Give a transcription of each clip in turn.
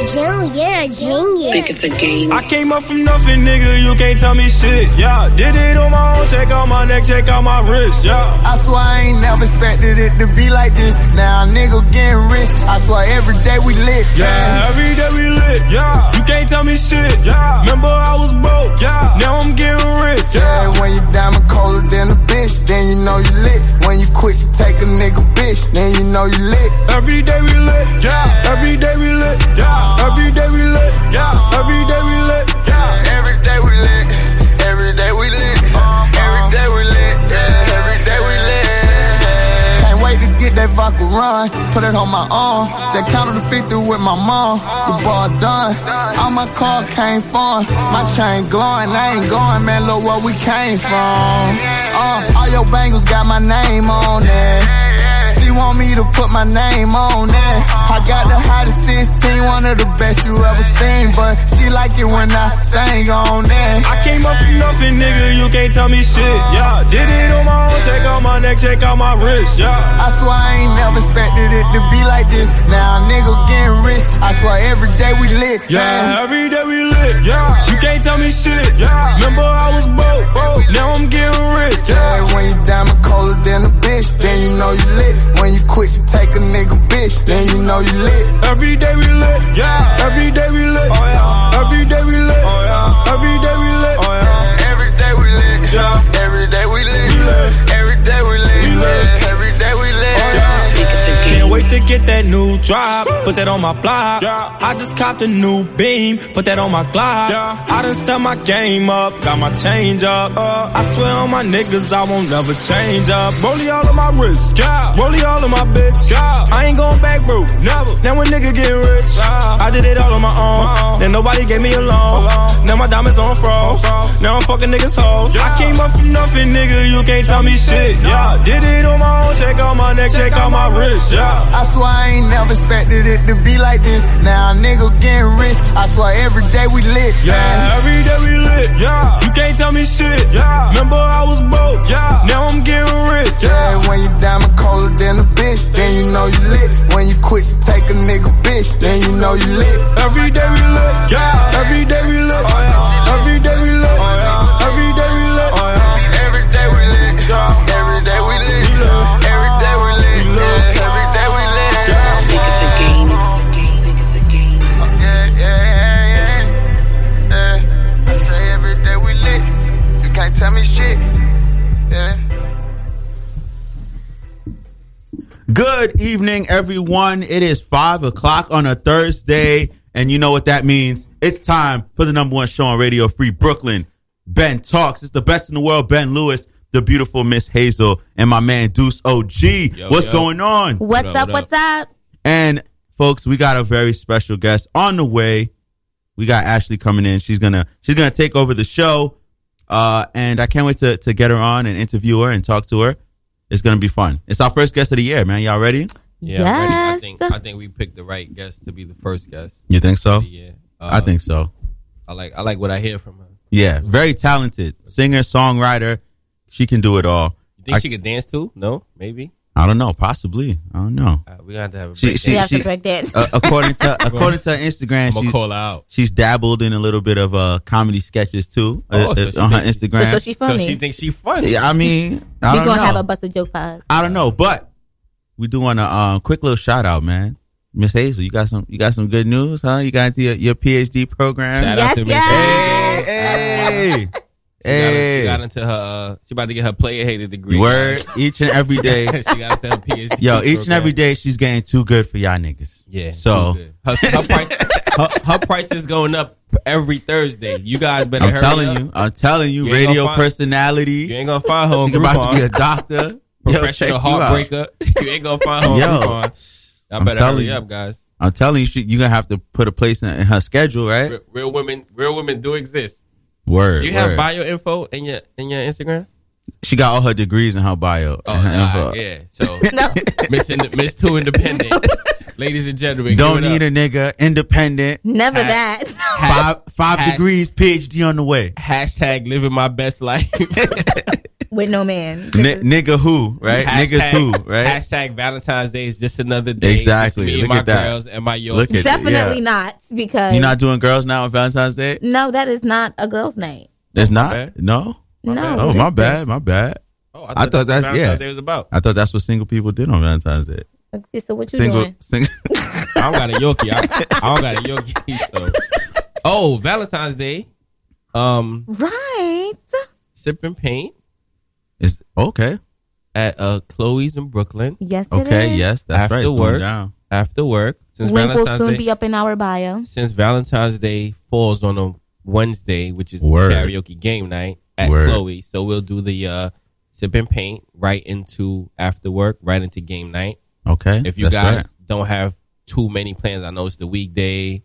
Joe, you're a genius. think it's a game. I came up from nothing, nigga. You can't tell me shit. Yeah, did it on my own. Check out my neck, check out my wrist. Yeah. I swear I ain't never expected it to be like this. Now a nigga getting rich. I swear every day we lit. Yeah, every day we lit, yeah. You can't tell me shit, yeah. Remember I was broke, yeah. Now I'm getting rich, yeah. Yeah, when you diamond colder than a bitch, then you know you lit. When you quick to take a nigga bitch, then you know you lit. Every day we lit, yeah. Every day we lit, yeah. Every day we lit, yeah. Every day we lit, yeah. Every day we lit. Every day we lit. Uh-huh. Every day we lit. Yeah, every day we lit. Can't wait to get that vodka run. Put it on my arm. Just counted to 50 with my mom. The bar done. All my car came from. My chain glowing. I ain't going, man. Look where we came from. Uh, all your bangles got my name on it. She want me to put my name on it. I got the hottest 16, one of the best you ever seen. But she like it when I sing on it. I came up from nothing, nigga. You can't tell me shit, yeah. Did it on my own. Check out my neck, check out my wrist, yeah. I swear I ain't never expected it to be like this. Now a nigga getting rich. I swear every day we lit. Yeah, every day we lit, yeah. You can't tell me shit, yeah. Remember I was broke, broke. Now I'm getting rich, yeah. Yeah, when you diamond colder than a bitch, then you know you lit. When you quick to take a nigga bitch, then you know you lit. Every day we lit, yeah. Every day we lit, oh yeah. Every day we lit, oh yeah. Every day we lit, oh yeah. Every day we lit. Yeah, Every day we we lit. Every day we lit. We lit. Every day we lit. yeah. I think it's a game. Can't wait to get that new drop. Put that on my block. I just copped a new beam. Put that on my Glock. I done stepped my game up. Got my change up. Uh, I swear on my niggas, I won't never change up. Rollie all of my wrist. Yeah. Rollie all of my bitch. I ain't going back, bro. Never. Now when nigga get rich, I did it all on my own. Then nobody gave me a loan. Now my diamonds on froze. Now I'm fucking niggas hoes. I came up from nothing, nigga. You can't tell me shit. Yeah. Did it on my own. Check out my neck. Check out my wrist. Yeah. I swear I ain't never expected it to be like this. Now a nigga getting rich. I swear every day we lit. Yeah, every day we lit. Yeah, you can't tell me shit. Yeah, remember I was broke. Yeah, now I'm getting rich. Yeah, Yeah, when you diamond colder than a bitch, then you know you lit. When you quick to take a nigga bitch, then you know you lit. every day we lit. Yeah, every day we lit. Oh yeah, every day we lit. Oh yeah, every day we lit. Oh yeah, Every day we lit. yeah, Every day we lit. we lit. Every day we lit. We lit. Yeah, Every day we lit. I think it's a game. Think it's a game. Yeah, yeah, yeah, yeah. I say every day we lit. You can't tell me shit. Yeah. Good evening, everyone. It is five o'clock on a Thursday, and you know what that means. It's time for the number one show on Radio Free Brooklyn. Ben talks. It's the best in the world. Ben Lewis, the beautiful Miss Hazel, and my man Deuce OG. What's yo. going on? What's up, up, what What's up? And folks, we got a very special guest on the way. We got Ashley coming in. She's gonna she's gonna take over the show, uh, and I can't wait to to get her on and interview her and talk to her. It's gonna be fun. It's our first guest of the year, man. Y'all ready? Yeah, I'm ready. Yes. I think I think we picked the right guest to be the first guest. You think so? Yeah, uh, I think so. I like I like what I hear from her. Yeah, very talented singer, songwriter. She can do it all. You think I- she could dance too? No, maybe. I don't know, possibly. I don't know. Uh, we gonna have to have a She- break. she- We dance. have to she- break dance. Uh, according to according to her I'm Instagram, gonna she's, call her out. she's dabbled in a little bit of uh comedy sketches too uh, Oh, so uh, she on her thinks she- so, Instagram. so she's funny. So she thinks she funny. yeah, I mean, I We're don't gonna know. have a busted joke for us. I don't know, but we do want to um quick little shout out, man. Miss Hazel, you got some you got some good news, huh? You got into your, your PhD program. Shout Yes, out to Miss yes. Hazel. Hey, hey, She got- She got hey. into her. Uh, she about to get her player hated degree. Word each and every day. she got into her PhD. Yo, each and program. every day she's getting too good for y'all niggas. Yeah. she's So- good. her, her price, her, her price is going up every Thursday. You guys better. I'm hurry telling up. you, I'm telling you, You ain't radio gonna find- You personality. ain't gonna find her on She's about to be a Groupon. doctor. Yo, check Professional you out. heartbreaker. You ain't gonna find her on Yo, Groupon. I I'm better telling hurry you. up, guys. I'm telling you, she, you're gonna have to put a place in, in her schedule, right? Real, real women, real women do exist. Eh? Word. Do you have word. bio info in your in your Instagram? She got all her degrees in her bio. Oh, nah, yeah. So No, Miss Ind- Miss Too Independent, ladies and gentlemen. Don't give it need up. a nigga, independent, Never Hat. that. five five Hack. degrees, PhD on the way. Hashtag living my best life. With no man. Ni nigga who, right? Niggas Hashtag- who, right? Hashtag Valentine's Day is just another day. It's Exactly. me and Look my at that. girls and my yo. Look at Definitely yeah. not because You're not doing girls now on Valentine's Day? no, that is not a girl's night. That's not? bad. No? no. Oh, it my is- bad, my bad. oh, I thought what that's- Valentine's yeah. Day was about. I thought that's what single people did on Valentine's Day. Okay, so what you Single, doing? single. I don't got a yoki. I, I don't got a yoki. So, oh, Valentine's Day, um, Right. sipping paint It's okay. at uh Chloe's in Brooklyn Yes. it Okay. is. Yes, that's After right. It's going work. down. after work. Since Link will Valentine's soon Day, be up in our bio. since Valentine's Day falls on a Wednesday, which is Word. karaoke game night at Word. Chloe, so we'll do the uh sip and paint right into after work, right into game night. Okay. if you that's guys right. don't have too many plans, I know it's the weekday,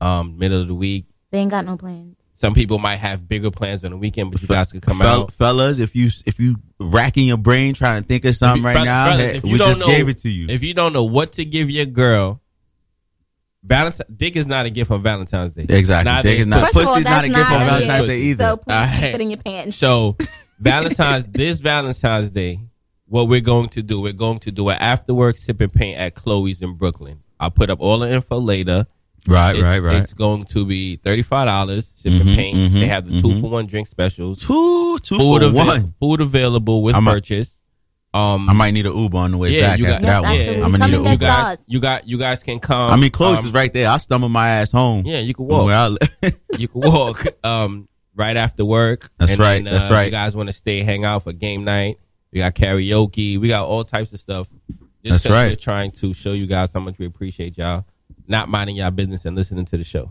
um, middle of the week. They ain't got no plans. Some people might have bigger plans on the weekend, but you guys could come Fel- out. fellas, if you if you racking your brain trying to think of something right Fel- now, fellas, hey, if you we don't just know- gave it to you. If you don't know what to give your girl, Valentine Dick is not a gift on Valentine's Day. exactly. Neither Dick is not. First of Pussy's all, not that's a gift not on a Valentine's gift. Day either. So please Alright. put in your pants. So Valentine's this Valentine's Day, what we're going to do, we're going to do an after work sip and paint at Chloe's in Brooklyn. I'll put up all the info later. right. It's, right. Right. It's going to be thirty five dollars sip and Mhm, paint. mhm, they have the two for one drink specials. Two two food, for avail- one. food available with I might- purchase. Um, I might need an Uber on the way Yeah, back you after Yes, got- that one. absolutely. I'm gonna Come need and an you get Uber. sauce. guys, you got, you guys can come. I mean, close um, is right there. I stumble my ass home. Yeah, you can from Where walk. I live. you can walk. Um, right after work. That's right, that's uh, right. You guys want to stay, hang out for game night. We got karaoke. We got all types of stuff. That's 'cause right. We're trying to show you guys how much we appreciate y'all not minding y'all business and listening to the show.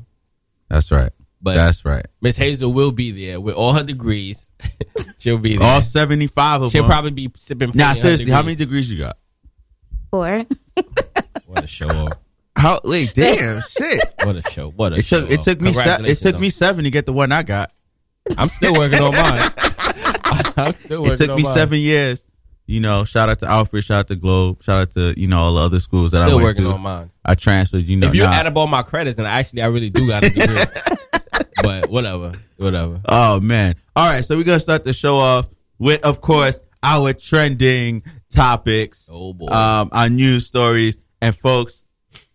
that's right. But- that's right. Miss Hazel will be there with all her degrees. She'll be there. All seventy five of She'll them. probably be sipping. plenty Now, of her seriously, how many degrees. degrees you got? Four. What a show off! How? Wait, damn, shit. What a show! What a It show took it off. took me se- it Congratulations took on me seven to get the one I got. I'm still working on mine. I'm still working It took on me mine. seven years. You know, shout out to Alfred, shout out to Globe, shout out to you know all the other schools that Still I went working to. on mine. I transferred. You know, If you nah. add up all my credits, and actually, I really do got a degree. but whatever, whatever. oh man! All right, so we're gonna start the show off with, of course, our trending topics, Oh boy. um, our news stories, and folks,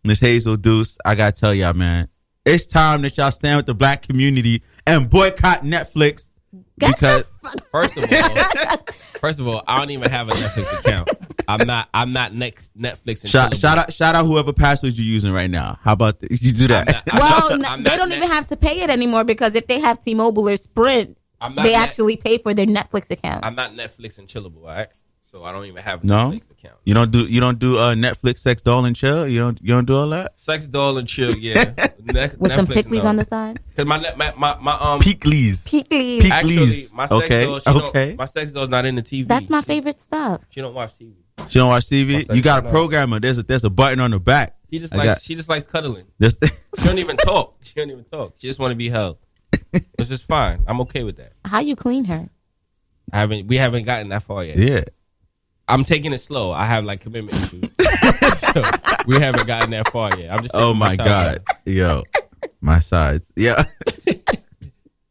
Miss Hazel Deuce, I gotta tell y'all, man, it's time that y'all stand with the black community and boycott Netflix Get because first of all, first of all, I don't even have a Netflix account. I'm not. I'm not next Netflix. shout, shout out, shout out whoever password you're using right now. How about this? You do that? Well, I'm n- not they don't Net- even have to pay it anymore because if they have T-Mobile or Sprint, I'm not they Net- actually pay for their Netflix account. I'm not Netflix and chillable. All right. So I don't even have a No? Netflix account. You don't do you don't do uh, Netflix, sex, doll, and chill. You don't you don't do all that. Sex doll and chill. Yeah. Ne- with some Netflix, pickles no. on the side. Cause my ne- my my, my um. Peeklies. Pickles. Peek- Actually, Please. my sex Okay, doll, she don't- okay. My sex doll's not in the TV. That's my She- favorite stuff. She don't watch TV. She don't watch TV. What's that You got a channel? programmer. There's a there's a button on the back. She just I likes got- she just likes cuddling. This She don't even talk. She don't even talk. She just want to be held, which is fine. I'm okay with that. How you clean her? I haven't we haven't gotten that far yet. yeah. I'm taking it slow. I have like commitment issues. so we haven't gotten that far yet. I'm just Oh taking my time. god. Yo. My sides. Yeah.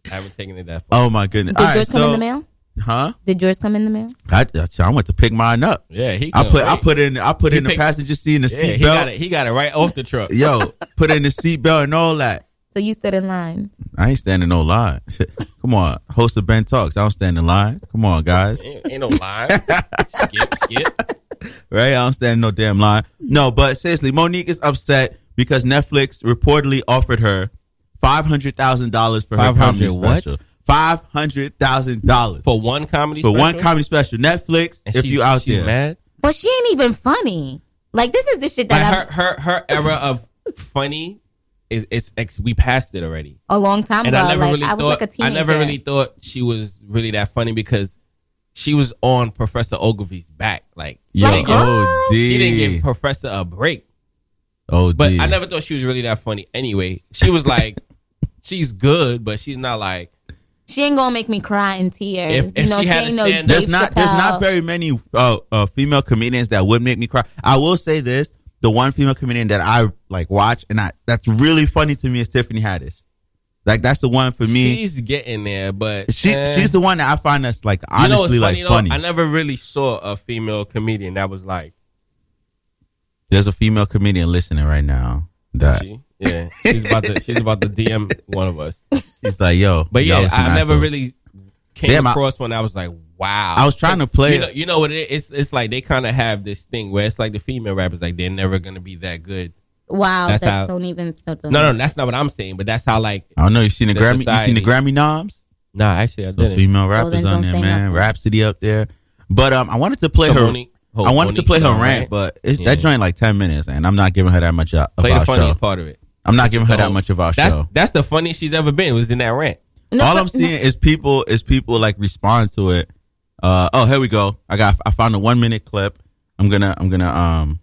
I haven't taken it that far. Oh my goodness. Did All right. yours come in So the mail? huh? Did yours come in the mail? I, I went to pick mine up. Yeah, he. I couldn't put I wait. put in I put He in the picked- passenger seat and the Yeah, he seat got belt. it. He got it right off the truck. Yo, put in the seat belt and all that. So you stood in line. I ain't standing no line. Come on, host of Ben Talks. I don't stand in line. Come on, guys. Ain't, ain't no line. skip, skip. right? I don't stand in no damn line. No, but seriously, Monique is upset because Netflix reportedly offered her five hundred thousand dollars for her 500 comedy what? special. Five hundred thousand dollars For one comedy. for one special? comedy special. Netflix, And if she- you out she there, mad. But she ain't even funny. Like this is the shit Like that her, her, her era of funny is it's, it's we passed it already. I'm a long time and ago. I never like really I was thought like a teenager. I never really thought she was really that funny because she was on Professor Ogilvy's back. Like she, yo, didn't, girl. give, OD, she didn't give Professor a break. OD. But I never thought she was really that funny. Anyway, she was like, she's good, but she's not like she ain't gonna make me cry in tears. If- if you know, she she, had ain't a no Dave stand-up- there's not there's Chappelle. not very many uh, uh, female comedians that would make me cry. I will say this: the one female comedian that I like watch and I that's really funny to me is Tiffany Haddish. Like that's the one for me. She's getting there, but She eh. she's the one that I find that's like You know what's honestly like though? funny. I never really saw a female comedian that was like There's a female comedian listening right now that she. Yeah, she's about to she's about to DM one of us. she's like, yo, But y'all yeah, was some I never assholes. really came Damn, I- across one. I was like, wow. I was trying to play You know, you know what it is? It's, it's like they kind of have this thing where it's like the female rappers like they're never gonna be that good. Wow, That's that how- don't even. That don't No, no, that's not what I'm saying. But that's how like I don't know, you seen the The Grammy you seen society. the Grammy noms? nah, actually I Those didn't. female Oh, then rappers on don't there, say man. nothing. Rhapsody up there. But um I wanted to play So her Monique- oh, I wanted to Monique's play her on, rant, right? but it's, Yeah. that joint like ten minutes, and I'm not giving her that much uh, of play our the show. funniest part of it. I'm not giving her that Oh, much of our That's show. that's the funniest she's ever been was in that rant. No, All but- I'm seeing is people is people like respond to it. Uh, oh, here we go. I got I found a one minute clip. I'm gonna I'm gonna um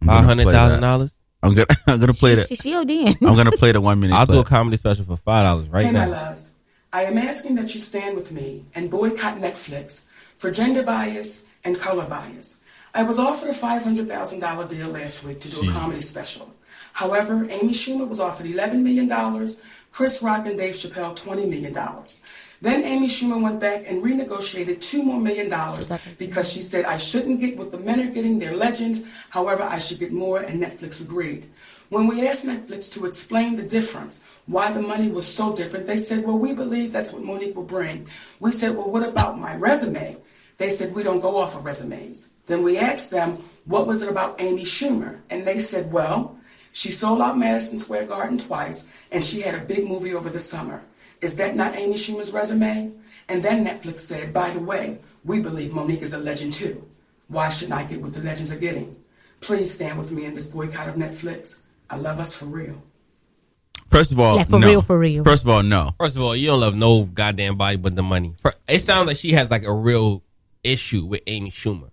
I'm Five gonna hundred play that. thousand dollars. I'm gonna I'm gonna play She, the she, she OD'ing. I'm gonna play the one minute. I'll do a clip. comedy special for five dollars right Hey, my now. loves, I am asking that you stand with me and boycott Netflix for gender bias and color bias. I was offered a $500,000 deal last week to do a comedy special. However, Amy Schumer was offered $11 million, Chris Rock and Dave Chappelle $20 million. Then Amy Schumer went back and renegotiated two more million dollars because she said I shouldn't get what the men are getting, they're legends. However, I should get more, and Netflix agreed. When we asked Netflix to explain the difference, why the money was so different, they said, well, we believe that's what Monique will bring. We said, well, what about my resume? They said, we don't go off of resumes. Then we asked them, what was it about Amy Schumer? And they said, well, she sold out Madison Square Garden twice, and she had a big movie over the summer. Is that not Amy Schumer's resume? And then Netflix said, by the way, we believe Monique is a legend too. Why shouldn't I get what the legends are getting? Please stand with me in this boycott of Netflix. I love us for real. First of all, Like, for no. real, for real. First of all, no. First of all, you don't love no goddamn body but the money. For- It sounds like she has like a real issue with Amy Schumer,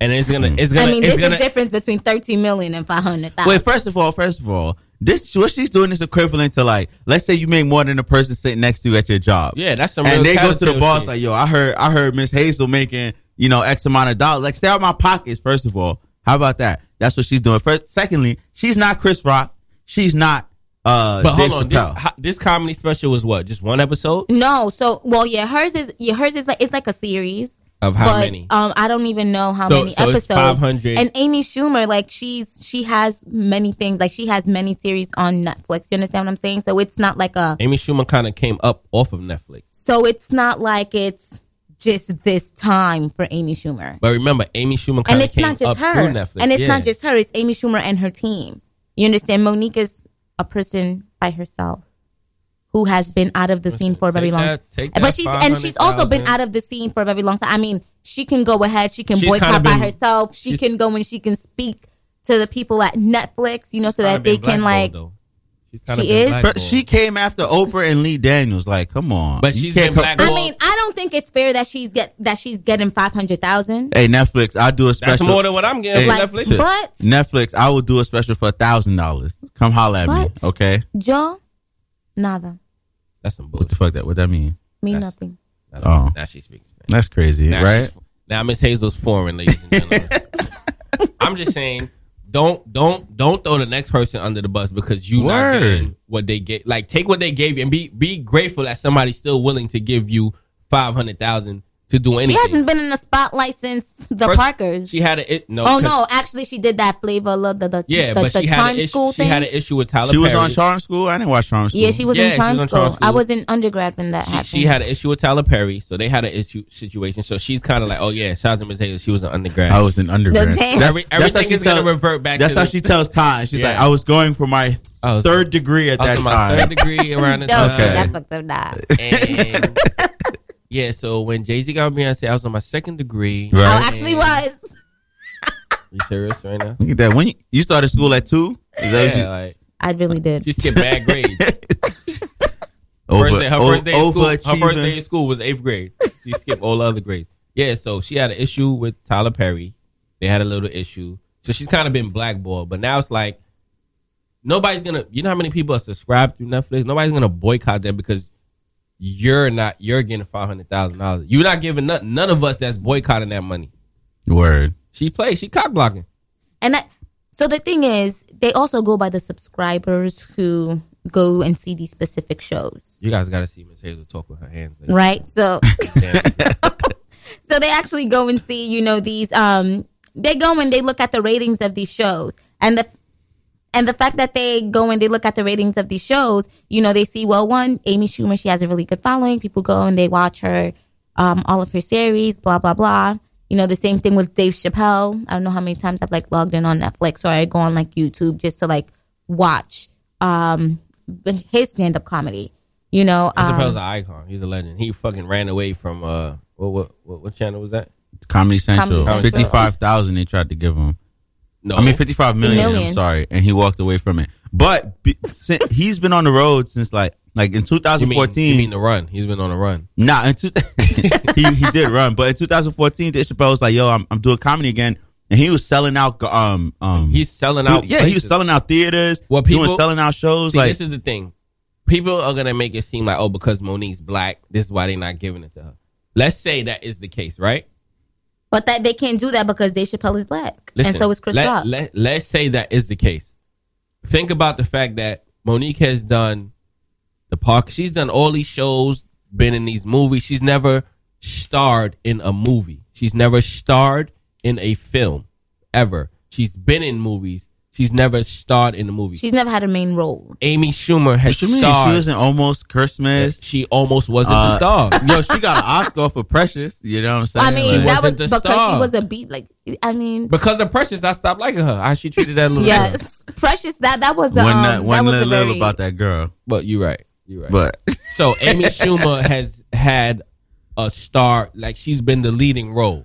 and it's gonna, it's gonna, Hmm. I mean, it's there's gonna. a difference between 13 million and 500,000. Wait, first of all, first of all, this what she's doing is equivalent to like, let's say you make more than the person sitting next to you at your job. Yeah, that's some real And they go to the tattletale boss shit. like, yo, I heard, I heard Miss Hazel making, you know, X amount of dollars. Like, stay out my pockets. First of all, how about that? That's what she's doing. First, secondly, she's not Chris Rock. She's not. Uh, but hold Dave on, this, Chappelle. ho- this comedy special was what? Just one episode No, so well, yeah, hers is yeah, hers is like it's like a series. of how but, many? Um, I don't even know how So- many so it's episodes. 500. And Amy Schumer, like she's she has many things. Like she has many series on Netflix. You understand what I'm saying? So it's not like a. Amy Schumer kind of came up off of Netflix, So it's not like it's just this time for Amy Schumer. but remember, Amy Schumer and kind of it's came not up just her. through Netflix, And it's Yeah. not just her. It's Amy Schumer and her team. You understand? Monique is a person by herself who has been out of the scene for a very take long. that- take that but she's and she's also been 500,000. out of the scene for a very long time. I mean, she can go ahead. She can She's boycott kinda by been- herself. She she's- can go and she can speak to the people at Netflix. You know, so that Kinda they been can blackballed, like. though. She's kinda She been is? blackballed. But she came after Oprah and Lee Daniels. Like, come on. But You she's can't been come- blackballed. I mean, I don't think it's fair that she's get that she's getting five hundred thousand. Hey, Netflix, I'll do a special. that's more than what I'm getting. Hey, from Like, Netflix. shit. but- Netflix, I will do a special for a thousand dollars. Come holla at What? me, okay? Joe, nada, That's some What the bullshit. fuck that? What that mean? me That's- nothing. Oh. Now she's speaking. Spanish. That's crazy, Now right? she's- Now Miss Hazel's foreign, ladies and gentlemen. I'm just saying, don't don't don't throw the next person under the bus because you Word. not getting what they get. Like take what they gave you and be be grateful that somebody's still willing to give you five hundred thousand to do anything. She hasn't been in the spotlight since the First, Parkers. She had a it. No. oh 'cause- no, actually, she did that flavor the the, the, Yeah, the, but the she had charm an issue. school She thing. had an issue with Tyler. She was on Perry. Charm School. I didn't watch Charm School. yeah, she was Yeah, in she charm was on school. charm I school. was in undergrad when that She, happened. she had an issue with Tyler Perry, so they had an issue situation. So she's kind of like, oh yeah, shout out to Miss Hazel. She was an undergrad. I was in undergrad. No, damn. Every, everything is gonna revert back. That's to how the- she tells time. She's Yeah. like, I was going for my I was- third degree at I that was in my third time. degree around the No, time. Okay. that's fucked up. Nah. And yeah, so when Jay Z got Beyonce, I was on my second degree. Right. I Oh, actually was. You serious right now? Look at that. When you, you started school at two, Is that what Yeah, you- like I really did. she get bad grades. over, First day- her o- first day in school, her first overachieving. day in school was eighth grade. She skipped all other grades. Yeah, so she had an issue with Tyler Perry. They had a little issue, so she's kind of been blackballed. But now it's like nobody's gonna. You know how many people are subscribed through Netflix? Nobody's gonna boycott them because you're not. You're getting five hundred thousand dollars. You're not giving none, none of us that's boycotting that money. Word. She plays. She cock blocking. And that, So the thing is, they also go by the subscribers who go and see these specific shows, You guys got to see Miss Hazel talk with her hands. Like, right? So damn. so they actually go and see, you know, these um they go and they look at the ratings of these shows. And the and the fact that they go and they look at the ratings of these shows, you know, they see well one, Amy Schumer, she has a really good following. People go and they watch her um all of her series, blah blah blah. You know, the same thing with Dave Chappelle. I don't know how many times I've like logged in on Netflix or I go on like YouTube just to like watch um his stand up comedy. You know, Chappelle's um, an icon. He's a legend. He fucking ran away from uh, what what what, what channel was that? Comedy Central. Comedy Central. 55,000 they tried to give him. No, I mean, 55 million, Million. I'm sorry. And he walked away from it. But be, sin he's been on the road since like like in you 2014. mean, you mean the run? He's been on a run. Nah, in two, he he did run, but in 2014, Dave Chappelle was like, "Yo, I'm, I'm doing comedy again," and he was selling out. Um, um, He's selling dude, out. yeah, he was places. selling out theaters, Well, people- doing selling out shows. See, like, this is the thing. People are gonna make it seem like, oh, because Monique's black, this is why they're not giving it to her. Let's say that is the case, right? But that they can't do that because Dave Chappelle is black, and so is Chris let, Rock. Let, let's say that is the case. Think about the fact that Monique has done the park. She's done all these shows, been in these movies. She's never starred in a movie. She's never starred in a film ever. She's been in movies. She's never starred in a movie. She's never had a main role. Amy Schumer has what you mean? starred. She was in almost Christmas. she almost wasn't the Uh, star. Yo, she got an Oscar for Precious. You know what I'm saying? I mean, Like, that was wasn't the because star. she was a beat. Like, I mean, Because of Precious, I stopped liking her. How she treated that little girl. yes, Precious. That that was the one um, nut- one that was little, the very, little about that girl, But you're right. You're right. but So Amy Schumer has had a star, like she's been the leading role.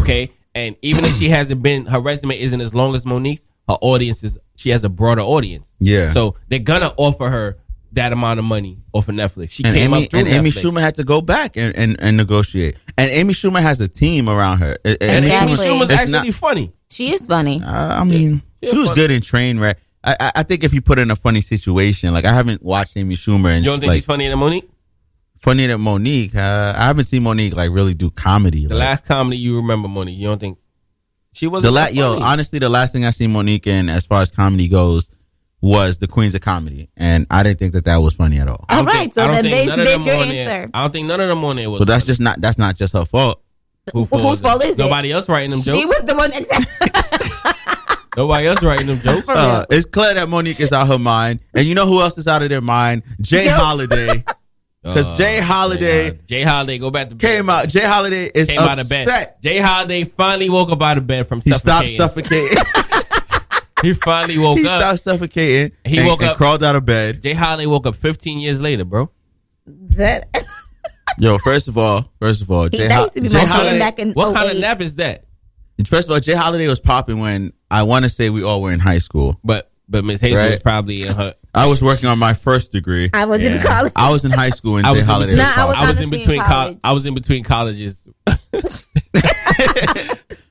Okay. And even if she hasn't been, her resume isn't as long as Monique's, her audience is, she has a broader audience. yeah. So they're going to offer her that amount of money off of Netflix. She and came Amy, up through and Amy Netflix. Schumer had to go back and, and, and negotiate. And Amy Schumer has a team around her. And And Amy Exactly. Schumer's It's actually not- funny. She is funny. Uh, I mean, Yeah, she was funny. good in Trainwreck. I, I I think if you put her in a funny situation, like I haven't watched Amy Schumer and You don't she's think like she's funnier than Monique? funny than Monique. Uh, I haven't seen Monique like really do comedy. The like, last comedy you remember, Monique, you don't think she was the la- yo, honestly, the last thing I seen Monique in as far as comedy goes was the Queens of Comedy, and I didn't think that that was funny at all. All right, so then there's, there's your answer. I don't think none of them on there was. But that's just not that's not just her fault. Who Whose falls fault is it? Nobody else writing them She jokes. was the one. Exactly. Nobody else writing them jokes. Uh, it's clear that Monique is out her mind, and you know who else is out of their mind? Jay Yo. Holiday, because Jay Holiday Jay Uh, Holiday, go back to bed. came out. Jay Holiday is Came out of upset. bed. Jay Holiday finally woke up out of bed from He stopped suffocating. suffocating. He finally woke he up. stopped suffocating. He and, woke and up- crawled out of bed. Jay Holiday woke up 15 years later, bro. that, Yo, first of all, first of all, Jay, that Ho- used to be Jay my Holiday. jam back in What kind of 08. nap is that? First of all, Jay Holiday was popping when I want to say we all were in high school. But but Miss Hazel Right. was probably in her. I was working on my first degree. I was in Yeah. college. I was in high school when I Jay was in Holiday. between- was Nah, I was popping. I was in honestly in between. college. I was in between colleges.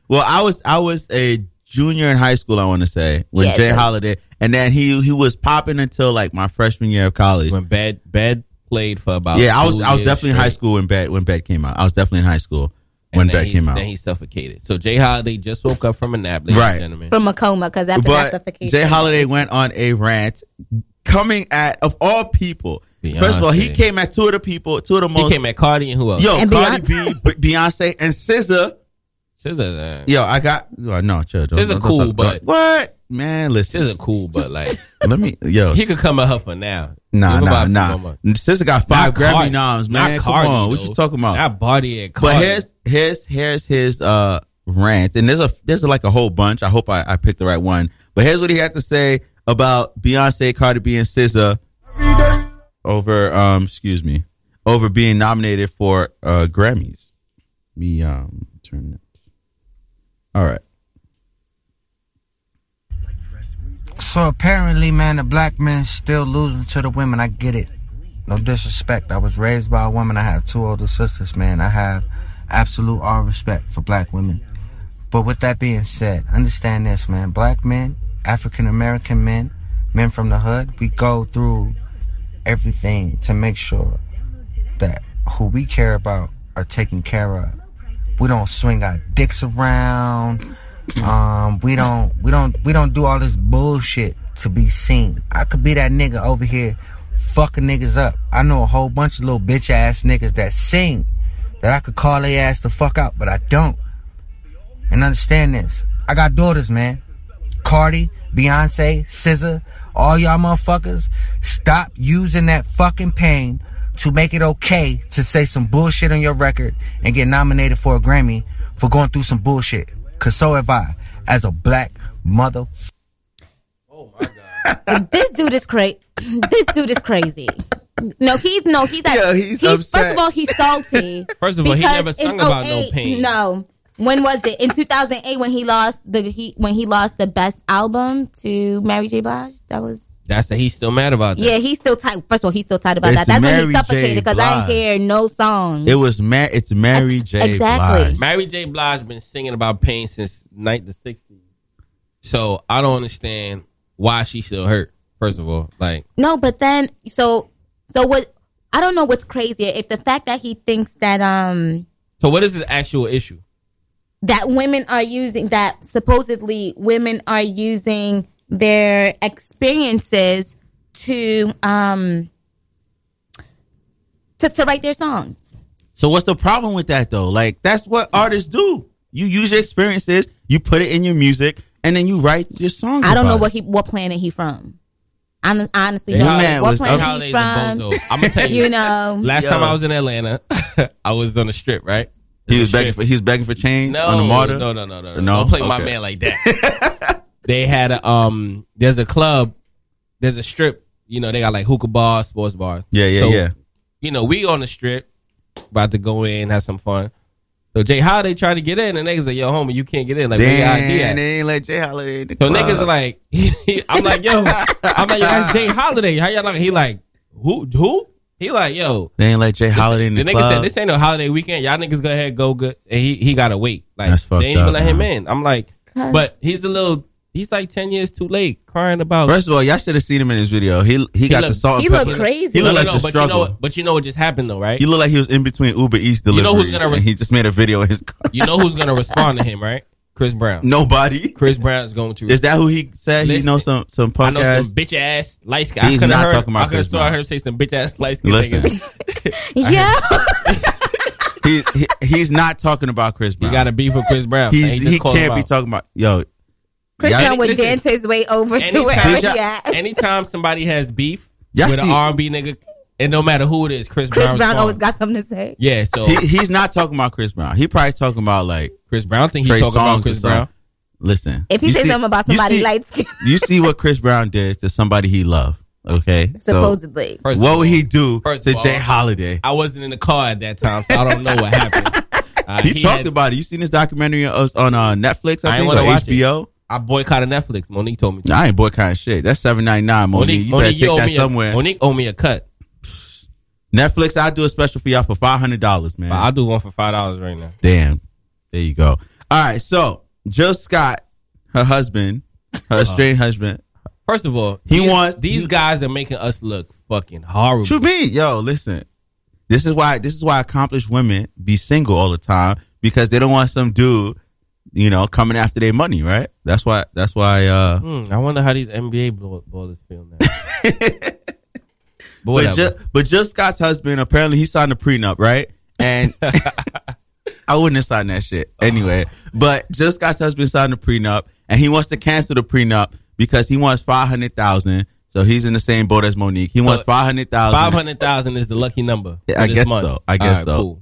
well, I was I was a junior in high school. I want to say when Yeah, Jay so- Holiday, and then he he was popping until like my freshman year of college. when bed bed played for about yeah, I was two I was years definitely in high straight. school when Bed when Bed came out. I was definitely in high school And when then Bed he- came out. Then he suffocated. So Jay Holiday just woke up from a nap, ladies Right. and gentlemen. from a coma because after that but suffocation, Jay Holiday went on a rant coming at of all people. First of all, he Beyonce. came at two of the people, two of the He most. came at Cardi and who else? yo, And Cardi Beyonce. B, B- Beyonce, and SZA. SZA, uh, Yo, I got yo, no. Chill, SZA don't, don't- don't cool, talk- but- what man? Listen, SZA cool, but like Let me yo. he could come at her for now. Give Nah, her nah, about two nah. more months. SZA got five Not Grammy Cardi. noms, Not man. Cardi, Come on, what though. you talking about? That body at Cardi. But here's here's here's his uh rant, and there's a there's like a whole bunch. I hope I, I picked the right one. But here's what he had to say about Beyonce, Cardi B, and SZA over um excuse me over being nominated for uh Grammys. Me um turn it. All right. So apparently, man, the black men's still losing to the women. I get it. No disrespect. I was raised by a woman. I have two older sisters, man. I have absolute all respect for black women. But with that being said, understand this, man. Black men, African American men, men from the hood, we go through everything to make sure that who we care about are taken care of. We don't swing our dicks around. Um, we don't we don't we don't do all this bullshit to be seen. I could be that nigga over here fucking niggas up. I know a whole bunch of little bitch ass niggas that sing that I could call their ass the fuck out, but I don't. And understand this. I got daughters, man. Cardi, Beyonce, SZA, all y'all motherfuckers, stop using that fucking pain to make it okay to say some bullshit on your record and get nominated for a Grammy for going through some bullshit. Cause so have I, as a black mother. this dude is crazy. this dude is crazy. No, he's no, he's at, Yeah, he's first upset. of all he's salty. First of all, he because never in sung about no 08 pain. No, when was it? In 2008, when he lost the he when he lost the best album to Mary J. Blige. That was That's that he's still mad about. That. yeah. He's still tight. First of all, he's still tight about It's that. That's when Mary he J. suffocated because I Blige. didn't hear no song. It was Mar- It's Mary J. Exactly. Blige. Mary J. Blige been singing about pain since night the sixties. So I don't understand why she still hurt. First of all, like No, but then so so what? I don't know what's crazier if the fact that he thinks that um so, what is his actual issue? that women are using that supposedly women are using their experiences to um to, to write their songs. So what's the problem with that though? Like that's what artists do. You use your experiences, you put it in your music, and then you write your songs. I don't know about what it. he what planet he from. Hon- Honestly, That don't know man what was planet up- he's Holidays and from. Bozo. I'm gonna tell you. You know, Last Yo. time I was in Atlanta, I was on the strip, right? he was The begging strip. for he was begging for change no, on the martyr. No, no, no, no, no. No? Don't play my Okay. man like that. they had a um. There's a club. There's a strip. You know, they got like hookah bars, sports bars. Yeah, yeah, So, yeah. You know, we on the strip, about to go in, have some fun. So Jay, how they try to get in, and niggas like, "Yo, homie, you can't get in." Like, where your ID Damn, at? they ain't let Jay Holiday. in the So club. niggas like, I'm like, yo, I'm like, yo, that's Jay Holiday. How y'all like? He like, who? Who? He like, yo. they ain't let Jay Holiday in The the, nigga club. said this ain't no holiday weekend. Y'all niggas go ahead go good. And he he gotta wait. Like That's fucked they ain't even up, let him man. in. I'm like, 'Cause- but he's a little. He's like ten years too late, crying about. First of all, y'all should have seen him in his video. He he, got the looked- salt. and he looked pepper. crazy. He No, looked no, like no, the but struggle. you know, what- but you know what just happened though, right? He looked like he was in between Uber Eats You deliveries. know who's gonna re- and he just made a video of his car. You know who's gonna respond to him, right? Chris Brown. Nobody. Chris Brown's going to. Is that who he said? he Listen, knows some some I punk know ass. some bitch ass light skin. I He's coulda not heard, talking about I could Chris have saw Brown. her say some bitch ass light skin. Listen, niggas. yeah, he, he he's not talking about Chris He Brown. got a beef with Chris Brown. He's, and he just called him can't be out. talking about yo. Chris y'all- Brown would listen. dance his way over to Anytime, wherever he anytime, at. somebody has beef Y'all with an see- R and B nigga, and no matter who it is, Chris, Chris Brown's Brown gone. always got something to say. Yeah, so He, he's not talking about Chris Brown. He probably talking about like Chris Brown think Trey he's talking about Songz or Chris something. Brown. Listen, If he you says see- something about you somebody see- light skinned, you see what Chris Brown did to somebody he loved. Okay, So, supposedly. First of what all, would he do first to of all, Jay Holiday? I wasn't in the car at that time, so I don't know what happened. Uh, He, talked had- about it. You seen this documentary on, on uh, Netflix? I ain't I, think or wanna watch it. HBO. I boycotted Netflix. Monique told me. To. Nah, I ain't boycotting shit. That's seven ninety nine, Monique. You better owe take that me somewhere. A, Monique oh. owe me a cut. Netflix, I do a special for y'all for five hundred dollars, man. But I'll do one for five dollars right now. Damn. There you go. All right. So Jill Scott, her husband, Uh-huh. her estranged husband. First of all, He these, wants- these he- guys are making us look fucking horrible. What you mean? Yo, listen. This is why this is why accomplished women be single all the time because they don't want some dude, you know, coming after their money, right? That's why that's why uh Hmm, I wonder how these NBA ball- ballers feel now. but whatever. but just but Jill Scott's husband apparently he signed a prenup, right? And I wouldn't have signed that shit anyway. But Jill Scott's husband signed a prenup, and he wants to cancel the prenup because he wants five hundred thousand. So he's in the same boat as Monique. He wants five hundred Five thousand, hundred thousand is the lucky number. Yeah, for I this guess month. so. I guess so. Cool.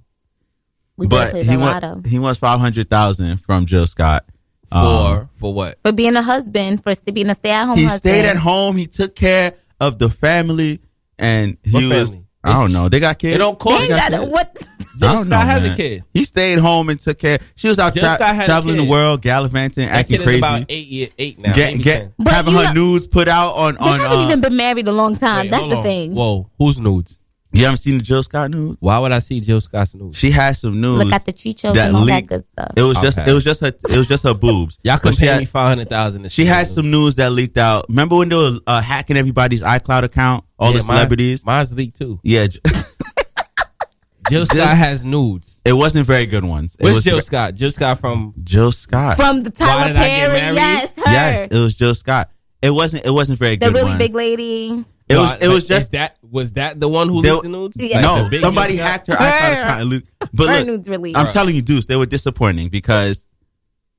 We better but play he the lotto. wants he wants five hundred thousand from Jill Scott. For Um, for what? for being a husband, for st- being a stay at home he husband. stayed at home. He took care of the family, and he What was. family? I don't know. They got kids. It don't They cost. ain't Jill got a- what? Scott has a kid. He stayed home and took care. She was out Jill tra- Scott had a traveling the kid. world, gallivanting, That acting kid crazy. is about eight year, eight now. get maybe get 10. But having you her know- nudes put out on They on. haven't uh, even been married a long time. Wait, That's hold the on. thing. Whoa, who's nudes? you haven't seen the Jill Scott nudes? Why would I see Jill Scott's nudes? She had some nudes. Look at the chichos that and all leaked. that good stuff. It was just Okay. it was just her it was just her boobs. Y'all But could she pay me had, five hundred thousand. she had some news that leaked out. Remember when they were uh, hacking everybody's iCloud account, all the celebrities? Mine's leaked too. yeah. j- Jill Scott has nudes. It wasn't very good ones. It Where's was Jill ve- Scott? Jill Scott from Jill Scott. From the Why Tyler did I get Perry. married? Yes, her. yes, it was Jill Scott. It wasn't. It wasn't very the good. really ones. big lady. It was. God, It was is just that. Was that the one who They- leaked the nudes? Yeah. Like no. the big Somebody Jill Scott? hacked her iCloud Her. account. and leaked- But her look, nudes released. I'm telling you, Deuce, they were disappointing because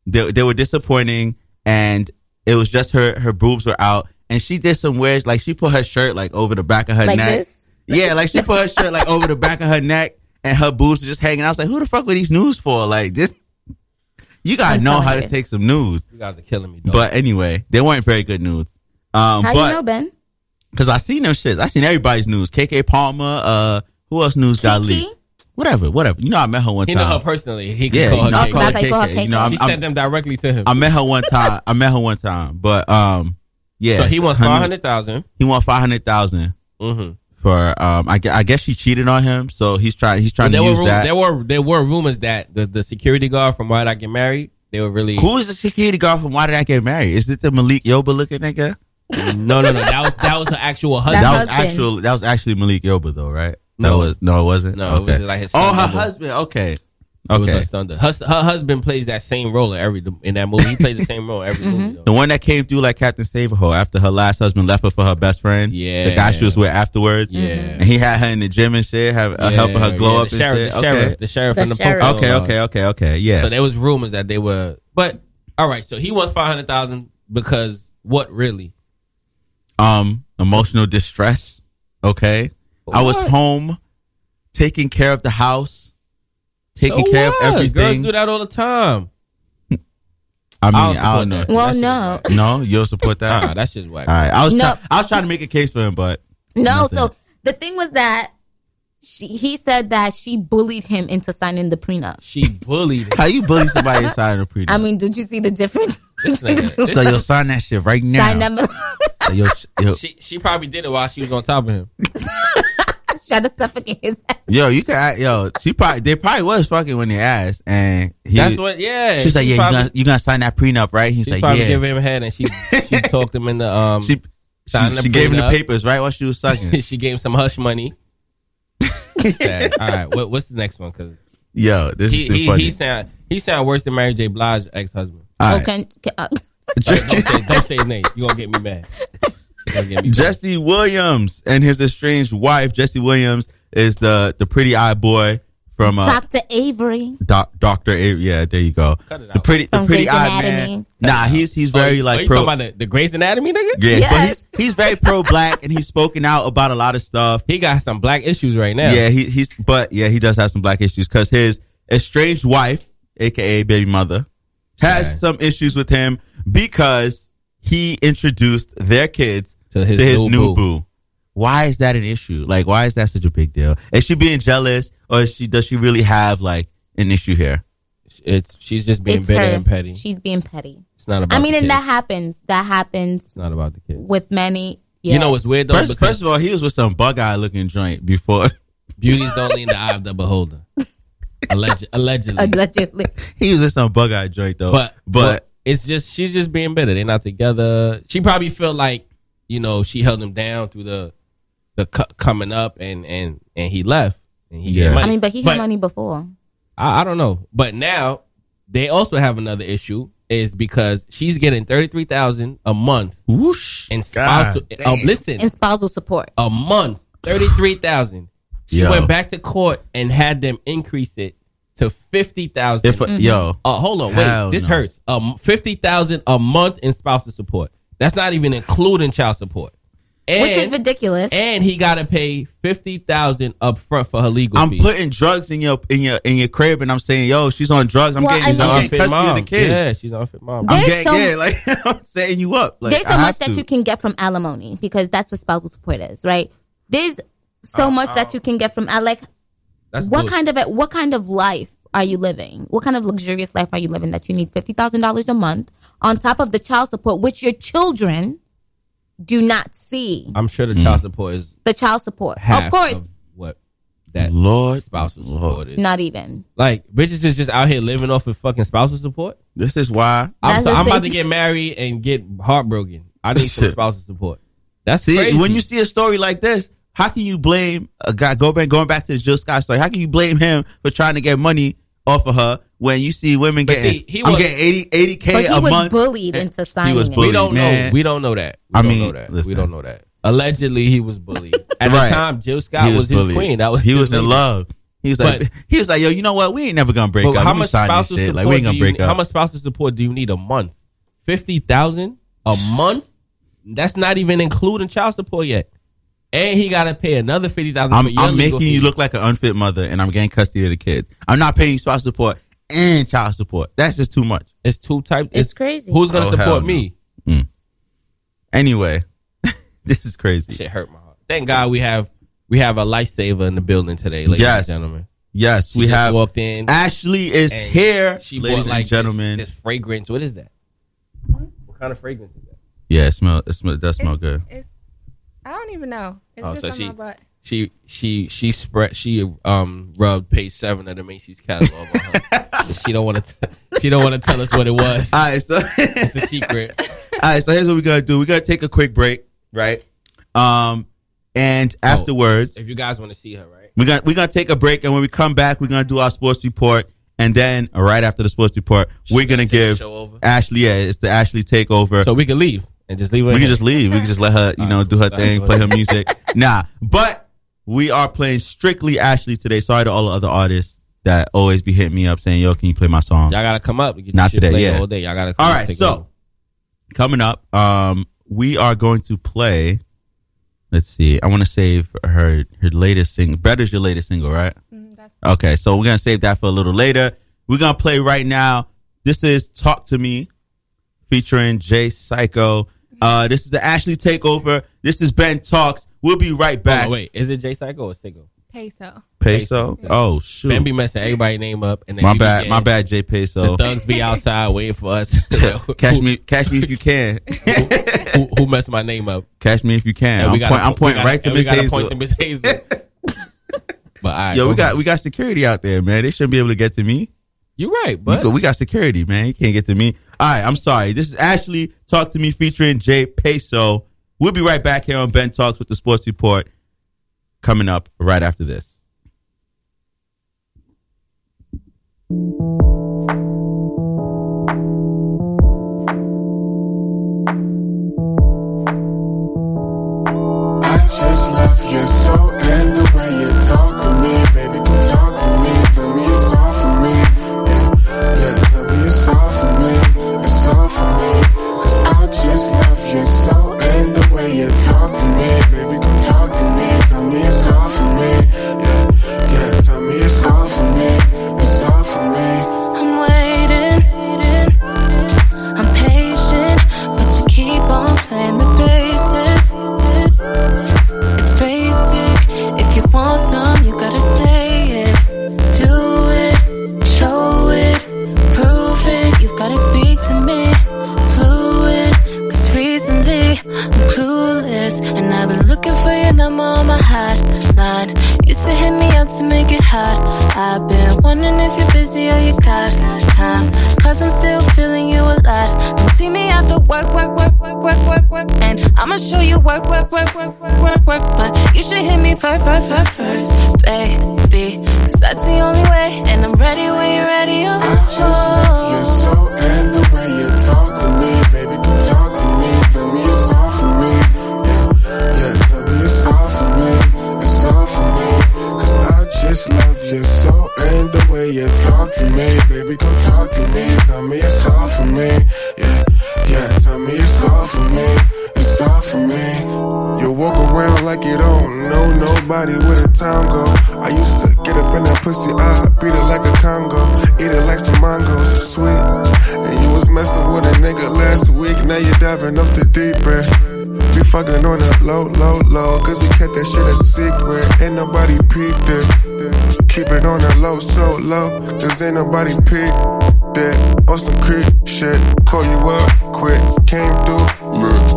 they they were disappointing, and it was just her her boobs were out, and she did some weird like she put her shirt like over the back of her Like neck. this? Yeah, like she put her shirt like over the back of her neck, and her boobs were just hanging. I was like, who the fuck were these news for? Like this, you gotta I'm know telling how to you. take some news. You guys are killing me. Dog. But anyway, they weren't very good news. Um, How but you know, Ben? because I seen them shits, I seen everybody's news. KK Palmer, uh, who else news got Kiki? leaked? Whatever, whatever. You know, I met her one he time. know her personally. He can Yeah, call you know, her. I Oh, gay. call her snap, I call her KK. You KK. know, she I'm- I'm- sent them directly to him. I met her one time. I met her one time, but um, yeah. so he wants her five news- hundred thousand. He won five hundred thousand Mm-hmm. for um. I, gue- I guess she cheated on him, so he's trying. He's trying There to were use rum- that. there were there were rumors that the, the security guard from Why Did I Get Married they were really Who is the security guard from Why Did I Get Married? Is it the Malik Yoba looking nigga? no no no that was that was her actual That husband. that was husband. actual. That was actually Malik Yoba though, right? No. that was no, it wasn't. No, it was okay. like his oh, son her Yoba. husband. Okay, It was okay. her son. Her, her husband plays that same role in every in that movie. He plays the same role in every movie. The Though. one that came through like Captain Saverho after her last husband left her for her best friend. Yeah. The guy she was with afterwards. Yeah. And he had her in the gym and shit, have, uh, helping her glow yeah, up The and sheriff, shit. the okay. sheriff, the sheriff, The and the sheriff. poker okay, guard. okay, okay, okay. Yeah. So there was rumors that they were, but all right. So he wants five hundred thousand because what really? um, emotional distress. Okay. I was What? home taking care of the house, taking So care what? of Girls everything. do that all the time. I I don't mean, I don't know. support Well, That no. No, you'll support that. Nah, that's just whack. All right. I was No. try- I was trying to make a case for him, but No, Nothing. so the thing was that she, he said that she bullied him into signing the prenup. She bullied. him. how you bully somebody inside of a prenup? I mean, did you see the difference? This nigga. so you'll sign that shit right now. Sign number. So you'll- you'll- She she probably did it while she was on top of him. Try to suffocate his ass. Yo, you can act, yo. She probably they probably was fucking when they asked, and he, That's what. Yeah. she's like, she yeah, probably, you gonna you gonna sign that prenup, right? He's she like, probably yeah. giving him a head, and she she talked him into um. she She, she, signing the she gave him the prenup. papers right while she was sucking. gave him some hush money. Sad. All right. What, what's the next one? Because yo, this he is too he, funny. he sound he sound worse than Mary J. Blige's ex husband. All Oh, right. can, can, uh, Don't say, don't say his name. You gonna get me mad. You gonna get me mad. Jesse Williams and his estranged wife, Jesse Williams, is the the pretty eye boy from uh, Dr. Avery. Doctor. A- yeah, there you go. Cut it The out. pretty the From pretty Grey's eye Anatomy. man. Nah, he's he's very oh, like oh, you pro. talking about the, the Grey's Anatomy nigga? yeah, Yes. but he's he's very pro black and he's spoken out about a lot of stuff. He got some black issues right now. Yeah, he, he's but yeah, he does have some black issues because his estranged wife, aka baby mother, has some issues with him because he introduced their kids To his new new boo. boo. Why is that an issue? Like, why is that such a big deal? Is she being jealous, or is she does she really have like an issue here? It's she's just being It's bitter her. and petty. She's being petty. it's not about. I mean, the and kids. that happens. That happens It's not about the kids. with many. Yeah. You know what's weird though? First, because first of all, he was with some bug eye looking joint before. beauty's only in the eye of the beholder. Alleg- allegedly, Allegedly. he was with some bug eye joint though. but but it's just she's just being bitter. They're not together. She probably felt like you know she held him down through the the cu- coming up and and and he left and he Yeah. got I money. mean, but he had money before. I, I don't know. But now they also have another issue is because she's getting thirty three thousand a month whoosh, in God spousal. damn. Uh, listen, And spousal support. a month, thirty three thousand. She Yo. went back to court and had them increase it to fifty thousand. If- Mm-hmm. yo, Uh, hold on, wait. Hell this no. hurts. Um, fifty thousand a month in spousal support. That's not even including child support. And, Which is ridiculous. And he got to pay fifty thousand up front for her legal I'm fees. putting drugs in your in your in your crib, and I'm saying, yo, she's on drugs. I'm Well, getting, I mean- I'm Unfit getting custody of mom. the kids. Yeah, she's an unfit mom. There's I'm getting, so- yeah, like I'm setting you up. Like, there's I so much have that to. you can get from alimony because that's what spousal support is, right? There's so much that you can get from al- like Uh, That's what bullshit. kind of what kind of life are you living? What kind of luxurious life are you living that you need fifty thousand dollars a month on top of the child support, which your children do not see I'm sure the Mm. child support is the child support. half of course, what that Lord, spousal support is. not even. Like bitches is just out here living off of fucking spousal support. this is why. I'm, That's so, the I'm about to thing. get married and get heartbroken. I need some Shit. spousal support. That's See, crazy. when you see a story like this, How can you blame a guy? Go back, going back to the Jill Scott story. How can you blame him for trying to get money off of her when you see women But getting? see, he I'm was- getting 80 80 k But he a was month. bullied into signing was it. bullied. we don't man. know. We don't know that. We I don't mean, know that. listen. We don't know that. Allegedly, he was bullied. At Right. the time, Jill Scott was, his bullied. queen. That was he his was in leader. love. He was like, But- he was like, yo, you know what? We ain't never gonna break But up. how we much much sign this spousal shit. support? Like we ain't do gonna you break need- up. How much spousal support do you need a month? Fifty thousand a month. That's not even including child support yet. And he got to pay another fifty thousand. I'm, I'm making you look like an unfit mother, and I'm getting custody of the kids. I'm not paying you spousal support and child support. That's just too much. It's two types. It's crazy. Who's gonna Oh, hell support no. Mm. me? Anyway, this is crazy. Shit hurt my heart. Thank God we have we have a lifesaver in the building today, ladies Yes. and gentlemen. Yes, we just have. walked in Ashley is and here, She ladies bought like and gentlemen. This, this fragrance. What is that? Hmm? What kind of fragrance is that? Yeah, it smell. It smell. It does smell good. It's, I don't even know. It's Oh, just so on she- my butt. She she she spread she um rubbed page seven of the Macy's catalog. on her. she don't want to she don't want to tell us what it was. All right, so all It's a secret. right, so here's what we're gonna do. We're gonna take a quick break, right? Um, and afterwards, Oh, If you guys want to see her, right? We're gonna we're gonna take a break, and when we come back, we're gonna do our sports report, and then right after the sports report, we're gonna gonna take the give show over? Ashley. Yeah, it's the Ashley takeover. So we can leave and just leave her. we can here. just leave. We can just let her, you know, do her thing, play her music. Nah, but we are playing strictly Ashley today. Sorry to all the other artists that always be hitting me up saying, "Yo, can you play my song?" y'all gotta come up. and get Not your shit today, played yeah. All day. Y'all gotta. Come All up, right, take so coming up, um, we are going to play. Let's see. I want to save her her latest single. Better's your latest single, right? Okay, so we're gonna save that for a little later. We're gonna play right now. This is "Talk to Me," featuring Jay Psycho. Uh, this is the Ashley Takeover. This is Ben Talks. We'll be right over. back. Oh, wait, is it Jay Psycho or Psycho? Peso. Peso. Oh shoot. Man be messing everybody name up, and then my we bad. get- My bad. Jay Peso. The thugs be outside waiting for us. Catch Who- me. Catch me if you can. Who, who messed my name up? Catch me if you can. And I'm, we gotta- point, I'm we pointing gotta- right to and we Miss gotta Hazel. point to Miss Hazel. But all right, Yo, we okay. got we got security out there, man. They shouldn't be able to get to me. You're right, You but go- we got security, man. You can't get to me. All right, I'm sorry. This is Ashley Talk to Me featuring Jay Peso. We'll be right back here on Ben Talks with the Sports Report coming up right after this. I just love your soul and the way you talk to me, baby. Come talk to me, tell me it's all for me. Yeah, yeah, tell me it's all for me, it's all for me. Cause I just love your soul and the way you talk to me, baby. Come talk to me, tell me it's all for me. Yeah, yeah, tell me it's all for me, it's all for me. I'm waiting, I'm patient, but you keep on playing the basis. It's basic. If you want some, you gotta say it. Do it, show it, prove it. You gotta speak to me, fluid. Cause recently I'm clueless, and I've been looking for your number on my hotline. Used to hit me up to make it hot. I've been wondering if you're busy or you got time. Cause I'm still feeling you a lot. Come see me after work, work, work, work, work, work, work. And I'ma show you work, work, work, work, work, work, work. But you should hit me first, first, first, first, baby. Cause that's the only way. And I'm ready when you're ready. oh. I just love your soul and the way you talk to me, baby. Come talk to me, tell me it's all for me. Yeah, yeah, tell me it's all for me, it's all for me. Cause I just love your soul and the way you talk to me, baby. Come talk to me, tell me it's all for me. Yeah, yeah, tell me it's all for me, it's all for me. You walk around like you don't know nobody with a tango. I used to get up in that pussy, I beat it like a Congo. Eat it like some mangoes, sweet. And you was messing with a nigga last week, now you diving off the deep end. We fucking on the low, low, low, cause we kept that shit a secret. Ain't nobody peeped it. Keep it on the low, so low, cause ain't nobody peeped it. On some creep shit, call you up quick, came through.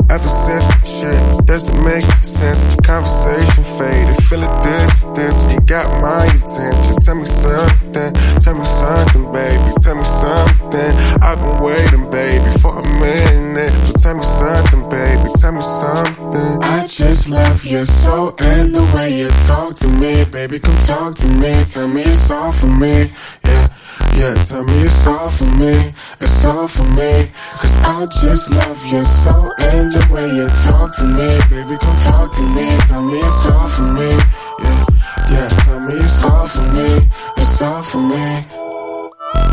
Ever since shit doesn't make sense, conversation faded, feel a distance. You got my attention. Tell me something, tell me something, baby, tell me something. I've been waiting, baby, for a minute. So tell me something, baby, tell me something. I just love your soul talk and the way you talk to me, baby, come talk to me. Tell me it's all for me. Yeah, yeah, tell me it's all for me. It's all for me. Cause I just love your soul and the way you talk to me, baby, come talk to me. Tell me it's all for me. Yeah, yeah, tell me it's all for me. It's all for me.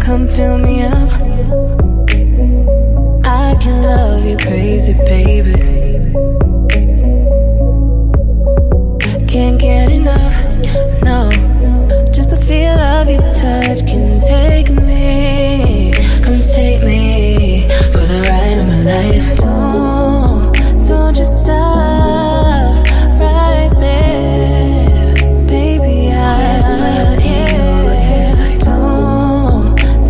Come fill me up. I can love you crazy, baby. Can't get enough, no. Just the feel of your touch can take me. Come take me for the ride of my life. Don't, don't just stop right there, baby. I swear it. Don't.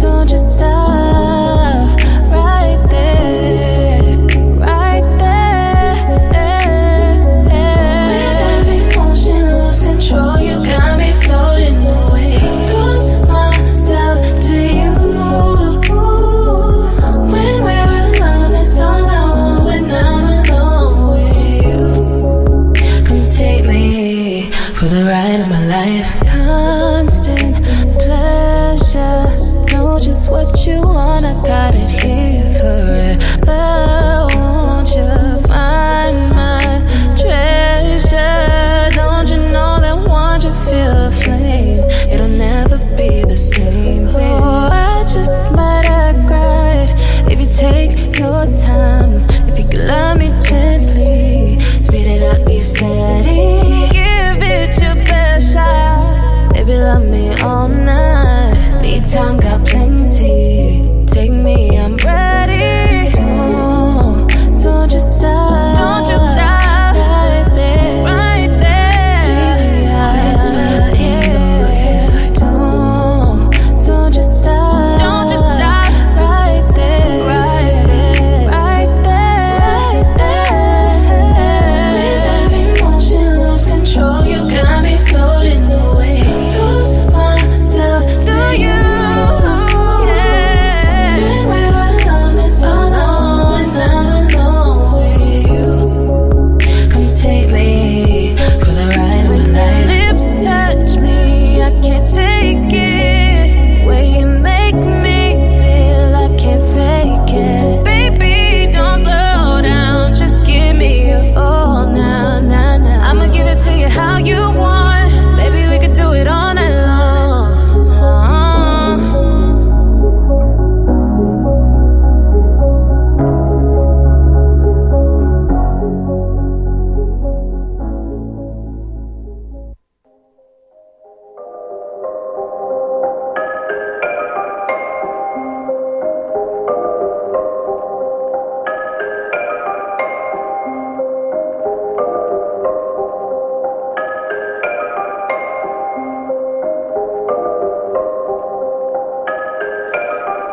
Don't just stop right there, right there. With every motion, lose control. You got me floating away. Lose myself to you. When we're alone, it's all I want. When I'm alone with you, come take me for the ride of my life. Constant pleasure. Know just what you want, I got it here forever. Won't you find my treasure? Don't you know that once you feel the flame, it'll never be the same. Oh, I just might act right if you take your time. If you can love me gently, speed it up, be steady. Give it your best shot. Baby, love me all night. Need time, got plenty. Take me, I'm ready. Don't, don't just stop. Don't just stop. Right there. Right there. Baby, I swear it. Don't, don't just stop. Don't just stop. Right there. Right there. Right there. Right there. With every motion, lose control. You got me floating away. Lose myself to you. When we're alone, it's all on. When I'm alone with you, come take me for the ride of my life. Lips touch me, I can't take it. Way you make me feel, I can't fake it. Baby, don't slow down, just give me your all now, now, now. I'ma give it to you how you want. Baby, we could do it all night long. Uh-huh. long.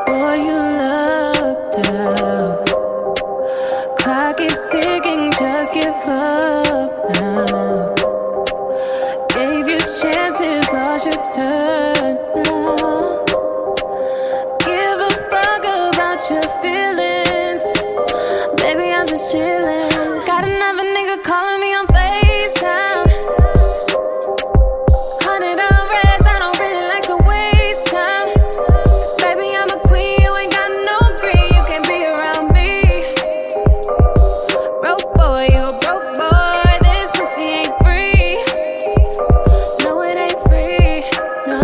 Boy, you look down. Clock is ticking, just give up now. Gave you chances, lost your turn now. Give a fuck about your feelings. Baby, I'm just chillin'. Got another nigga calling me on FaceTime. Hundred on reds, I don't really like to waste time. Baby, I'm a queen, you ain't got no green, you can be around me. Broke boy, you a broke boy, this pussy ain't free. No, it ain't free, no.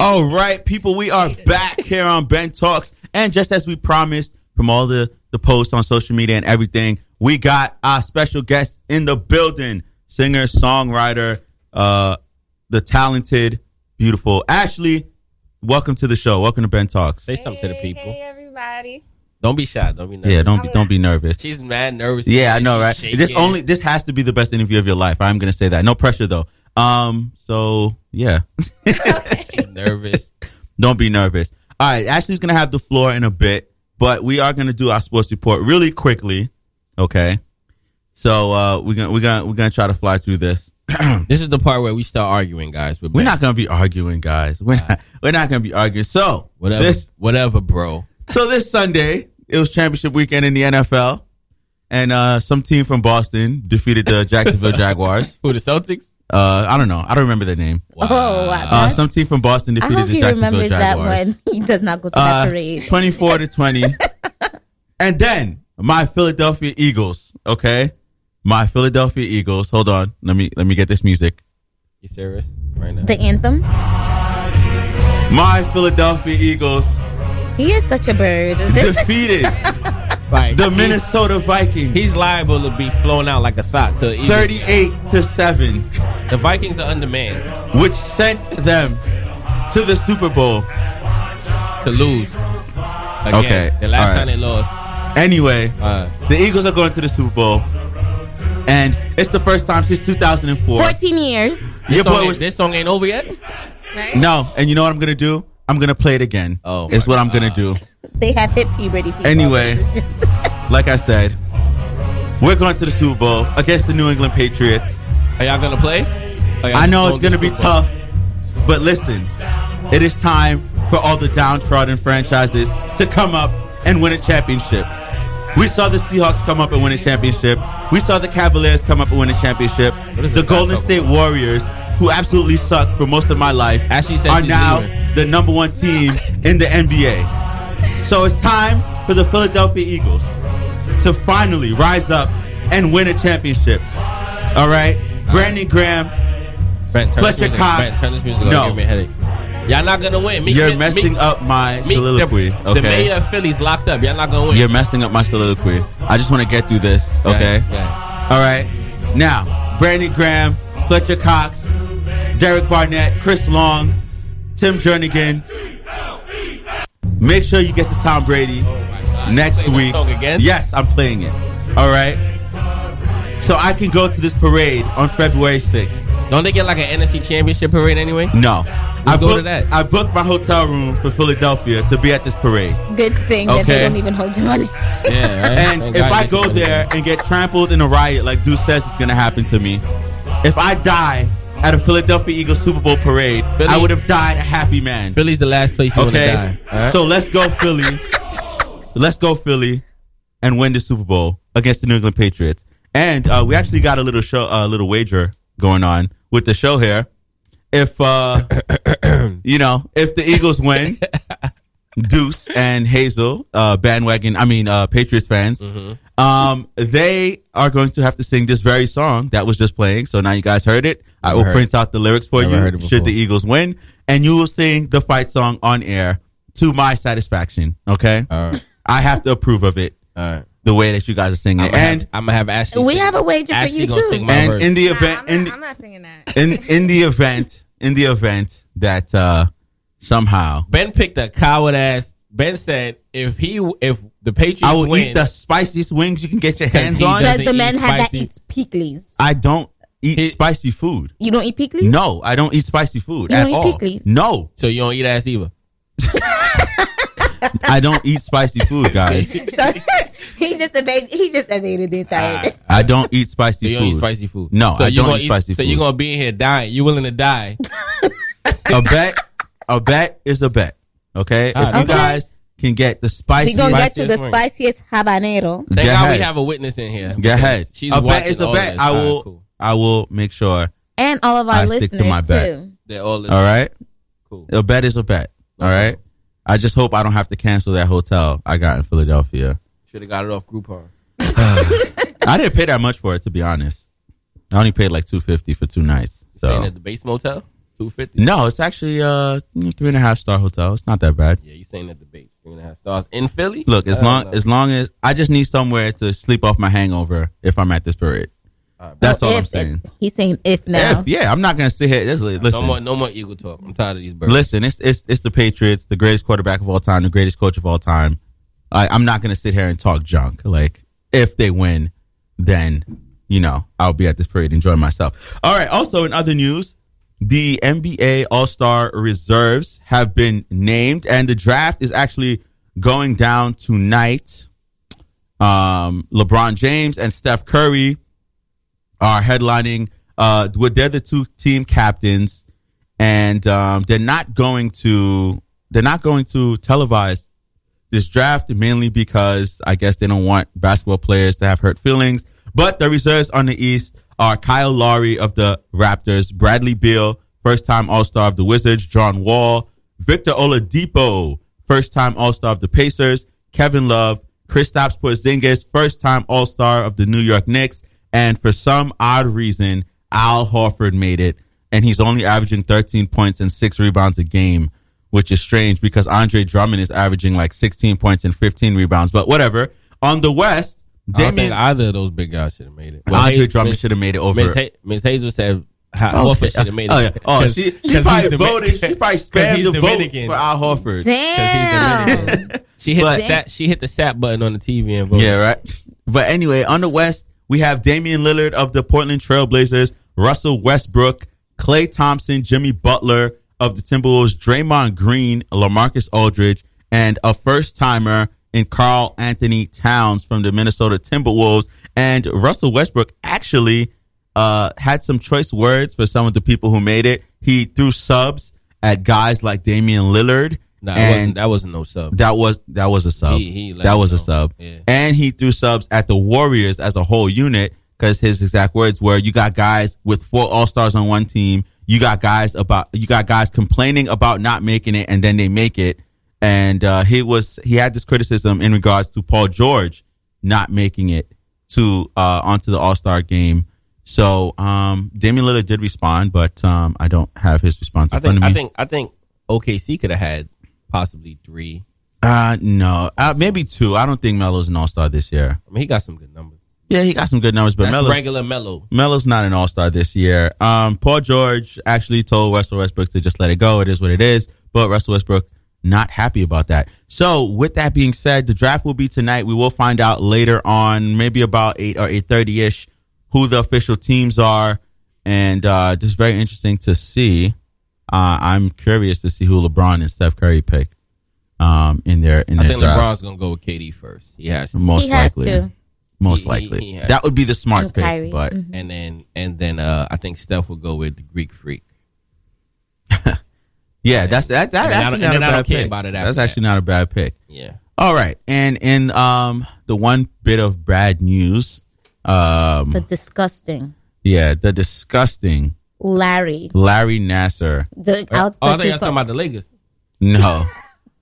All right, people, we are back here on Ben Talks. And just as we promised from all the, the posts on social media and everything, we got our special guest in the building singer, songwriter, uh, the talented, beautiful Ashley. Welcome to the show. Welcome to Ben Talks. Say something to the people. Hey, everybody. Don't be shy. Don't be nervous. Yeah, don't be, don't be nervous. She's mad nervous. Yeah, I She's know, right? shaking. This only this has to be the best interview of your life. I'm gonna say that. No pressure though. Um, so yeah. nervous. Don't be nervous. All right, Ashley's gonna have the floor in a bit, but we are gonna do our sports report really quickly. Okay. So uh we're gonna we're gonna we're gonna try to fly through this. this is the part where we start arguing, guys. We're not gonna be arguing, guys. We're not we're not gonna be arguing. So Whatever. this whatever, bro. so this Sunday, it was championship weekend in the NFL, and uh, some team from Boston defeated the Jacksonville Jaguars. Who the Celtics? Uh, I don't know. I don't remember their name. Oh, wow. Uh, some team from Boston I defeated hope the he Jacksonville remembers Jaguars. that one. He does not go to Uh, that parade. 24 to 20. and then my Philadelphia Eagles, okay? My Philadelphia Eagles. Hold on. Let me let me get this music. You serious right now? The anthem. My Philadelphia Eagles He is such a bird. This defeated Right. the Minnesota Vikings. He's liable to be flown out like a sock to the Eagles. 38 to 7, The Vikings are undermanned which sent them to the Super Bowl. to lose. Again, Okay, The last alright. time they lost. Anyway, Uh. the Eagles are going to the Super Bowl. And it's the first time since 2004. 14 years. This Your boy song, was- ain't, this song ain't over yet. No, and you know what I'm gonna do? I'm gonna play it again. Oh, it's what I'm gonna do. They have hit puberty. People. Anyway, like I said, we're going to the Super Bowl against the New England Patriots. Are y'all gonna play? Are y'all I know it's going gonna to be the Super Bowl? tough, but listen, it is time for all the downtrodden franchises to come up and win a championship. We saw the Seahawks come up and win a championship. We saw the Cavaliers come up and win a championship. The Golden State Warriors, who absolutely sucked for most of my life, said are she's now leaving. the number one team in the NBA. So it's time for the Philadelphia Eagles to finally rise up and win a championship. All right? Brandon Graham, Brent, turn Fletcher this music. Cox. Brent, turn this music. No. No, give me a headache. Y'all not gonna win. Meek- you're Meek- messing Meek- up my Meek, soliloquy. The, the okay. mayor of Philly's locked up. Y'all not gonna win. You're messing up my soliloquy. I just want to get through this, Yeah, okay? yeah. All right. Now, Brandon Graham, Fletcher Cox, Derek Barnett, Chris Long, Tim Jernigan. Make sure you get to Tom Oh, Brady next Play that week. song again? Yes, I'm playing it. All right. So I can go to this parade on February 6th. Don't they get like an NFC Championship parade anyway? No. I go to booked, that. I booked my hotel room for Philadelphia to be at this parade. Good thing that they Okay. don't even hold your money. And if I go there and get trampled in a riot like Dude says it's gonna happen to me, if I die at a Philadelphia Eagles Super Bowl parade, I would have died a happy man. Philly's the last place you okay, want to die. all right? so let's go Philly. let's go Philly, and win the Super Bowl against the New England Patriots. And uh, we actually got a little show, a little wager going on with the show here. If uh, you know, if the Eagles win, Deuce and Hazel, uh, bandwagon, I mean, uh, Patriots fans, Mm-hmm. um, they are going to have to sing this very song that was just playing. So now you guys heard it. I will Never heard print out the lyrics for Never heard you it should the before. Eagles win, and you will sing the fight song on air to my satisfaction. Okay. I have to approve of it. The way that you guys are singing it. I'ma have- And I'ma have Ashley We have a wager for you too. and in the event, in the, in in the event, in the event that uh, somehow Ben picked a coward ass. Ben said if he if the Patriots I will win, eat the spiciest wings you can get your hands he on. Does the man have that eats pickles? I don't eat spicy food. You don't eat pickles? No, I don't eat spicy food You at don't eat all. pickles? No, so you don't eat ass either. I don't eat spicy food, guys. So he just evaded. He just evaded the entire. thing. I don't eat spicy So you food. don't eat spicy food. No, so I you don't gonna eat spicy So food. you're gonna be in here dying. You willing to die? a bet, a bet is a bet. Okay, if you Okay. guys can get the spicy, We gonna get to the Spiciest wing. spiciest habanero. Thank Go God ahead. we have a witness in here. Go ahead. She's a bet watching is a all bet. this. I All right, will. cool. I will make sure. and all of our I stick listeners to my bet. too. They're all All right. Cool. Uh-huh. A bet is a bet. All right. I just hope I don't have to cancel that hotel I got in Philadelphia. Should have got it off Groupon. I didn't pay that much for it to be honest. I only paid like two fifty for two nights. Staying So at the base motel. Two fifty. No, it's actually uh three and a half star hotel. It's not that bad. Yeah, you saying that debate. Three and a half stars in Philly. Uh, Look, as Hell long no. as long as I just need somewhere to sleep off my hangover if I'm at this parade. That's all I'm saying. Oh, He's saying if now. If- yeah, I'm not gonna sit here. This, listen, No more, no more eagle talk. I'm tired of these birds. listen. It's it's it's the Patriots, the greatest quarterback of all time, the greatest coach of all time. I, I'm not gonna sit here and talk junk. Like if they win, then you know I'll be at this parade enjoying myself. All right. Also, in other news, the NBA All Star reserves have been named, and the draft is actually going down tonight. Um, LeBron James and Steph Curry are headlining. Uh, with- they're the two team captains, and um, they're not going to they're not going to televise this draft mainly because I guess they don't want basketball players to have hurt feelings. But the reserves on the East are Kyle Lowry of the Raptors, Bradley Beal, first time All Star of the Wizards, John Wall, Victor Oladipo, first time All Star of the Pacers, Kevin Love, Kristaps Porzingis, first time All Star of the New York Knicks, and for some odd reason, Al Horford made it, and he's only averaging 13 points and six rebounds a game which is strange because Andre Drummond is averaging like 16 points and 15 rebounds, but whatever. On the West, I don't Damian think either of those big guys should have made it. Andre Hayes- Drummond Miss- should have made it over- Miss, Ha- Miss Hazel said Okay. how Horford should have made it. Oh, yeah. Oh, she- she probably voted- she probably spammed the votes for Al Horford. Damn. She hit But- the sat. She hit the sat button on the TV and voted. Yeah, right. But anyway, on the West, we have Damian Lillard of the Portland Trailblazers, Russell Westbrook, Clay Thompson, Jimmy Butler of the Timberwolves, Draymond Green, Lamarcus Aldridge, and a first timer in Carl Anthony Towns from the Minnesota Timberwolves. And Russell Westbrook actually uh, had some choice words for some of the people who made it. He threw subs at guys like Damian Lillard. Nah, it wasn't- and- that wasn't no sub. That was that was a sub. He- he let that him was a know. sub. Yeah. And he threw subs at the Warriors as a whole unit because his exact words were, "You got guys with four All Stars on one team. You got guys about you got guys complaining about not making it, and then they make it." And uh, he was he had this criticism in regards to Paul George not making it to uh, onto the All Star game. So um, Damian Lillard did respond, but um, I don't have his response in I front think. of me. I think. I think OKC could have had possibly three. Uh no, uh, maybe two. I don't think Melo's an all star this year. I mean, he got some good numbers. Yeah, he got some good numbers, but That's Melo's regular Melo. Melo's not an all star this year. Um, Paul George actually told Russell Westbrook to just let it go. It is what it is. But Russell Westbrook not happy about that. So with that being said, the draft will be tonight. We will find out later on, maybe about eight or eight thirty ish, who the official teams are, and uh, just very interesting to see. Uh, I'm curious to see who LeBron and Steph Curry pick um, in their in I their think drafts. LeBron's gonna go with KD first. He has to. Most He has likely. to. Most He- he- likely. he has that to. would be the smart pick. But Mm-hmm. and then and then uh, I think Steph will go with the Greek Freak. yeah, that's that. That's And then I don't- and actually not a then I bad don't care pick. about it after That's actually not a bad pick. Yeah. All right, and in um the one bit of bad news, um The disgusting yeah, the disgusting Larry. Larry Nasser. The, Oh, out, the I think I was disgu- talking about the Lakers. No,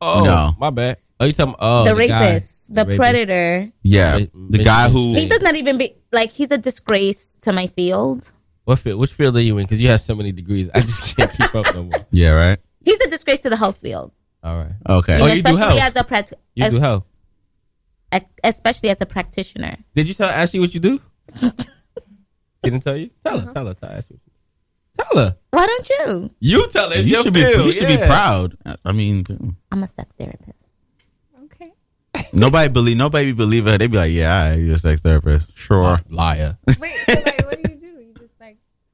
Oh, No. my bad. Oh, you talking? Oh, the, guy. rapist, the, rapist. predator. yeah, the guy who He does not even be like he's a disgrace to my field. What field? Which field are you in? Because you have so many degrees, I just can't keep up no more. yeah, right. He's a disgrace to the health field, All right. Okay. Oh, you do especially as health. a prac- you as- do health. ac- especially as a practitioner. Did you tell Ashley what you do? Didn't tell you. Tell Uh-huh. her. Tell her. Tell Ashley. Tell her. Why don't you? You tell her. It's you your should field. be you should be yeah. proud. I- I mean, I'm a sex therapist. nobody believe nobody believe her. They'd be like, yeah, all right, you're a sex therapist, sure, liar. No, I'm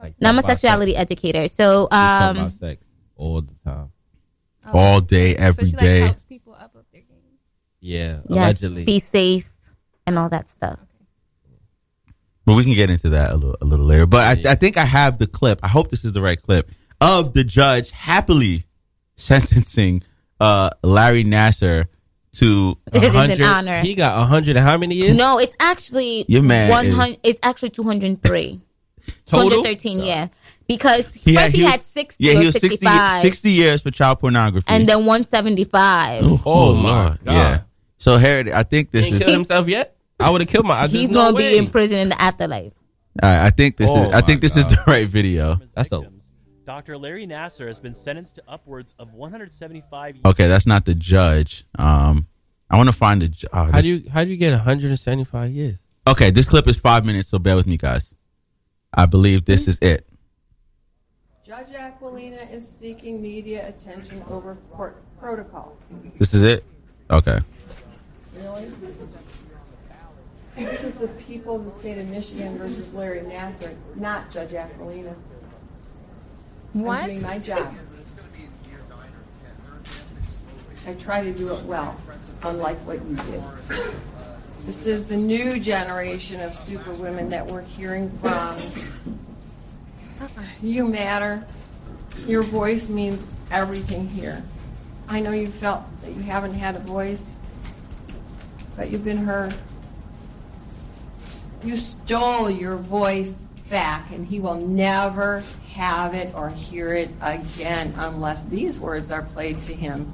a About sex. sexuality educator. So, She talk um, about sex all the time. Oh. all day, every day. Yeah. yes, Allegedly. be safe and all that stuff. But we can get into that a little, a little later. But I, I think I have the clip. I hope this is the right clip of the judge happily sentencing uh, Larry Nasser to It is an 100 honor. He got a hundred. and How many years? No, it's actually Your man one is- hundred. It's actually two hundred three. Total? 213, yeah. Because He first he was- had 60 Yeah, or he was 60, 65, 60 years for child pornography. and then 175. oh, Oh, my Lord. God. Yeah. So here, it- I think He this ain't is. killed himself yet. I would have killed my. I He's there's no gonna be way. in prison in the afterlife. I I think this Oh, is. I think my this is the right video. That's a Dr. Larry Nasser has been sentenced to upwards of 175 Okay, that's not the judge. Um, I want to find the. ju- Oh, How this- do you how do you get 175 years? okay, this clip is five minutes, so bear with me, guys. I believe this is it. Judge Aquilina is seeking media attention over court protocol. This is it. Okay. Really? This is the people of the state of Michigan versus Larry Nasser, not Judge Aquilina. What? I'm doing my job. I try to do it well, unlike what you did. This is the new generation of superwomen that we're hearing from. You matter. Your voice means everything here. I know you felt that you haven't had a voice, but you've been heard. You stole your voice back, and he will never have it or hear it again unless these words are played to him.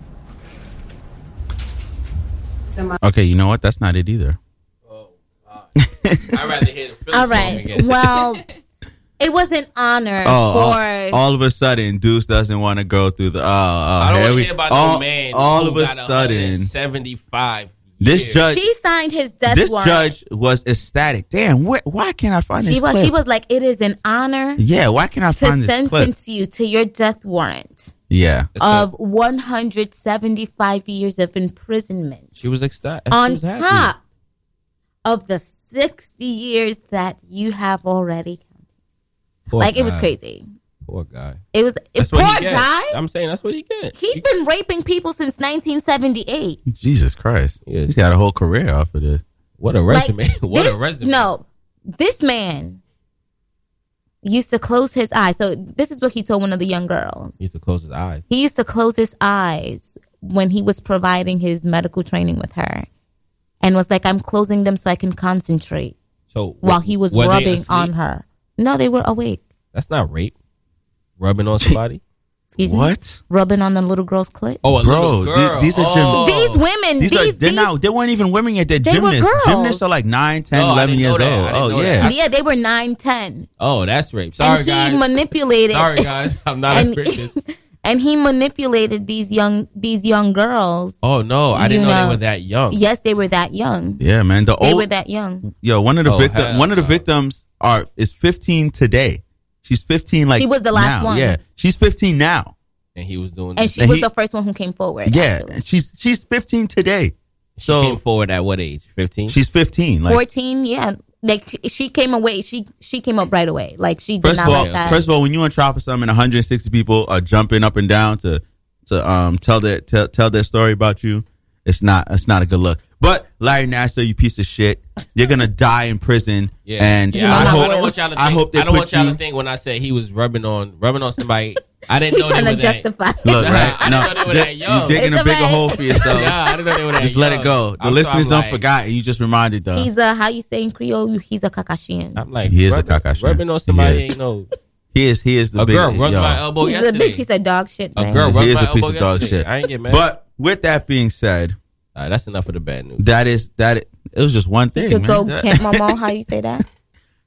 So my- Okay, you know what? That's not it either. I'd rather hear the Phillips All song right. again. Well, it was an honor Oh, for all, all of a sudden, Deuce doesn't want to go through the. Oh, oh, I don't here want we- to hear about all, no man. All who of a got sudden, 75. this judge, she signed his death this warrant. judge was ecstatic. Damn, where, why can't I find she this was clip? she was like, It is an honor yeah, why can't I to find this clip? sentence you to your death warrant Yeah, of one hundred seventy five years of imprisonment She was ecstatic. She on was happy. top of the sixty years that you have already Poor like it was guy. crazy. Poor guy. It was it, That's poor what he gets. guy. I'm saying that's what he gets. He's been raping people since nineteen seventy eight. Jesus Christ, he's got a whole career off of this. What a Like, resume! what this, a resume! No, this man used to close his eyes. So this is what he told one of the young girls. He used to close his eyes. He used to close his eyes when he was providing his medical training with her, and was like, "I'm closing them so I can concentrate." So while were- he was were they rubbing asleep? on her, no, they were awake. That's not rape. Rubbing on somebody. Excuse me. Rubbing on the little girl's clit. Oh, a Bro, little the- girl. these are gym- oh. These women, These these, are, they're not, they weren't even women yet. They're They were gymnasts. girls. Gymnasts are like 9, 10, Oh, I 11 didn't years know that. I old. didn't Oh, know yeah. that. yeah, they were nine, ten. Oh, that's rape. Sorry, and he guys. manipulated. Sorry, guys. I'm not a And- Christian. and he manipulated these young these young girls. Oh no, I didn't You know, know. they were that young. Yes, they were that young. Yeah, man. The they old, were that young. Yo, one of the Oh, victim, hell one of the victims are is 15 today. She's 15. Like She was the last now. one. Yeah, she's 15 now. And he was doing. And she And was he- the first one who came forward. yeah, she's she's 15 today. So came forward at what age? 15. She's 15. Like Fourteen, yeah. Like she- she came away. She she came up right away. Like she did first not of all, let that. first of all, when you on trial for something, 160 people are jumping up and down to to um tell their tell, tell their story about you. It's not it's not a good look. But Larry Nasser, you piece of shit, you're gonna die in prison. Yeah. And yeah, I, I, hope I don't want y'all to think, I hope they I don't put want y'all you. to think when I said he was rubbing on rubbing on somebody. I didn't He know they trying were to that. justify. Look, right? I didn't No, know they were di- that young. you digging It's a bigger alright. hole for yourself. Nah, I didn't know they were that Just let young. it go. The I'm listeners sorry, don't like- forget, and you just reminded them. he's a how you say in Creole? He's a Kakashian. I'm like, He is a rubbing, Kakashian. Rubbing on He somebody is. ain't no. He is he is the A big girl rubbed yo. my elbow he's yesterday. a big piece of dog shit. A man. girl rubbed he is my a piece elbow of dog yesterday. shit. I ain't get mad. But with that being said, All right, that's enough of the bad news. that is that it, it was just one thing. You could man. go That- camp, mama. How you say that?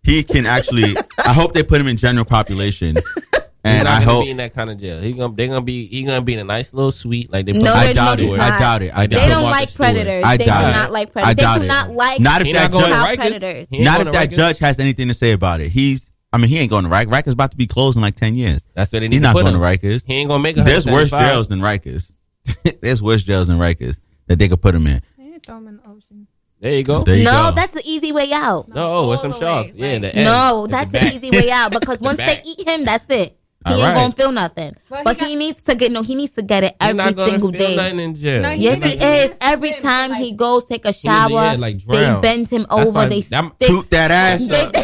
he can actually. I hope they put him in general population, He's and not I gonna hope. be in that kind of jail. He gonna they gonna be he gonna be in a nice little suite like they. No, I they're not. doubt it. I doubt it. I doubt They it. don't like predators. I They do doubt it. not like I predators. They doubt do it. not like Not if He not that going to child judge. Rikers. predators. He ain't Not going if to that Rikers. judge has anything to say about it. He's. I mean, he ain't going to Rikers. Rikers about to be closed in like ten years. That's where they need He's to not put going to him. Rikers. He ain't gonna make. There's worse 175. jails than Rikers. There's worse jails than Rikers that they could put him in. They throw him in the ocean. There you go. There you no, go. that's the easy way out. No, with some away, sharks. Yeah, like- the end. No, It's that's the an back. easy way out because once they back. eat him, that's it. He All ain't right. gonna feel nothing. But But, he he, needs to get no. He needs to get it He not every gonna single feel day. nothing in jail. No, he yes, not he gonna is. feel Every nothing, time like- he goes take a yeah, shower, like they drown. bend him That's over. why They I'm- stick Toot that ass up.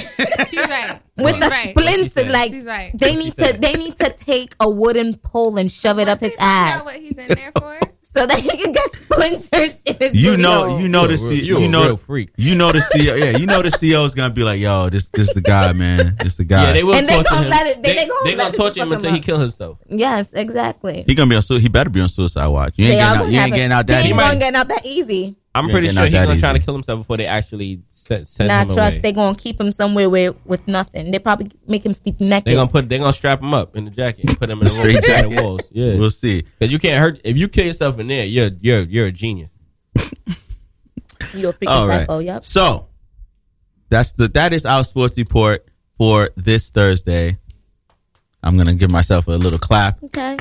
She's right. with She's a right. splinter. said. Like She's right. they need to. They need to take a wooden pole and shove it up his Does he not know ass what he's in there for? so that he can get splinters in his. You booty know, hole. you know You're the a C, real- you're you a know, real freak. you know the CEO. Yeah, you know the CEO is gonna be like, "Yo, this, this the guy, man. This the guy." Yeah, they will And they torture gonna him. let it- they- they gonna they let gonna it torture him fuck until him he up. kill himself. Yes, exactly. He gonna be on. su- He better be on suicide watch. You ain't They all getting out. gonna You have ain't it. getting out that. He ain't easy. gonna get out that easy. I'm Yeah, pretty they're sure not he's that gonna try to easy. kill himself before they actually set, set not him trust. away. They're gonna keep him somewhere where, with nothing. They probably make him sleep naked. They're gonna put. They're gonna strap him up in the jacket. and Put him in the, room, Straight in the jacket. walls. Yeah, We'll see. Because you can't hurt. If you kill yourself in there, you're you're you're a genius. You're a freaking All right. psycho. Yep. So that's the that is our sports report for this Thursday. I'm gonna give myself a little clap Okay.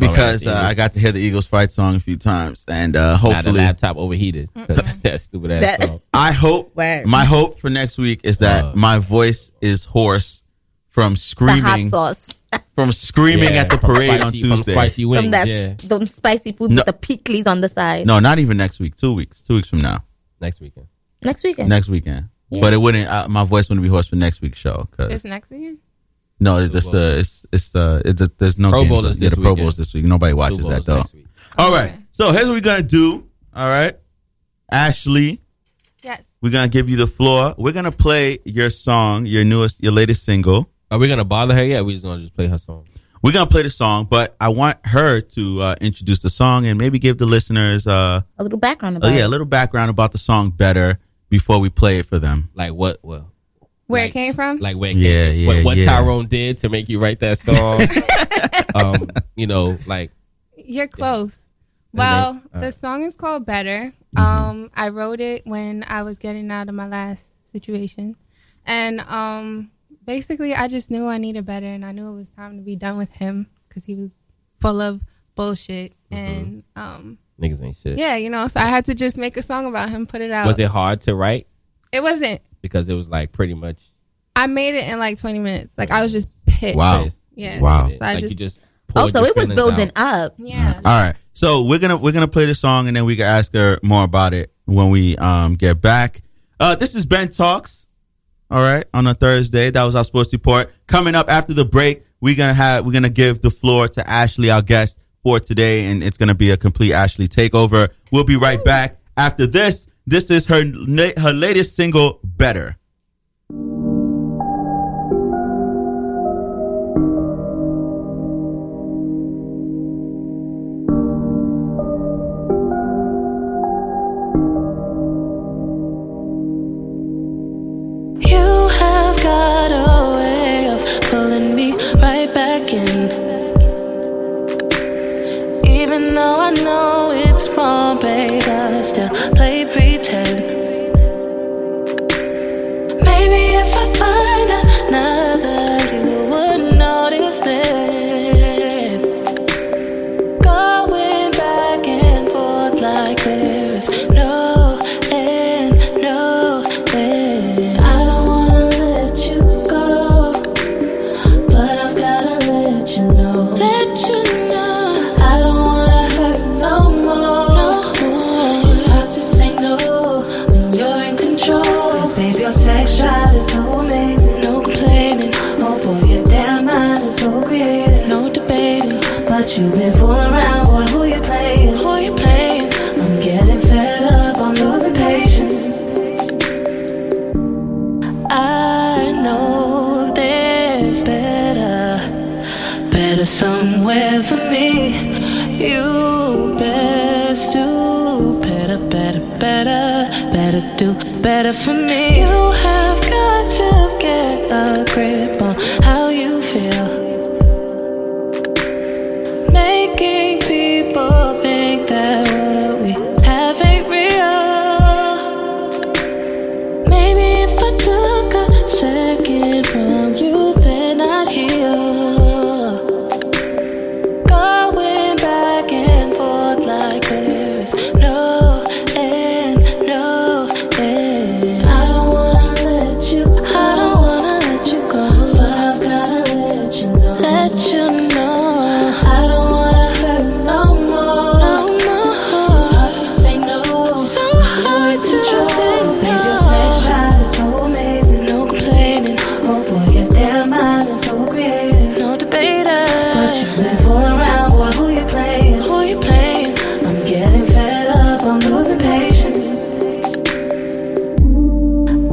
because uh, I got to hear the Eagles fight song a few times, and uh, Nah, the hopefully laptop overheated. That stupid ass That- song. Uh. I hope Word. my hope for next week is that my voice is hoarse from The hot screaming sauce from screaming Yeah, at the from parade on spicy- from Tuesday. spicy from that them spicy foods No. with the pickles on the side. No, not even next week. Two weeks. Two weeks from now. Next weekend. Next weekend. Next weekend. Yeah. But it wouldn't. Uh, my voice wouldn't be hoarse for next week's show. 'cause- It's next weekend. No, it's just the it's it's the it, just- there's no Pro games. Bowl is yeah, this the Pro weekend. Bowls this week. Nobody watches Bowl that is though. next week. All right, so here's what we're gonna do. All right, Ashley, Yes. we're gonna give you the floor. We're gonna play your song, your newest, your latest single. Are we gonna bother her yet? Or we just gonna just play her song. We're gonna play the song, but I want her to uh, introduce the song and maybe give the listeners uh, A little background uh, about yeah, a it. little background about the song better before we play it for them. Like what? Well, Where it came from? like where? Yeah, came, what, yeah, what yeah. Tyrone did to make you write that song? um, you know, like You're close. Hello. Well, Uh, Mm-hmm. the song is called Better. Um, I wrote it when I was getting out of my last situation. And um, basically, I just knew I needed better, and I knew it was time to be done with him because he was full of bullshit. Mm-hmm. And um, niggas ain't shit. yeah, you know, so I had to just make a song about him, put it out. Was it hard to write? It wasn't. Because it was like pretty much. I made it in like 20 minutes. Like, I was just pissed. Wow. Yeah. Wow. So I Like, just, you just Oh, poured so your it was feelings building out. up. Yeah. All right. So we're gonna we're gonna play the song and then we can ask her more about it when we um get back. Uh this is Ben Talks. All right, on a Thursday. That was our sports report. Coming up after the break, we're gonna have we're gonna give the floor to Ashley, our guest for today, and it's gonna be a complete Ashley takeover. We'll be right back after this. This is her na- her latest single, Better. You have got a way of pulling me right back in. Even though I know it's wrong, babe, I still play pretend. Maybe if I find another, you would notice it. Going back and forth like there is no end, no end. I don't wanna let you go, but I've gotta let you know. Let you know. I don't wanna hurt no more. It's hard to say no when you're in control. 'Cause babe, your sex drive is so amazing. No complaining. Oh boy, your damn mind is so creative. No debating. But you've been fooling around, boy. Who you playing? Who you playing? I'm getting fed up. I'm losing patience. I know there's better, better somewhere for me. You best do better, better, better, better do better for me. You have got to get a grip on how you feel. Making people think that what we have ain't real. Maybe if I took a second from you, then I'd heal. Going back and forth like there is no end, no end. I don't wanna let you, I don't wanna let you go, but I've gotta let you know, let you know. I don't wanna hurt no more, no more. It's hard to say no, so hard to say no. Baby, your sex drive is so amazing, no complaining. Oh boy, your damn mind is so creative, no debater. But you've been fooling around, boy. Who you playing? Who you playing? I'm getting fed up. I'm losing patience.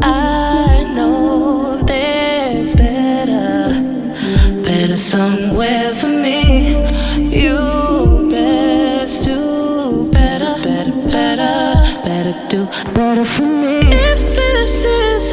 I know there's better, better somewhere for me. You best do better, better, better, better do better for me. If this is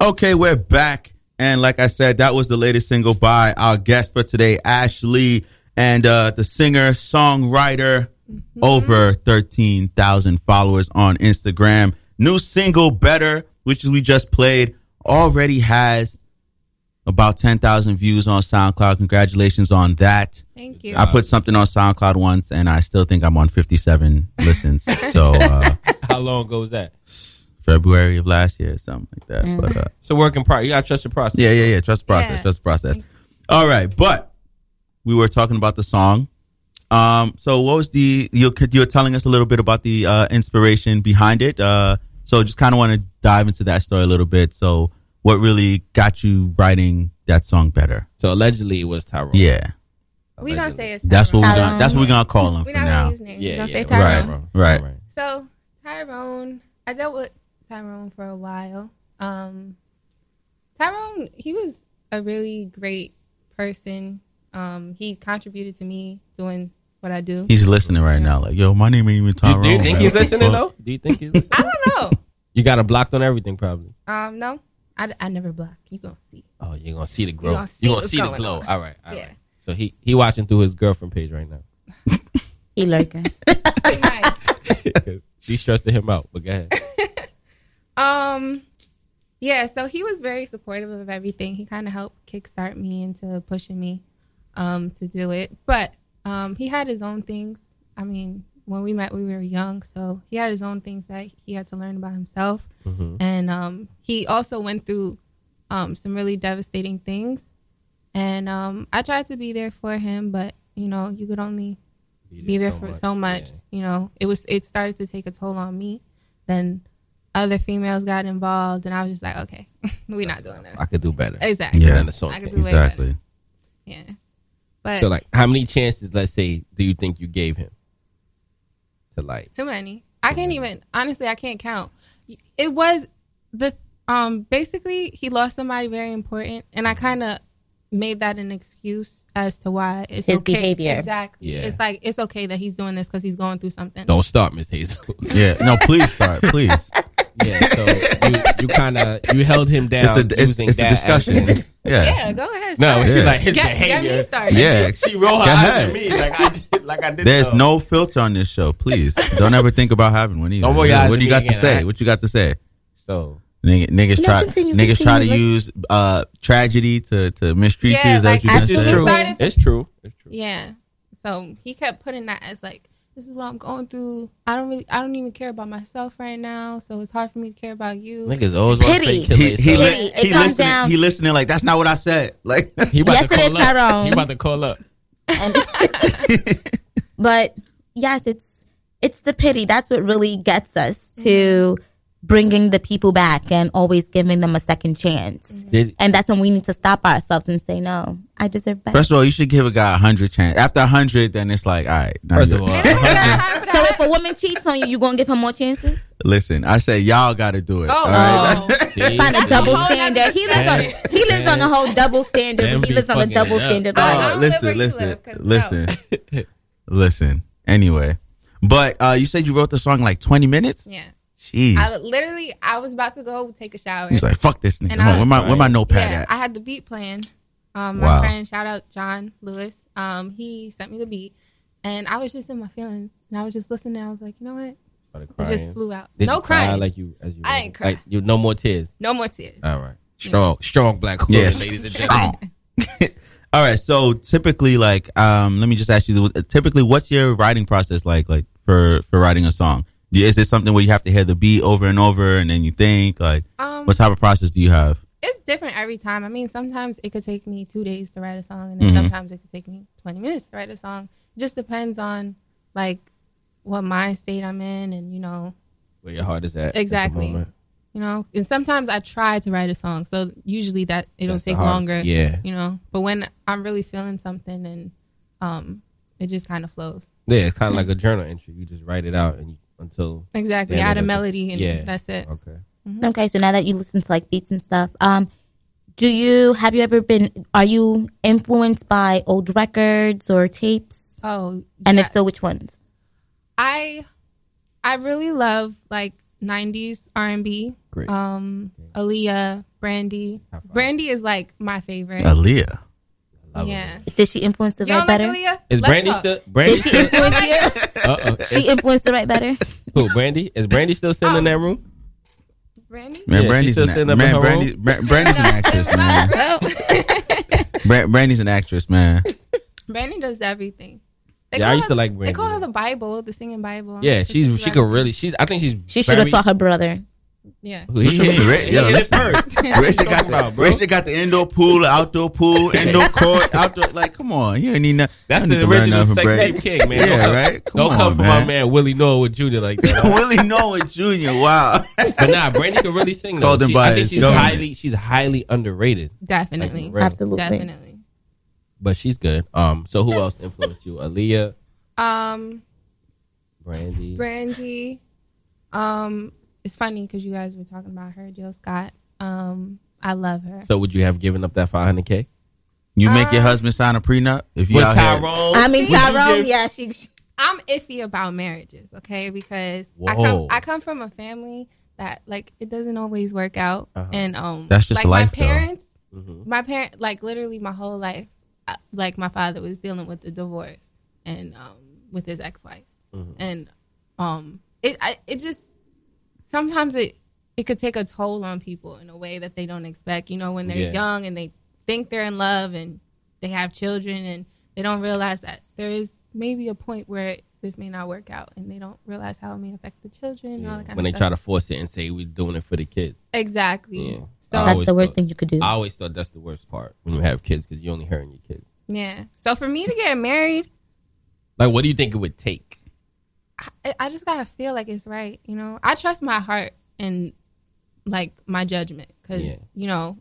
Okay, we're back. And like I said, that was the latest single by our guest for today, Ashley, and uh, the singer, songwriter, Mm-hmm. over 13,000 followers on Instagram. New single, Better, which we just played, already has about 10,000 views on SoundCloud. Congratulations on that. Thank you. I put something on SoundCloud once, and I still think I'm on 57 listens. so uh, How long ago was that? February of last year, something like that. Mm. But uh, It's a work in progress. You gotta trust the process. yeah, yeah, yeah. Trust the process. Yeah. Trust the process. All right, but we were talking about the song. Um, so what was the you you were telling us a little bit about the uh, inspiration behind it. Uh, so just kind of want to dive into that story a little bit. So what really got you writing that song better? So allegedly it was Tyrone. Yeah. We gonna say it's That's what we're Tyrone. gonna that's what we're gonna call him We're for not gonna now. use names. We're Yeah, gonna yeah, say right, Tyrone. right. So Tyrone, I dealt with Tyrone for a while. Um, Tyrone, he was a really great person. Um, he contributed to me doing what I do. He's listening right now. Like, yo, my name ain't even Do you, Tyrone. do you think man. he's listening Fuck. though? Do you think he's? Listening? I don't You got him blocked on everything probably. know. Um, no, I, I never block. You gonna see? Oh, you're gonna see the You glow. gonna see You're gonna what's see the going glow. on. All right, all right. Yeah. So he he watching through his girlfriend page right now. He lurking. she stressing him out. But go ahead. Um, yeah. So he was very supportive of everything. He kind of helped kickstart me into pushing me, um, to do it. But um, he had his own things. I mean, when we met, we were young, so he had his own things that he had to learn about himself. Mhm. And um, he also went through um some really devastating things. And um, I tried to be there for him, but you know, you could only be there, so for much, so much. You know, it was it started to take a toll on me. Then other females got involved, and I was just like, okay, we're not doing this. I could do better. Exactly. Yeah. And the song I could do came. way better. Exactly. Yeah. But so like, how many chances, let's say, do you think you gave him to like? too many. I can't even honestly. I can't count. It was the um basically he lost somebody very important, and I kind of made that an excuse as to why it's His okay. behavior. Exactly. Yeah. It's like it's okay that he's doing this because he's going through something. Don't start, Miss Hazel. Yeah, no, please start, please. Yeah, so you, you kind of you held him down. It's a- it's- using it's a that discussion. as- Yeah. Yeah, go ahead, No, start. she's Yeah. like his Get- get me behavior. started. Yeah. she rolled Go her eyes ahead. at me like I did, like I did. There's no filter on this show. Please don't ever think about having one either. Don't roll your eyes what do you at got me to again, say? alright? What you got to say? So niggas, niggas No, try continue, niggas try to continue. use uh tragedy to to mistreat you. Yeah, Is that like, what you Which gonna is say? true. Started to- It's true. Yeah. So he kept putting that as like, this is what I'm going through. I don't really, I don't even care about myself right now. So it's hard for me to care about you. Niggas always want to fake kill He, themselves. he, li- he listening. He listening. Like that's not what I said. Like He about Yes, to it call is up. Tyrone. He about to call up. but yes, it's it's the pity. That's what really gets us to bringing the people back and always giving them a second chance. Did- And that's when we need to stop ourselves and say, no, I deserve better. First of all, you should give a guy a hundred chance. After a hundred, then it's like, all right. now First you- of all, so if a woman cheats on you, you gonna give her more chances? listen. I say y'all got to do it. Oh. all right? Find a double standard. He lives on he lives on a whole double standard. Them He be lives on a fucking double it up. standard. Oh, listen, listen, listen, listen. Anyway, but uh, you said you wrote the song in, like twenty minutes. Yeah. Jeez. I literally, I was about to go take a shower. He's like, fuck this nigga. And Hold I- on, where my where my notepad Yeah, at? I had the beat planned. Um, Wow. My friend, shout out John Lewis. Um, he sent me the beat, and I was just in my feelings, and I was just listening. I was like, you know what? Started It just crying. flew out. Did no you cry crying. like you as you. I ain't cry. like, you no more tears. no more tears. All right. Strong, strong black woman, Yes. ladies and gentlemen. All right. So typically, like, um, let me just ask you: typically, what's your writing process like, like for for writing a song? Do- Is it something where you have to hear the beat over and over, and then you think like, Um, what type of process do you have? it's different every time. I mean, sometimes it could take me two days to write a song, and then Mm-hmm. Mhm. sometimes it could take me twenty minutes to write a song. just depends on like what mind state I'm in, and you know, Where your heart is at. at the exactly. moment. you know, and sometimes I try to write a song, so usually that it'll That's the take hardest- longer. yeah. you know, but when I'm really feeling something, and um, it just kind of flows. Yeah, it's kind of like a journal entry. You just write it out and you, until Exactly. Yeah, Add a that's melody, and that's it. Okay. Mm-hmm. Okay, so now that you listen to like beats and stuff, um, do you have you ever been are you influenced by old records or tapes? Oh, and if so, which ones? I I really love like '90s R&B. Great. Um, Aaliyah, Brandy. Brandy is like my favorite. Aaliyah. Yeah. Did she influence the You right don't like better? Aaliyah? Is Brandy still Brandy Did she still- influence you? Uh-oh. She influenced the right better. Who, Brandy? Is Brandy still sitting Oh. in that room? Brandy? Man, yeah, she's Brandy's still an, sitting man, up in her Brandy, room. Bra- Brandy's an actress, man. Bra- Brandy's an actress, man. Brandy does everything. Yeah, I call used her- to like They Brandy, call her the Bible, the singing Bible. Yeah, she's she could really. She's. I think she's. She should have very- taught her brother. Yeah. He hit it- he hit it first. Rachel got, the, Rachel got the indoor pool, outdoor pool, indoor court, outdoor. Like, come on, you ain't need nothing. That's need the to learn original nothing from sex Brandy. tape king, man. Yeah, don't come, right. Come don't on, come for man. my man Willie Noah with Junior like that. Willie Noah Jr. Wow. but nah, Brandy can really sing. Though. Called him She- by I think his she's government. highly she's highly underrated. Definitely. Like, for real. Definitely. But she's good. Um, so who else influenced you? Aaliyah, Um, Brandy. Brandy. Um, it's funny because you guys were talking about her, Jill Scott. Um, I love her. So would you have given up that 500k? You make Uh, your husband sign a prenup if you With out Tyrone? here. I mean, Would you Tyrone. give- Yeah, she. she I'm iffy about marriages, okay? Because I come, Whoa. I come from a family that like it doesn't always work out, Uh-huh. and um, That's just like life, my though. parents, Mm-hmm. my parent, like literally my whole life, I, like my father was dealing with the divorce and um with his ex-wife, Mhm. and um, it I, it just sometimes it it could take a toll on people in a way that they don't expect. You know, when they're Yeah. young and they think they're in love and they have children and they don't realize that there is maybe a point where this may not work out and they don't realize how it may affect the children and all that kind of When they stuff. try to force it and say we're doing it for the kids. Exactly. Yeah. So I always thought- I always thought that's the worst part when you have kids because you're only hearing your kids. Yeah. So for me to get married, Like, what do you think it would take? I, I just gotta feel like it's right. You know, I trust my heart and like my judgment because Yeah. you know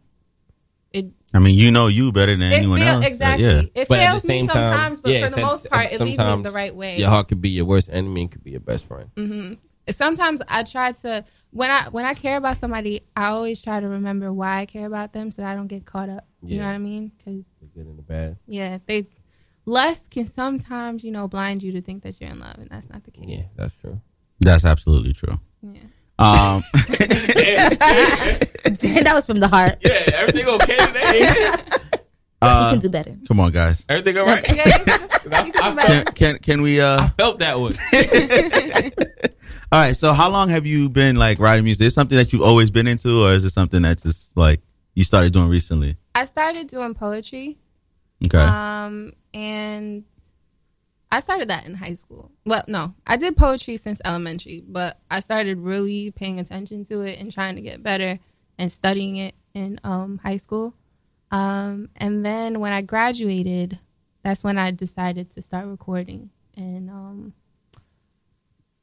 it I mean, you know you better than It anyone feel- else. but exactly. yeah. It But at fails the me same time- sometimes, but for the most part, it leads me sometimes the right way. Your heart could be your worst enemy and could be your best friend. hmm Sometimes I try to when I when I care about somebody, I always try to remember why I care about them so that I don't get caught up. You know Yeah. what I mean? Because The good and the bad. yeah, they lust can sometimes you know blind you to think that you're in love, and that's not the case. Yeah, that's true. That's absolutely true. Um, that was from the heart. Yeah, everything okay today? uh, you can do better. Come on, guys. Everything all right? Can, can can we? Uh, Felt that one. all right. So, how long have you been like writing music? Is it something that you've always been into, or is it something that just like you started doing recently? I started doing poetry. Okay. Um, and I started that in high school. Well, no, I did poetry since elementary, but I started really paying attention to it and trying to get better and studying it in um, high school. Um, and then when I graduated, that's when I decided to start recording. And um,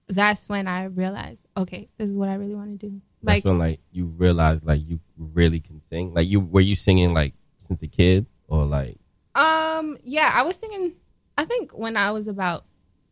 that's when I realized, okay, this is what I really want to do. That's when like you realize like you really can sing. Like you were you singing like since a kid or like Um, yeah, I was singing. I think when I was about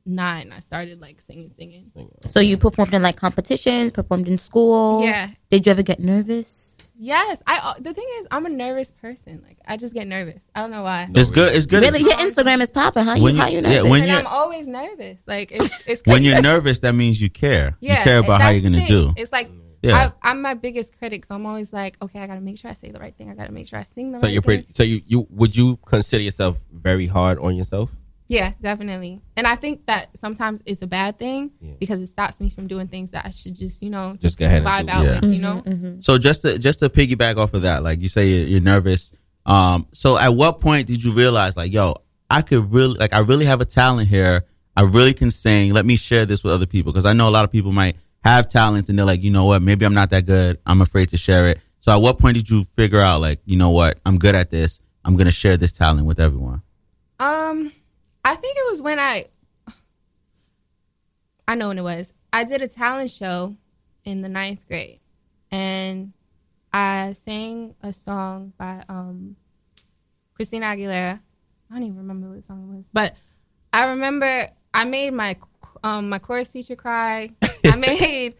nine, I started like singing, singing. So you performed in like competitions, performed in school. Yeah. Did you ever get nervous? Yes, I. uh, The thing is, I'm a nervous person. Like, I just get nervous. I don't know why. it's good. It's good. Really, your Instagram is popping. How you, When you- how you yeah, nervous? when and you- I'm always nervous. Like, it's, it's when crazy. you're nervous, that means you care. Yeah, you care about that's how you're the gonna thing. do. It's like Yeah. I, I'm my biggest critic, so I'm always like, okay, I gotta make sure I say the right thing. I gotta make sure I sing the so right you're thing. pretty so you, you would you consider yourself very hard on yourself? Yeah, definitely. And I think that sometimes it's a bad thing because it stops me from doing things that I should just, you know, just, Just go ahead and vibe do. out Yeah. Mm-hmm, with, you know? So just to just to piggyback off of that, like you say, you're, you're nervous. Um, so at what point did you realize, like, yo, I could really, like, I really have a talent here. I really can sing. Let me share this with other people because I know a lot of people might have talents and they're like, you know what, maybe I'm not that good. I'm afraid to share it. So at what point did you figure out, like, you know what, I'm good at this. I'm gonna share this talent with everyone. Um, I think it was when I, I know when it was. I did a talent show in the ninth grade, and I sang a song by um, Christina Aguilera. I don't even remember what song it was, but I remember I made my um my chorus teacher cry. I made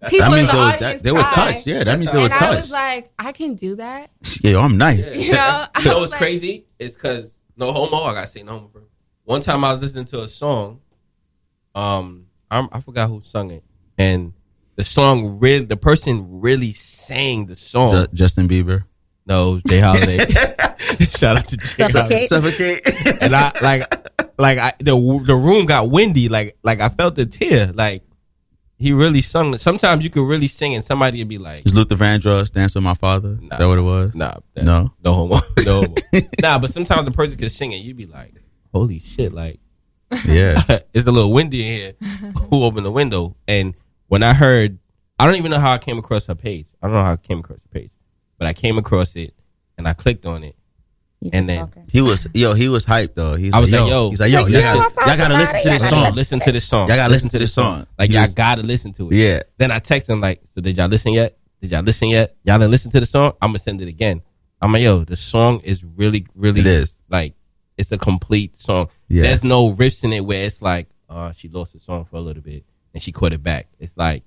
That- people in that means the they were- audience that- they were cry. touched. Yeah, that means they were and I was touched. like, I can do that. Yeah, yo, I'm nice. You know, I you know was what's like- crazy? It's because no homo. I gotta say no homo. Bro. One time I was listening to a song, um, I'm, I forgot who sung it, and the song really the person really sang the song. Ju- Justin Bieber. No, Jay Holiday. Shout out to Jay Holiday. Suffocate. Suffocate. and I like like I the the room got windy. Like like I felt a tear. Like he really sung. it. Sometimes you could really sing and somebody would be like, Is Luther Vandross dance with my father? Is that what it was? Nah. No. No homo. No homo. nah. But sometimes a person could sing and you'd be like, holy shit, like Yeah. it's a little windy in here. Who opened the window? And when I heard, I don't even know how I came across her page. I don't know how I came across the page, but I came across it and I clicked on it. and then He was yo, he was hyped though. He's I was like, yo, he's like, yo, y'all, gotta- gotta, y'all gotta listen to this song. Listen to this song. Y'all gotta listen to this song. Like He y'all was- gotta listen to it. Yeah. Then I text him like, so did y'all listen yet? Did y'all listen yet? Y'all didn't listen to the song? I'm gonna send it again. I'm like, yo, the song is really, really, It is. like, it's a complete song. Yeah. There's no riffs in it where it's like, uh, she lost the song for a little bit and she caught it back. It's like,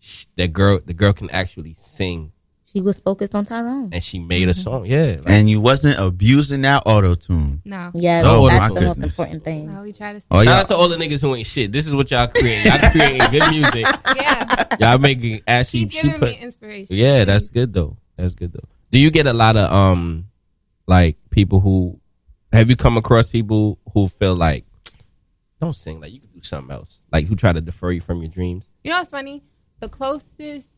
sh- that girl, the girl can actually sing She was focused on Tyrone. and she made Mm-hmm. a song. Yeah. Like, and you wasn't abusing that auto tune. No. Yeah, Oh, my that's the most goodness. important thing. No, we try to Oh, Shout yeah. out to all the niggas who ain't shit. This is what y'all create. Y'all creating good music. Yeah. Y'all making actually. Keep she giving put- me inspiration, Yeah, that's good though. That's good though. Do you get a lot of um, like people who have you come across people who feel like don't sing like you can do something else, like who try to defer you from your dreams? You know what's funny? The closest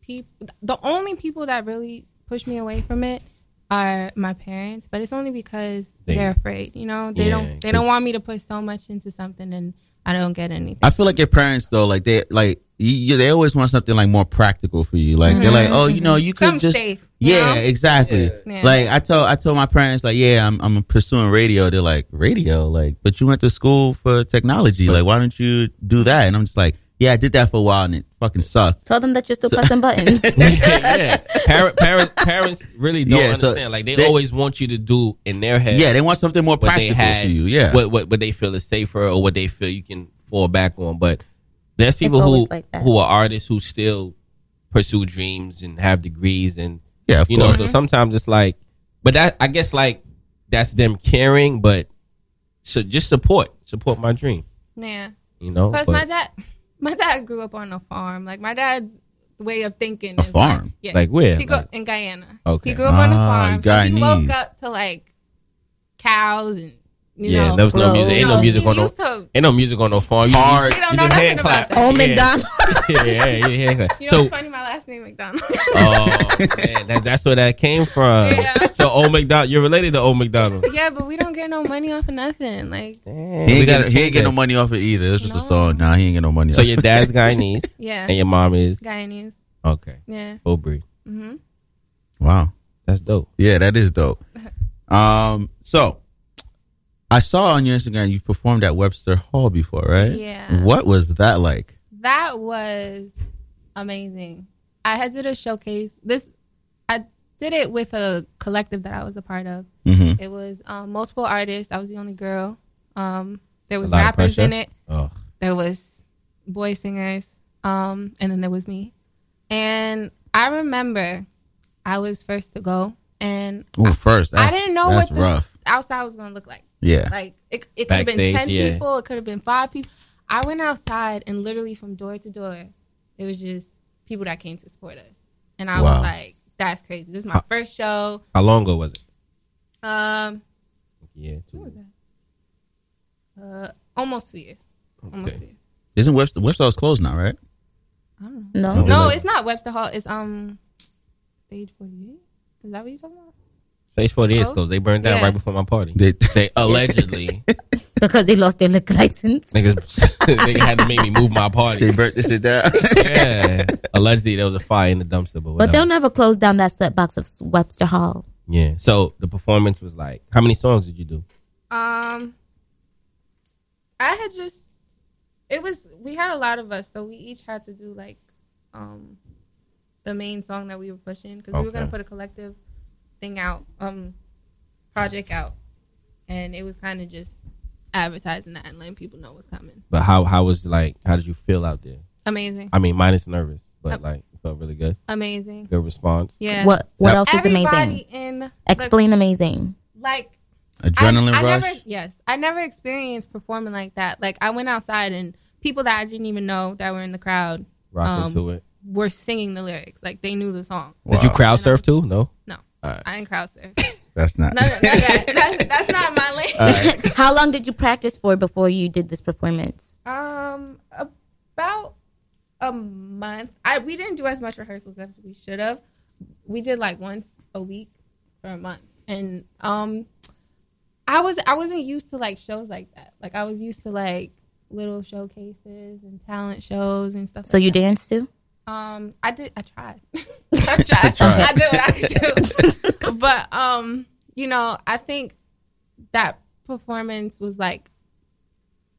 people, the only people that really push me away from it are my parents, but it's only because They- they're afraid. You know, they Yeah, don't they don't 'cause- want me to put so much into something and I don't get anything. I feel like your parents though, like they like you, you- they always want something like more practical for you. Like they're like, Mm. Mhm. oh, you know, you could Something just safe, you yeah, know? exactly. Yeah. Like I told I told my parents like, yeah, I'm I'm pursuing radio. They're like, radio, like, but you went to school for technology. Like, why don't you do that? And I'm just like, yeah, I did that for a while and it fucking sucked. Tell them that you're still pressing buttons. yeah, parent, parent, parents really don't Yeah, so understand. like they, they- always want you to do in their head. Yeah, they want something more practical for you, yeah. what, what what they feel is safer or what they feel you can fall back on. But there's people It's who always like that. who are artists who still pursue dreams and have degrees and Yeah, of you course. know. So sometimes it's like, but that I guess like that's them caring, but so just support support my dream. Yeah. You know, Plus, but- my dad, my dad grew up on a farm. Like my dad's way of thinking. A is farm? yeah. Like where? He grew Like- up in Guyana. Okay. He grew up on a Ah, farm. So he Guyanese. woke up to like cows and you yeah, know. there was no music. Ain't no He's music on no. used to- Ain't no music on no farm. You Hard. just- You don't you know just nothing hand about clap. that. Old Yeah. McDonald. yeah, yeah, yeah, hand clap. You know so, what's funny? My last name McDonald. oh man, that, that's where that came from. Yeah. So, old McDonald, you're related to old McDonald. yeah, but we don't get no money off of nothing. Like, He We ain't, gotta get, he ain't change get that. no money off it either. It's just a song. Nah, he ain't get no money. So off your it. dad's Guyanese, Yeah. and your mom is Guyanese. Okay, Yeah. full breed. hmm Wow. That's dope. Yeah, that is dope. Um, so I saw on your Instagram you performed at Webster Hall before, right? Yeah. What was that like? That was amazing. I had did a showcase. This I did it with a collective that I was a part of. Mhm. It was um, multiple artists. I was the only girl. Um, there was lot of rappers in pressure? it. Oh. There was boy singers. Um, and then there was me. And I remember I was first to go, and Ooh, first. I That's- didn't know that's what the rough. outside was gonna look like. Yeah. like it, it could have been Backstage, ten yeah. people, it could have been five people. I went outside and literally from door to door, it was just people that came to support us, and I was Wow. like, "That's crazy! This is my How- first show." How long ago was it? Um, Yeah, two- what was that? Uh, almost two years. Almost two years. Isn't Webster Webster Hall's closed now, right? I don't No. know. No, no, like- it's not Webster Hall. It's um, stage forty-eight. Is that what you're talking about? Stage 40 is Closed? closed. They burned down Oh. Yeah. right before my party. They, allegedly because they lost their liquor license. niggas they had to make me move my party. They burnt this shit down. yeah, allegedly there was a fire in the dumpster, but whatever. But they'll never close down that sweatbox of S- Webster Hall. yeah. So the performance was like, how many songs did you do? Um, I had just it was we had a lot of us, so we each had to do like um the main song that we were pushing because we were gonna Okay. put a collective thing out, um, project out, and it was kind of just advertising that and letting people know what's coming. But how how was like how did you feel out there? Amazing. I mean, minus nervous, but Am- like it felt really good. Amazing. Good response. Yeah. What What else is Everybody amazing? in the- Explain amazing. Like Adrenaline I, I rush. Never, yes, I never experienced performing like that. Like I went outside and people that I didn't even know that were in the crowd um, Rocking to it. were singing the lyrics. Like they knew the song. Did you crowd surf too? No. No. All right. I didn't crowd surf. That's not- No, no, no, yeah, that's- that's not my lane. All right. How long did you practice for before you did this performance? Um, about a month. I we didn't do as much rehearsals as we should have. We did like once a week for a month, and um, I was I wasn't used to like shows like that. Like I was used to like little showcases and talent shows and stuff. So like you that. danced too? Um, I did. I tried. I tried. I, did what I could do. but um, you know, I think that performance was like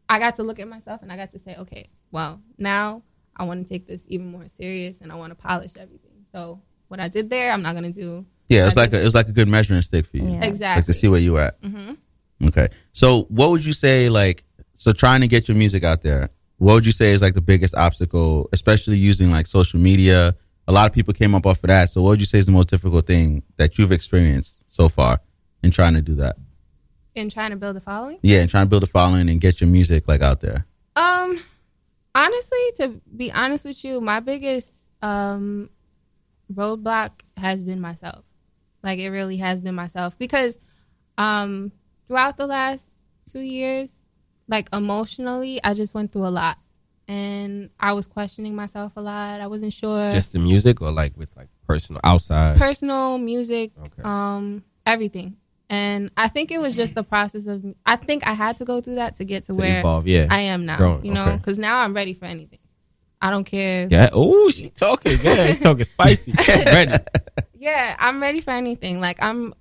I got to look at myself and I got to say, okay, well, now I want to take this even more serious and I want to polish everything. So what I did there, I'm not gonna do. Yeah, it's like a, it's like a good measuring stick for you. Yeah. Like to Exactly. see where you at. Mhm. Mm-hmm. Okay. So what would you say like so trying to get your music out there? What would you say is like the biggest obstacle, especially using like social media? A lot of people came up off of that. So what would you say is the most difficult thing that you've experienced so far in trying to do that? in trying to build a following. Yeah, and trying to build a following and get your music like out there. Um, honestly, to be honest with you, my biggest um roadblock has been myself. Like it really has been myself because um throughout the last two years, like emotionally, I just went through a lot, and I was questioning myself a lot. I wasn't sure Just the music or like with like personal outside. personal music um everything and i think it was just the process of i think i had to go through that to get to, To where evolve, yeah. i am now Growing, you know okay. because now i'm ready for anything i don't care yeah. Oh, she talking. Yeah, she talking spicy. Ready. yeah i'm ready for anything like i'm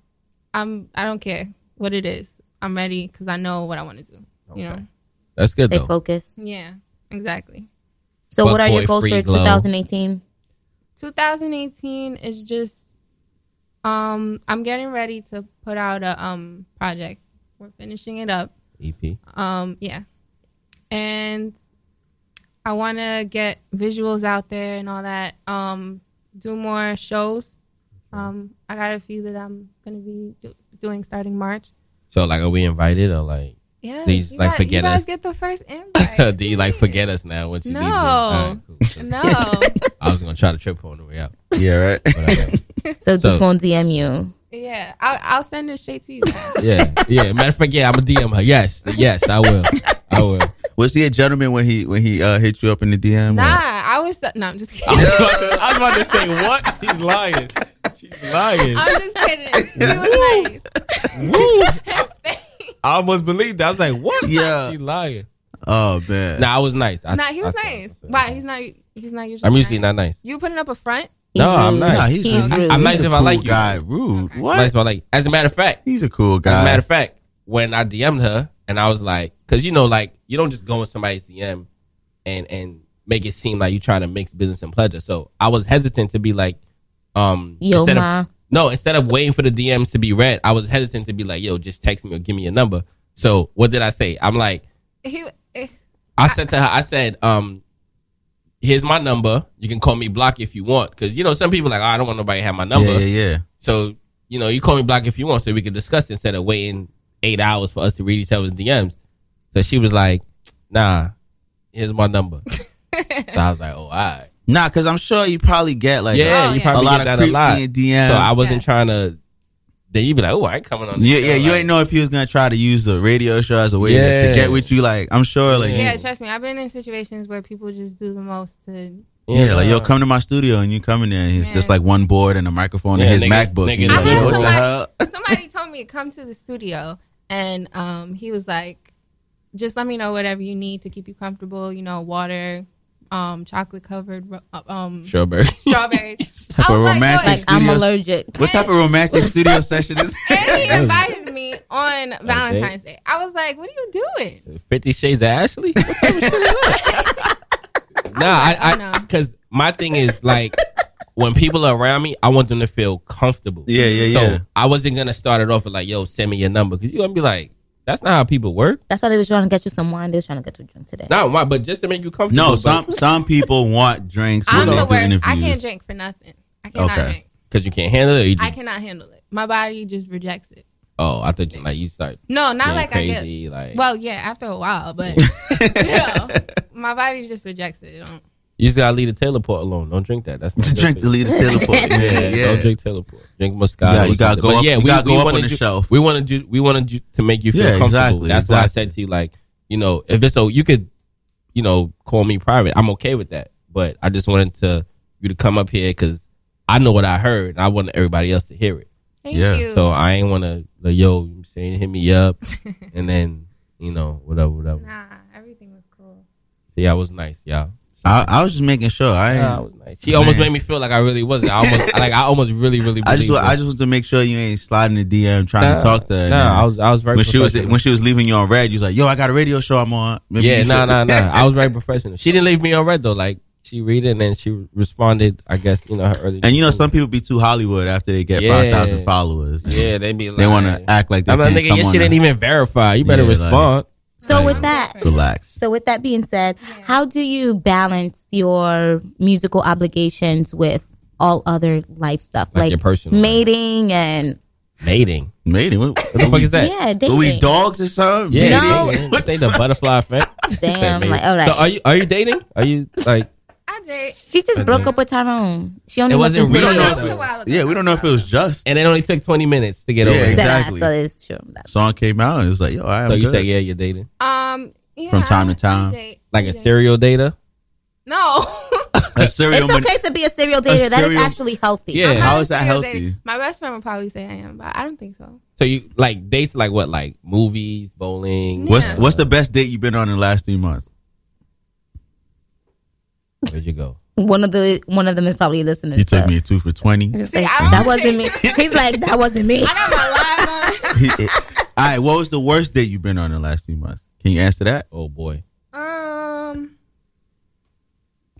i'm i don't care what it is i'm ready because i know what i want to do you know That's good Stay though. focused. yeah exactly So what are your Fuckboy, goals free for glow. 2018? 2018 is just um i'm getting ready to put out a um project we're finishing it up EP. Um, yeah. And I want to get visuals out there and all that. Um, do more shows. Um, I got a few that I'm gonna be do- doing starting March. So like, are we invited or like? Yeah, Do you just, like got- forget you guys us? get the first invite. do you like forget us now once you No, leave? this? All right, cool. So- no. I was gonna try to trip her on the way out. Yeah, right. So just gonna DM you. yeah, I'll, I'll send this shit to you. guys. Yeah, yeah. Matter of fact, yeah, I'm gonna DM her. Yes, yes, I will. I will. Was he a gentleman when he when he uh, hit you up in the DM? Nah, or- I was. No, I'm just I kidding. was, about to, I was about to say what? She's lying. She's lying. I'm just kidding. He was nice. I almost believed that. I was like, what? Yeah, she lying. Oh man. Nah, I was nice. I, nah, he was I- nice. Why? He's not. He's not usually. I'm usually not nice. You putting up a front? No, I'm nice. Nah, he's- He's I- rude. I'm nice He's a if I like cool you. guy. Rude. What? Nice if I like. you. As a matter of fact, he's a cool guy. As a matter of fact, when I DM'd her and I was like, because you know, like you don't just go in somebody's DM and and make it seem like you're trying to mix business and pleasure. So I was hesitant to be like, um, Yo, instead ma. of no, instead of waiting for the DMs to be read, I was hesitant to be like, yo, just text me or give me your number. So what did I say? I'm like, He. eh, I said to her, I said, um, here's my number. You can call me block if you want. Cause you know, some people like, oh, I don't want nobody to have my number. Yeah, yeah, yeah. So, you know, you call me block if you want so we could discuss it instead of waiting eight hours for us to read each other's DMs. So she was like, nah, here's my number. so I was like, oh, all right. Nah, because I'm sure you probably get like Oh, yeah, a, you probably a lot get that of creeps a lot. in your DM. So I wasn't trying to, then you'd be like, oh, I ain't coming on this yeah, show, yeah. You like- ain't know if he was gonna try to use the radio show as a way to- Yeah. to get with you. Like, I'm sure, like, yeah, trust me. I've been in situations where people just do the most to. yeah, like, yo, come to my studio, and you come in there, and he's just like one board and a microphone Yeah, and his nigga- MacBook. nigga, you know, I had like, what the somebody- hell? Somebody told me to come to the studio, and um, he was like, "Just let me know whatever you need to keep you comfortable. You know, water, um, chocolate covered, um, Strawberry. strawberries." I Type of was like, romantic "Yo, studio- What type of romantic studio session is? And he invited me on Valentine's Day. I was like, "What are you doing?" Fifty Shades of Ashley? What type of shit is that? nah, I, I, because my thing is like when people are around me, I want them to feel comfortable. Yeah, yeah, so yeah. I wasn't gonna start it off with like, "Yo, send me your number," because you're gonna be like, "That's not how people work." That's why they was trying to get you some wine. They was trying to get you drunk today. Not why, but just to make you comfortable. No, but- some some people want drinks I'm when the they do worst. I interviews. can't drink for nothing. I cannot drink. because you can't handle it. or you I just, cannot handle it. My body just rejects it. oh, I thought you like you start. No, not being like crazy, I get. Like, well, yeah, after a while, but you know, my body just rejects it. Um, It don't- You just gotta leave the Taylor port alone. Don't drink that. That's Drink the leave the Taylor port. yeah, Yeah. Don't drink Taylor port. Drink Moscato. Yeah, you or something. gotta go But up- yeah, you we, gotta go we up wanted on the you- shelf. We wanted you. We wanted you to make you feel Yeah, comfortable. exactly, That's why I exactly. said to you, like, you know, if it's so, you could, you know, call me private. I'm okay with that. But I just wanted to you to come up here because I know what I heard, and I want everybody else to hear it. Thank Yeah. you. So I ain't want to like, yo, you know what I'm saying hit me up, and then you know whatever, whatever. Nah, everything was cool. Yeah, I was nice, y'all. I, I was just making sure. I, Nah, I was nice. She almost made me feel like I really wasn't. I almost, like, I almost really, really. I just, believed wa- it. I just was to make sure you ain't sliding the DM trying Nah, to talk to her. nah, I was- I was very When she was, professional. when she was leaving you on red, you was like, "Yo, I got a radio show I'm on." Maybe yeah, you nah, should- nah, nah. I was very professional. She didn't leave me on red though. Like she read it and then she responded. I guess you know her early. And you know, some people be too Hollywood after they get Yeah. five thousand followers. Yeah, they be they like- want to act like they I'm like, can't nigga, come your on shit there. ain't even verified. You better Yeah, like, respond. So with that, relax. So with that being said, how do you balance your musical obligations with all other life stuff Like your personal life. mating and Mating, mating. What, the fuck is that? Yeah, dating. Are we dogs or something? Yeah, No. dating. What they the butterfly effect? Damn, Mating. like, all right. So are you are you dating? Are you like? she just broke up with Tyrone. She only left him we don't single. know. Yeah, we don't know if it was just. And it only took 20 minutes to get Yeah, over. it. exactly. So it's true. Song came out and it was like, "Yo, I am So you good." say yeah, you're dating Um, yeah, From time to time. date. like a serial dater. no. A serial. It's okay to be a serial dater. that is serial- actually healthy. Yeah. How is that healthy? My best friend would probably say I am, but I don't think so. So you like dates like what like movies, bowling. What's What's the best date you've been on in the last three months? Where'd you go? One of the one of them is probably listening. You took me two for twenty. that wasn't me. He's like, that wasn't me. He- All right, what was the worst date you've been on in the last few months? Can you answer that? Oh boy, Um,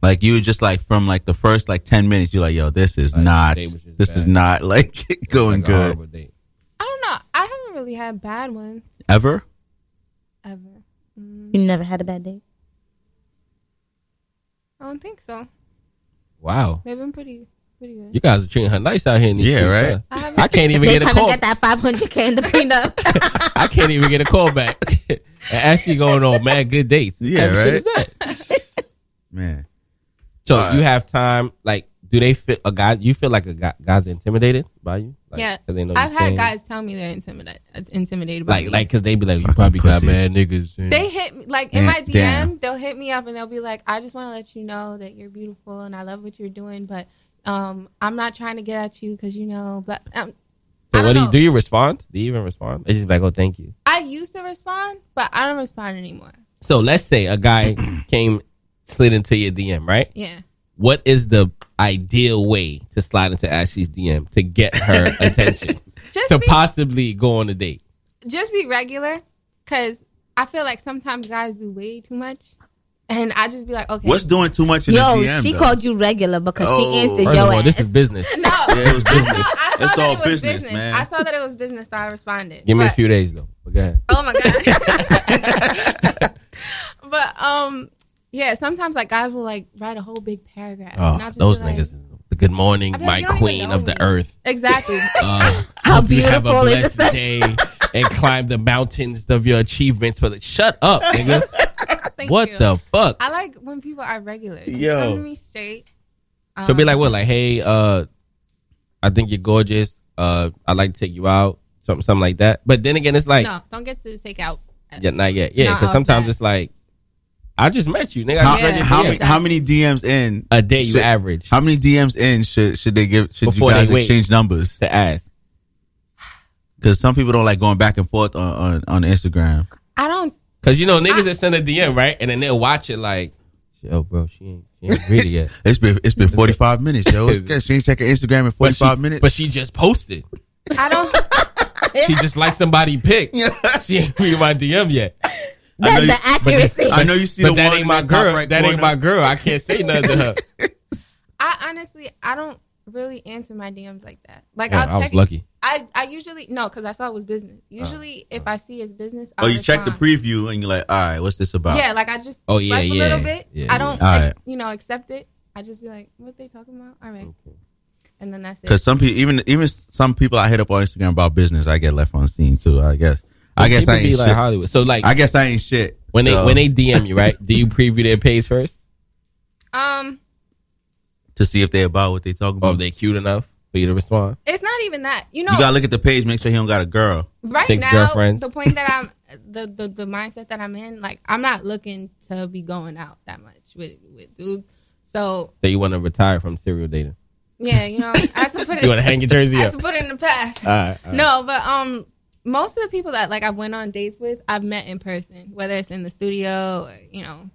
like you were just like from like the first like ten minutes, you're like, yo, this is not, date this was just is bad. not like going Like a horrible good date. I don't know. I haven't really had bad ones ever. ever. You never had a bad day. I don't think so. Wow, They've been pretty pretty good. you guys are treating her nice out here. In these Yeah, streets, right? huh? I can't even They're get a trying to call. get that 500k in the prenup. I can't even get a call back. and actually going on mad good dates. Yeah, What the shit right? is that? Man, So you have time? Like, do they feel a guy? You feel like a guy, guys intimidated by you? Like, yeah, 'cause they know I've you're saying- had guys tell me they're intimidated intimidated by like me. like because they be like, you probably got mad niggas. and- They hit me like in Yeah, my DM. damn. They'll hit me up and they'll be like, "I just want to let you know that you're beautiful and I love what you're doing, but um, I'm not trying to get at you because you know." But um, I So don't what do you know. do? You respond? Do you even respond? They just be like, oh, thank you. I used to respond, but I don't respond anymore. So let's say a guy came slid into your DM, right? Yeah. What is the ideal way to slide into Ashley's DM to get her attention Just to be- possibly go on a date? Just be regular, cause I feel like sometimes guys do way too much, and I just be like, "Okay, What's doing too much in Yo, the DM? she though? called you regular because she answered First your of all, ass. this is business. No, Oh. Yeah, it was business. I saw it's that all it was business, business, man. I saw that it was business, so I responded. Give me a But- few days though. But go ahead. Oh my god. but um, yeah. Sometimes like guys will like write a whole big paragraph. Oh, and I'll just those be like, niggas. Good morning, I feel like my you don't even queen know of the me. earth. Exactly. Uh, How hope you have a beautiful is blessed day and climb the mountains of your achievements for the shut up, nigga. "Oh, Thank what you. the fuck? I like when people are regular. If you Yo. Come to me straight. She'll be um, like, what? Like, hey, uh, I think you're gorgeous. Uh, I'd like to take you out. Something, something like that. But then again, it's like, no, don't get to take out. uh, yeah, not yet. Yeah, Not because all sometimes that. it's like, I just met you, nigga. I How, just read your how, DM. many, how many DMs in a day you average? How many DMs in should should they give? Should Before you guys they wait exchange numbers to ask? Because some people don't like going back and forth on on, on Instagram. I don't. Because, you know, niggas that send a DM, right? And then they'll watch it like, yo, bro, she ain't, she ain't read it yet. It's been it's been forty five minutes, yo. It's good. She ain't checking Instagram in forty But she- five minutes. But she just posted. I don't. She just liked somebody pick. She ain't read my DM yet. I know you- but that- I know you see but the that one ain't in my the top girl. right that corner. ain't my girl. I can't say nothing to her. I honestly, I don't really answer my DMs like that. Like Yeah, I'll I was check. it- lucky. I I usually no, because I saw it was business. Usually, if I see it's business, Oh, I'll you check the respond. preview and you're like, all right, what's this about? Yeah, like I just Oh, yeah, swipe a yeah, little bit. yeah, I don't, yeah. like, Alright. you know, accept it. I just be like, what they talking about? All right, and then that's it. Because some people, even even some people I hit up on Instagram about business, I get left on scene too. I guess. I But guess people I ain't be shit. like Hollywood. So, like- I guess I ain't shit. When so. they when they DM you, right? Do you preview their page first? Um, to see if they about what they talking about. Or if Oh, they cute enough for you to respond. it's not even that. You know, You gotta look at the page, make sure he don't got a girl. right now the point that i'm the, the the mindset that i'm in like i'm not looking to be going out that much with with dudes so That you want to retire from serial dating. yeah you know i have to put it You wanna hang your jersey I up. have to put it in the past All right, all right. no but um most of the people that like i've went on dates with i've met in person whether it's in the studio or you know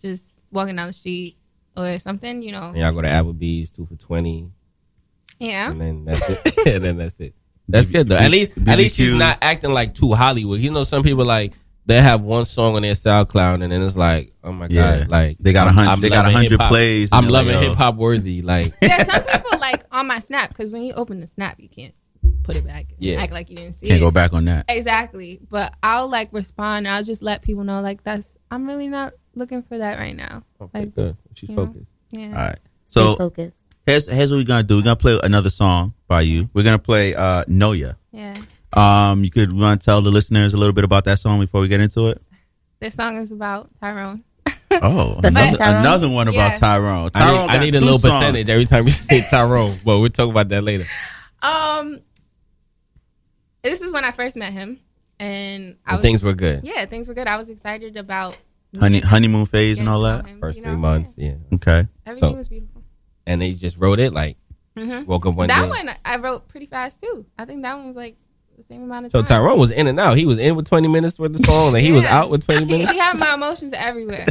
just walking down the street or something you know And y'all go to Applebee's, two for twenty. Yeah. And then that's it. and then that's it. That's good though. At least at least she's BBQs. not acting like too Hollywood. You know, some people like they have one song on their SoundCloud and then it's like, oh my god, Yeah. like They got a hundred- they got loving a hundred hip-hop. plays, and I'm they're loving like, yo. hip hop worthy. Like yeah some people like on my snap because when you open the snap you can't put it back and Yeah. act like you didn't see Can't it. go back on that. Exactly. But I'll like respond. I'll just let people know like that's I'm really not looking for that right now. Okay, like, good. She's you know? focused. Yeah. All right. So Here's here's what we're gonna do. We're gonna play another song by you. We're gonna play uh Noya. Yeah. Um, you could want to tell the listeners a little bit about that song before we get into it. This song is about Tyrone. Oh, That's another, about Tyrone? another one about Yeah. Tyrone. I Tyrone need, I got need a two little songs. percentage every time you say Tyrone, but we'll talk about that later. Um this is when I first met him and I And was, things were good. Yeah, things were good. I was excited about Honey, honeymoon phase and all that. him, First you three know? months, yeah. Okay. Everything was beautiful. And they just wrote it like Mhm. woke up one that day. one I wrote pretty fast too. I think that one was like the same amount of So time. Tyrone was in and out. He was in with 20 minutes worth of song, and he was Yeah. out with 20 he, minutes. he had my emotions everywhere.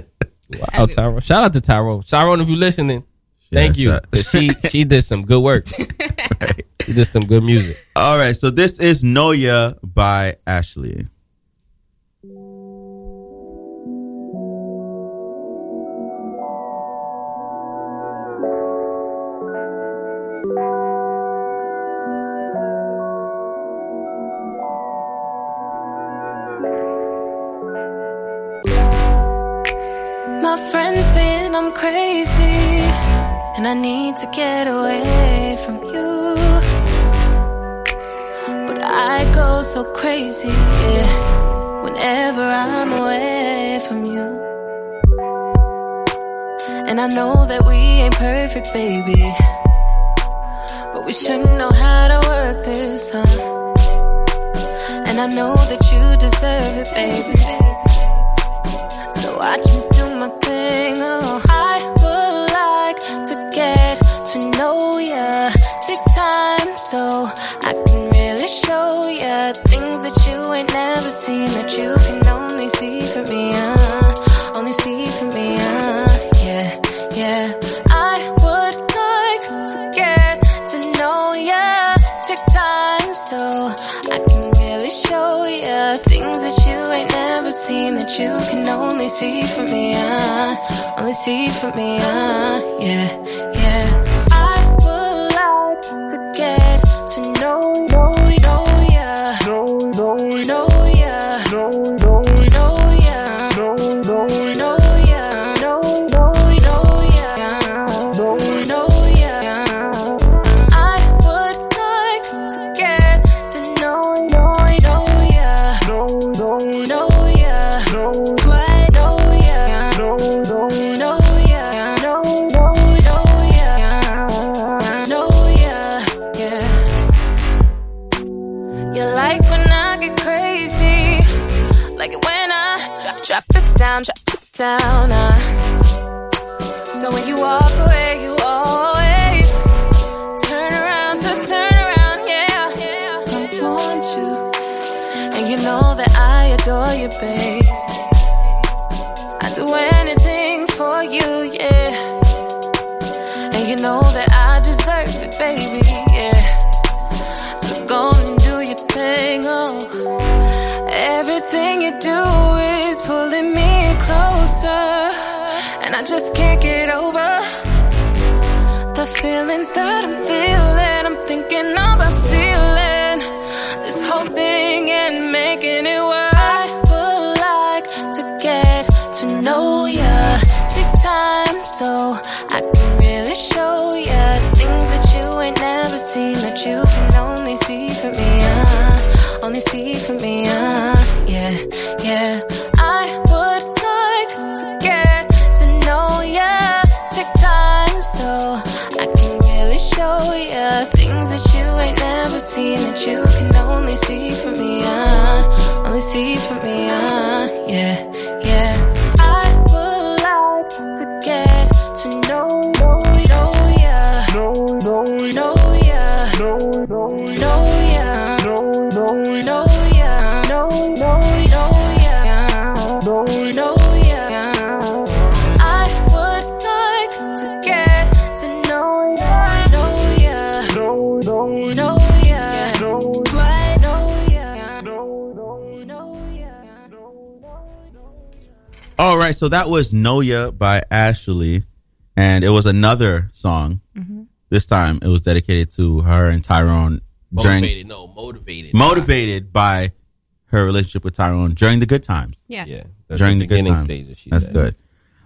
Wow, Tyrone. Shout out to Tyrone. Tyrone, if you're listening, thank you. 'Cause She she did some good work. She did some good music. All right. So this is Noya by Ashley. My friends saying I'm crazy and I need to get away from you. But I go so crazy yeah, whenever I'm away from you. And I know that we ain't perfect, baby. But we should know how to work this, huh? And I know that you deserve it, baby. So I just do my thing. Oh, I would like to get to know ya. Take time so I can really show ya things that you ain't never seen that you can only see from me. Uh, only see from me. Uh, yeah, yeah. I would like to get to know ya. Take time so I can really show ya things that you ain't never seen that you can only see from me. Uh, only see from me. Uh, yeah, yeah. I would like to get to know, know, know ya. Know, know, know ya. Know, know, know ya. Know, know, know ya. Know, know, know ya. Know, know ya. I would like to get to know, know, know ya. Know, know, know ya. Know, what? Know ya. Know, know, know ya. Know, know, know ya. Know ya. Yeah. You like when I get crazy, like it when I drop, drop it down, drop it down. Uh. So when you walk away, you always. Turn around to turn around, yeah. I want you, and you know that I adore you, babe. I'd do anything for you, yeah. And you know that I deserve it, baby, yeah. So go and do your thing, oh. Everything you do is pulling me in closer, and I just can't get over. The feelings that I'm feeling, I'm thinking about sealing this whole thing and making it work. I would like to get to know ya. Take time so I can really show ya things that you ain't never seen that you can only see from me. Uh, only see from me. Uh, yeah, yeah. I would like to get to know ya. Take uh, see from me, uh, yeah, yeah. I would like to get to know, know, know ya, know, know, know ya, know, know, know ya, know, know, know ya, know, know, know ya, know, know ya. I would like to get to know ya, know ya, know, know, know ya, know, know ya, know, know ya. All right, so that was Noya by Ashley, and it was another song. Mm-hmm. This time it was dedicated to her and Tyrone during Motivated, no, motivated. motivated by her relationship with Tyrone during the good times. Yeah. Yeah, that's during the the, good beginning times. stages, she That's said. good.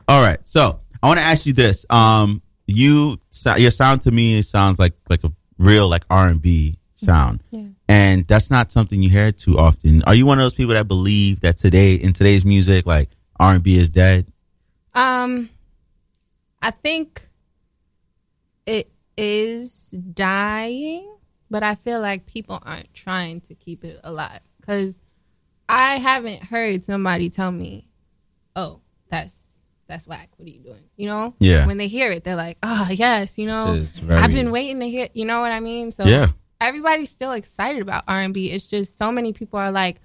All right, so I want to ask you this: um, you so- your sound to me sounds like like a real like R and B sound, and that's not something you hear too often. Are you one of those people that believe that today in today's music, like R and B is dead? Um, I think it is dying, but I feel like people aren't trying to keep it alive because I haven't heard somebody tell me, "Oh, that's that's whack. What are you doing?" You know? Yeah. When they hear it, they're like, "Oh, yes." You know, It's very- I've been waiting to hear. You know what I mean? So Yeah. everybody's still excited about R and B. It's just so many people are like,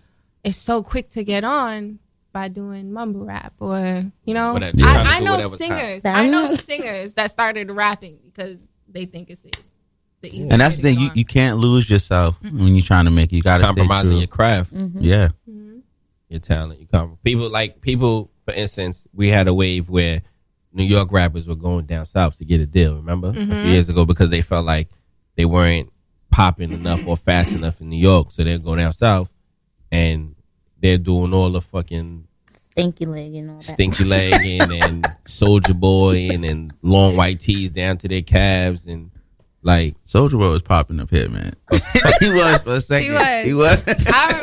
"It's so quick to get on." By doing mumble rap or you know, Whatever. I- Trying to I, do know whatever's hot. singers. I know singers that started rapping because they think it's the, the easiest. And that's the thing you, you can't lose yourself when you're trying to make it. You got to Compromising your craft. Mhm. Yeah. your talent. You come Um, people like people. For instance, we had a wave where New York rappers were going down south to get a deal. Remember a Mhm. Mm-hmm. few years ago because they felt like they weren't popping enough or fast enough in New York, so they're going down south and they're doing all the fucking Stinky leg and all that. stinky leg and, and soldier boy and, and long white tees down to their calves and like soldier boy was popping up here, man. he was for a second. was. He was.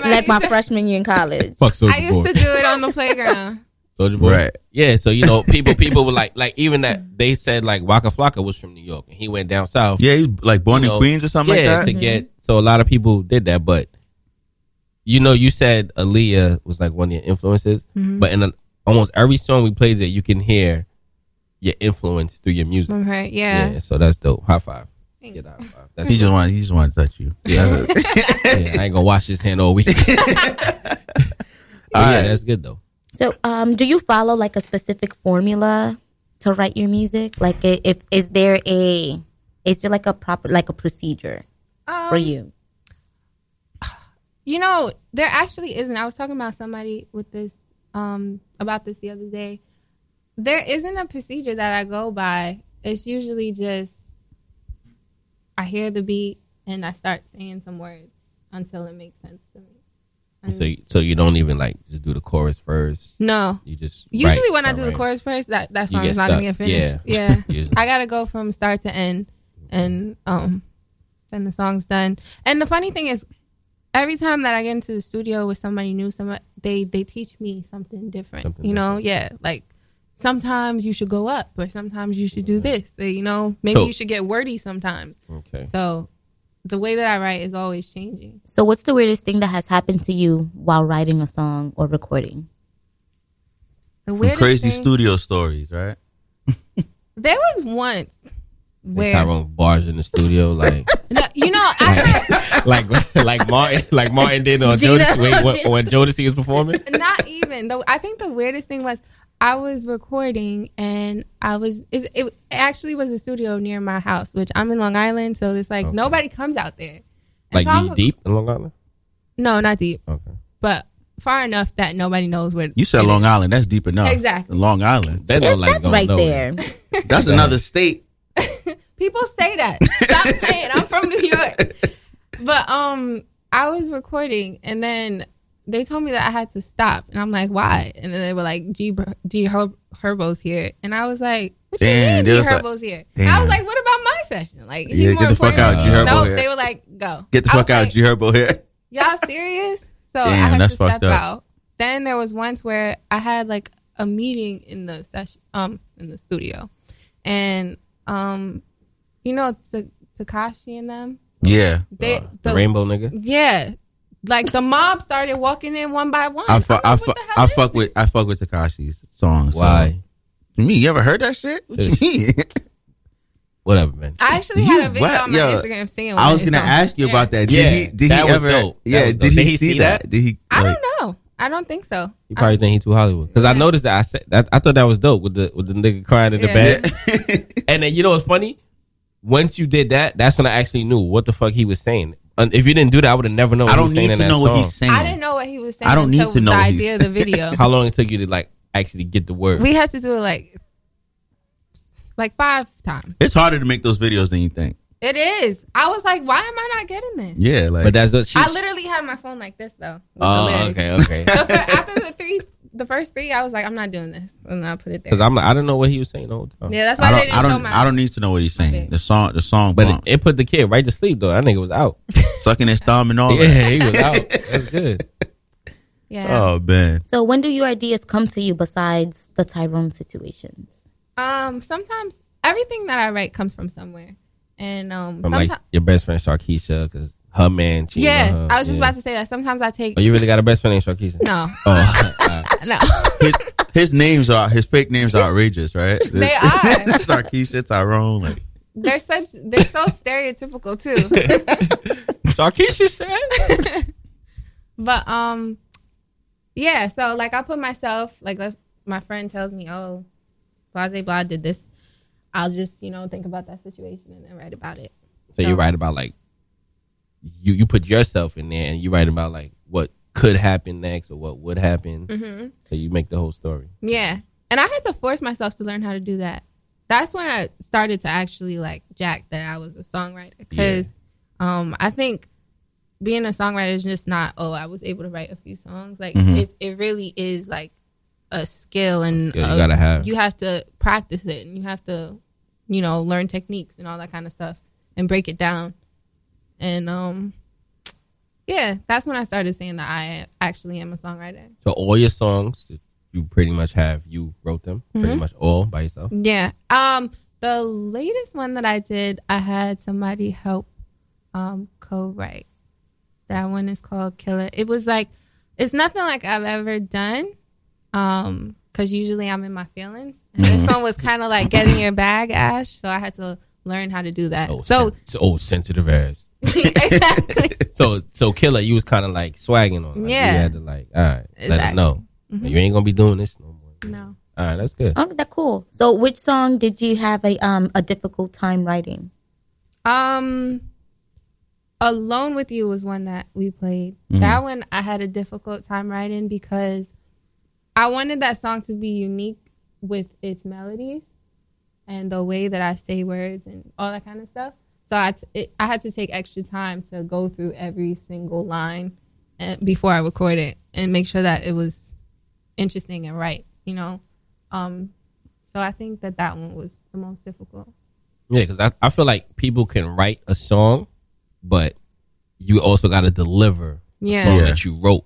like my freshman year in college. Fuck I used to do it on the playground. Soldier Boy. Right. Yeah, so you know, people people were like like even that they said like Waka Flocka was from New York and he went down south. Yeah, he was, like, born You in Queens or something like yeah, that? To Mhm. get so a lot of people did that, but you know, you said Aaliyah was like one of your influences, Mhm. but in a, almost every song we played that you can hear your influence through your music. From her, yeah. so that's dope. High five. Get out five. That's He dope. just wanted. He just wanted to touch you. Yeah. That's it. Yeah, I ain't gonna wash his hand all week. But yeah, that's good though. So, um, do you follow like a specific formula to write your music? Like, i- if is there a is there like a proper like a procedure for Um, you? You know, there actually isn't. I was talking about somebody with this um about this the other day. There isn't a procedure that I go by. It's usually just I hear the beat and I start saying some words until it makes sense to me. So you- so you don't even like just do the chorus first. No. You just usually write when I some, do right? the chorus first, that that You song get is not gonna get stuck. finished. Yeah. Yeah, Usually. I gotta go from start to end, and um, then the song's done. And the funny thing is, every time that I get into the studio with somebody new, some they they teach me something different. Something you know, yeah, like. Sometimes you should go up, or sometimes you should do this. or, You know, maybe So- you should get wordy sometimes. Okay. So, the way that I write is always changing. So, what's the weirdest thing that has happened to you while writing a song or recording? The Some weirdest crazy thing- studio stories, right? There was once where Tyrone bars in the studio like No, you know like like Martin like Martin did on Gina. Jodeci wait, when, when Jodeci was performing. not even though i think the weirdest thing was i was recording and i was it, it actually was a studio near my house which i'm in long island so it's like nobody comes out there Like so I'm knee deep in Long Island. no not deep Okay. but far enough that nobody knows where You said it Long is. Island. That's deep enough. Exactly. Long Island. That don't like That's going right nowhere. there. That's another state. people say that stop saying i'm from new york but um i was recording and then they told me that i had to stop and i'm like why and then they were like g, Bur- g Her- herbo's here and i was like what do you Damn, mean they g was like- herbo's here i Damn. was like what about my session like he Yeah, more get the fuck important. out, G Herbo no here. they were like go Get the I was fuck out, G Herbo here. y'all serious? So I Damn, had that's to step fucked up. out. Then there was once where I had like a meeting in the session, um, in the studio, and um, you know, T- Takashi and them. Yeah. they the Uh, Rainbow nigga? Yeah, Like the mob started walking in one by one. I, fu- I, fu- I fuck with I fuck with Takashi's songs. Why? Me, you ever heard that shit? What you mean? Whatever, man. I actually had a video on my Instagram seeing I one was of gonna his ask you songs. about that. Did Yeah, he? Did that he was ever? dope. That Yeah. was dope. Did, Did he, he see see that? that? Did he? I like- don't know. I don't think so. You probably think he too Hollywood because I noticed that I said that I thought that was dope with the with the nigga crying in the Yeah. bed. and then you know what's funny? Once you did that, that's when I actually knew what the fuck he was saying. And if you didn't do that, I would have never known. I what he don't was saying need in to that know what he's song. saying. I didn't know what he was saying. I don't need until to know the what idea of the video. How long it took you to like actually get the word? we had to do it like like five times. It's harder to make those videos than you think. It is. I was like, why am I not getting this? Yeah, like but that's the I literally had my phone like this though. with the Oh, lyrics. okay, okay. So for- after the three, the first three, I was like, I'm not doing this, and I put it there. Because I'm like, I don't know what he was saying the whole time. Yeah, that's why I they don't, didn't I don't, show my- I don't need to know what he's saying. The song, the song, But it, bumped. it put the kid right to sleep though. That nigga was out. sucking his thumb and all. Yeah, that. he was out. That's good. Yeah. Oh man, So when do your ideas come to you besides the Tyrone situations? Um, sometimes everything that I write comes from somewhere, and um, From sometimes like your best friend Sharkeisha because her man. cheated on yeah, her. I was just Yeah. about to say that. Sometimes I take Oh, you really got a best friend named Sharkeisha? No. Oh, all right. no. his his names are his fake names are outrageous, right? They are. Sarkeisha, Tyrone, like They're such. They're so stereotypical too. Sharkeisha said. But um, yeah. So like, I put myself like if my friend tells me, "Oh, blase blah did this," I'll just you know think about that situation and then write about it. So you write about like you you put yourself in there and you write about like what could happen next or what would happen. Mhm. So you make the whole story. Yeah, and I had to force myself to learn how to do that. That's when I started to actually like jack that I was a songwriter because um, I think being a songwriter is just not oh I was able to write a few songs like Mhm. it it really is like a skill and skill you a- gotta have. you have to practice it and you have to you know learn techniques and all that kind of stuff and break it down and um yeah that's when I started saying that I actually am a songwriter So all your songs that you pretty much have you wrote them pretty Mhm. much all by yourself. Yeah. Um, the latest one that I did, I had somebody help um co-write. That one is called Killer. It was like it's nothing like I've ever done. Um, because usually I'm in my feelings. And this one was kind of like getting your bag, Ash. So I had to learn how to do that. so It's old sensitive ass. exactly. So so killer, you was kind of like swagging on. Like, Yeah. Mm-hmm. You had to like all right, let it Exactly. know Mhm. you ain't gonna be doing this no more. No. All right, that's good. Oh, that cool. So which song did you have a um a difficult time writing? Um, Alone with You was one that we played. Mhm. That one I had a difficult time writing because I wanted that song to be unique with its melodies and the way that I say words and all that kind of stuff. So I, t- it, I had to take extra time to go through every single line eh, before I record it and make sure that it was interesting and right, you know? Um, so I think that that one was the most difficult. Yeah, because I, I feel like people can write a song, but you also got to deliver Yeah. the song Yeah. that you wrote,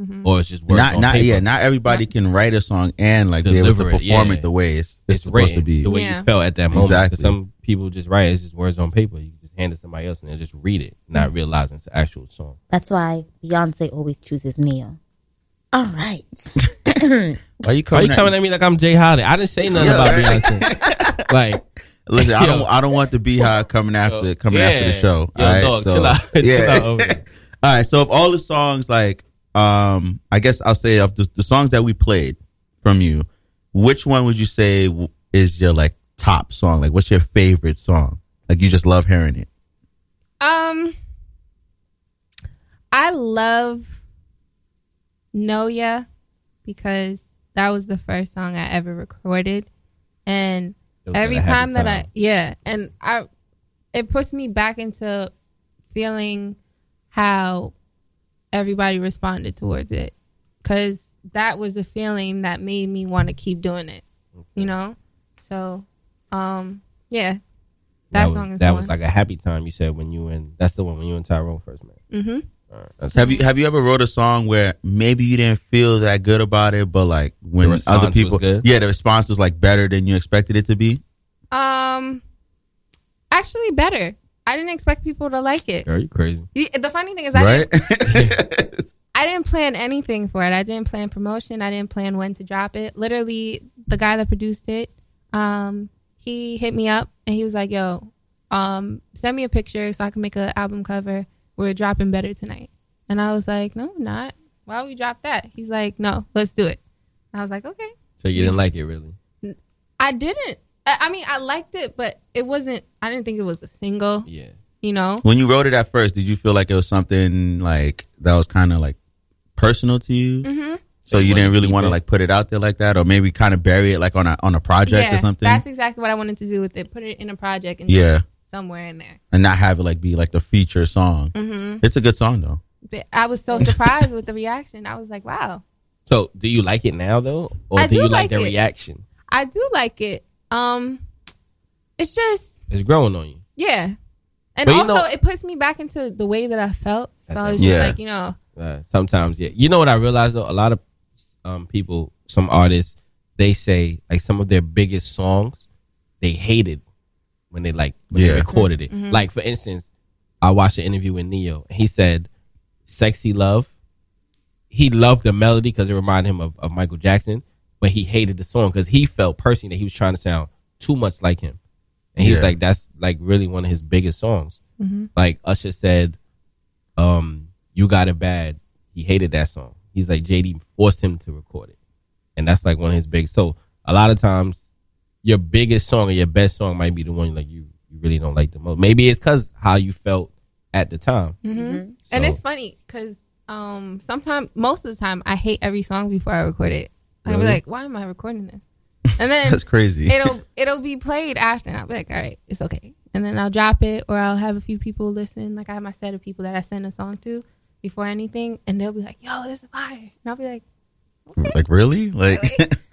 Mhm. or it's just words not on not paper. yeah. Not everybody can write a song and like be able to Deliver it, perform yeah. it the way it's, it's, It's supposed to written, be. the way you Yeah. felt at that moment, 'cause Exactly. some people just write it's just words on paper. You just hand it to somebody else and they just read it, not Mm. realizing it's an actual song. That's why Beyonce always chooses Neil. All right. Why you Why coming you at coming me? at me like I'm Jay Holiday? I didn't say nothing Yeah, about right. Beyonce. like, Listen, I don't Yo. I don't want the beehive coming after coming after the yeah. show. Yo, all right, dog, so, chill out. Chill yeah. out over there. all right, so of all the songs, like um, I guess I'll say of the, the songs that we played from you, which one would you say w- is your like top song? Like, what's your favorite song? Like, you just love hearing it. Um, I love Know Ya because that was the first song I ever recorded, and It was every at a happy time that I time. yeah, and I it puts me back into feeling how everybody responded towards it because that was the feeling that made me want to keep doing it, you know. So, um, yeah, that, That, song was, is that the was one. like a happy time you said when you and that's the one when you and Tyrone first met. mm-hmm. Have you have you ever wrote a song where maybe you didn't feel that good about it, but like when response other was people, good? yeah, the response was like better than you expected it to be. Um, actually, better. I didn't expect people to like it. Are you crazy? Y- The funny thing is, I Right? I didn't plan anything for it. I didn't plan promotion. I didn't plan when to drop it. Literally, the guy that produced it, um, he hit me up and he was like, "Yo, um, send me a picture so I can make an album cover. We're dropping better tonight." And I was like, "No, we're not. Why would we drop that?" He's like, "No, let's do it." And I was like, "Okay." So you didn't like it really? I didn't. I, I mean, I liked it, but it wasn't. I didn't think it was a single. Yeah. You know. When you wrote it at first, did you feel like it was something like that was kind of like personal to you? Mhm. So you didn't really want to like put it out there like that, or maybe kind of bury it like on a on a project or something, That's exactly what I wanted to do with it. Put it in a project and Yeah. yeah, somewhere in there. and not have it like be like the feature song. Mhm. It's a good song though. But I was so surprised with the reaction. I was like, wow, So do you like it now though, or I do, do you like like, the it. reaction? I do like it. Um, it's just It's growing on you. yeah, and But you also know- it puts me back into the way that I felt. So I was Yeah. just like, you know, Uh, sometimes, yeah. You know what I realize though? A lot of um, people, some artists, they say like some of their biggest songs, they hated when they like when Yeah. they recorded it. Mm-hmm. Mhm. Like for instance, I watched an interview with Neo. He said, "Sexy Love." He loved the melody because it reminded him of, of Michael Jackson, but he hated the song because he felt personally that he was trying to sound too much like him, and he was Yeah. like, "That's like really one of his biggest songs." Mm-hmm. Mhm. Like Usher said, um, "You Got It Bad." He hated that song. He's like JD forced him to record it, and that's like one of his big. So a lot of times, your biggest song or your best song might be the one like you you really don't like the most. Maybe it's because how you felt at the time. Mm-hmm. mhm. and So- it's funny because um, sometimes most of the time I hate every song before I record it. I'll be Really? like, why am I recording this? And then That's crazy. It'll it'll be played after, and I'll be like, all right, it's okay. And then I'll drop it, or I'll have a few people listen. Like I have my set of people that I send a song to before anything, and they'll be like, yo, this is fire, and I'll be like, Like really? Like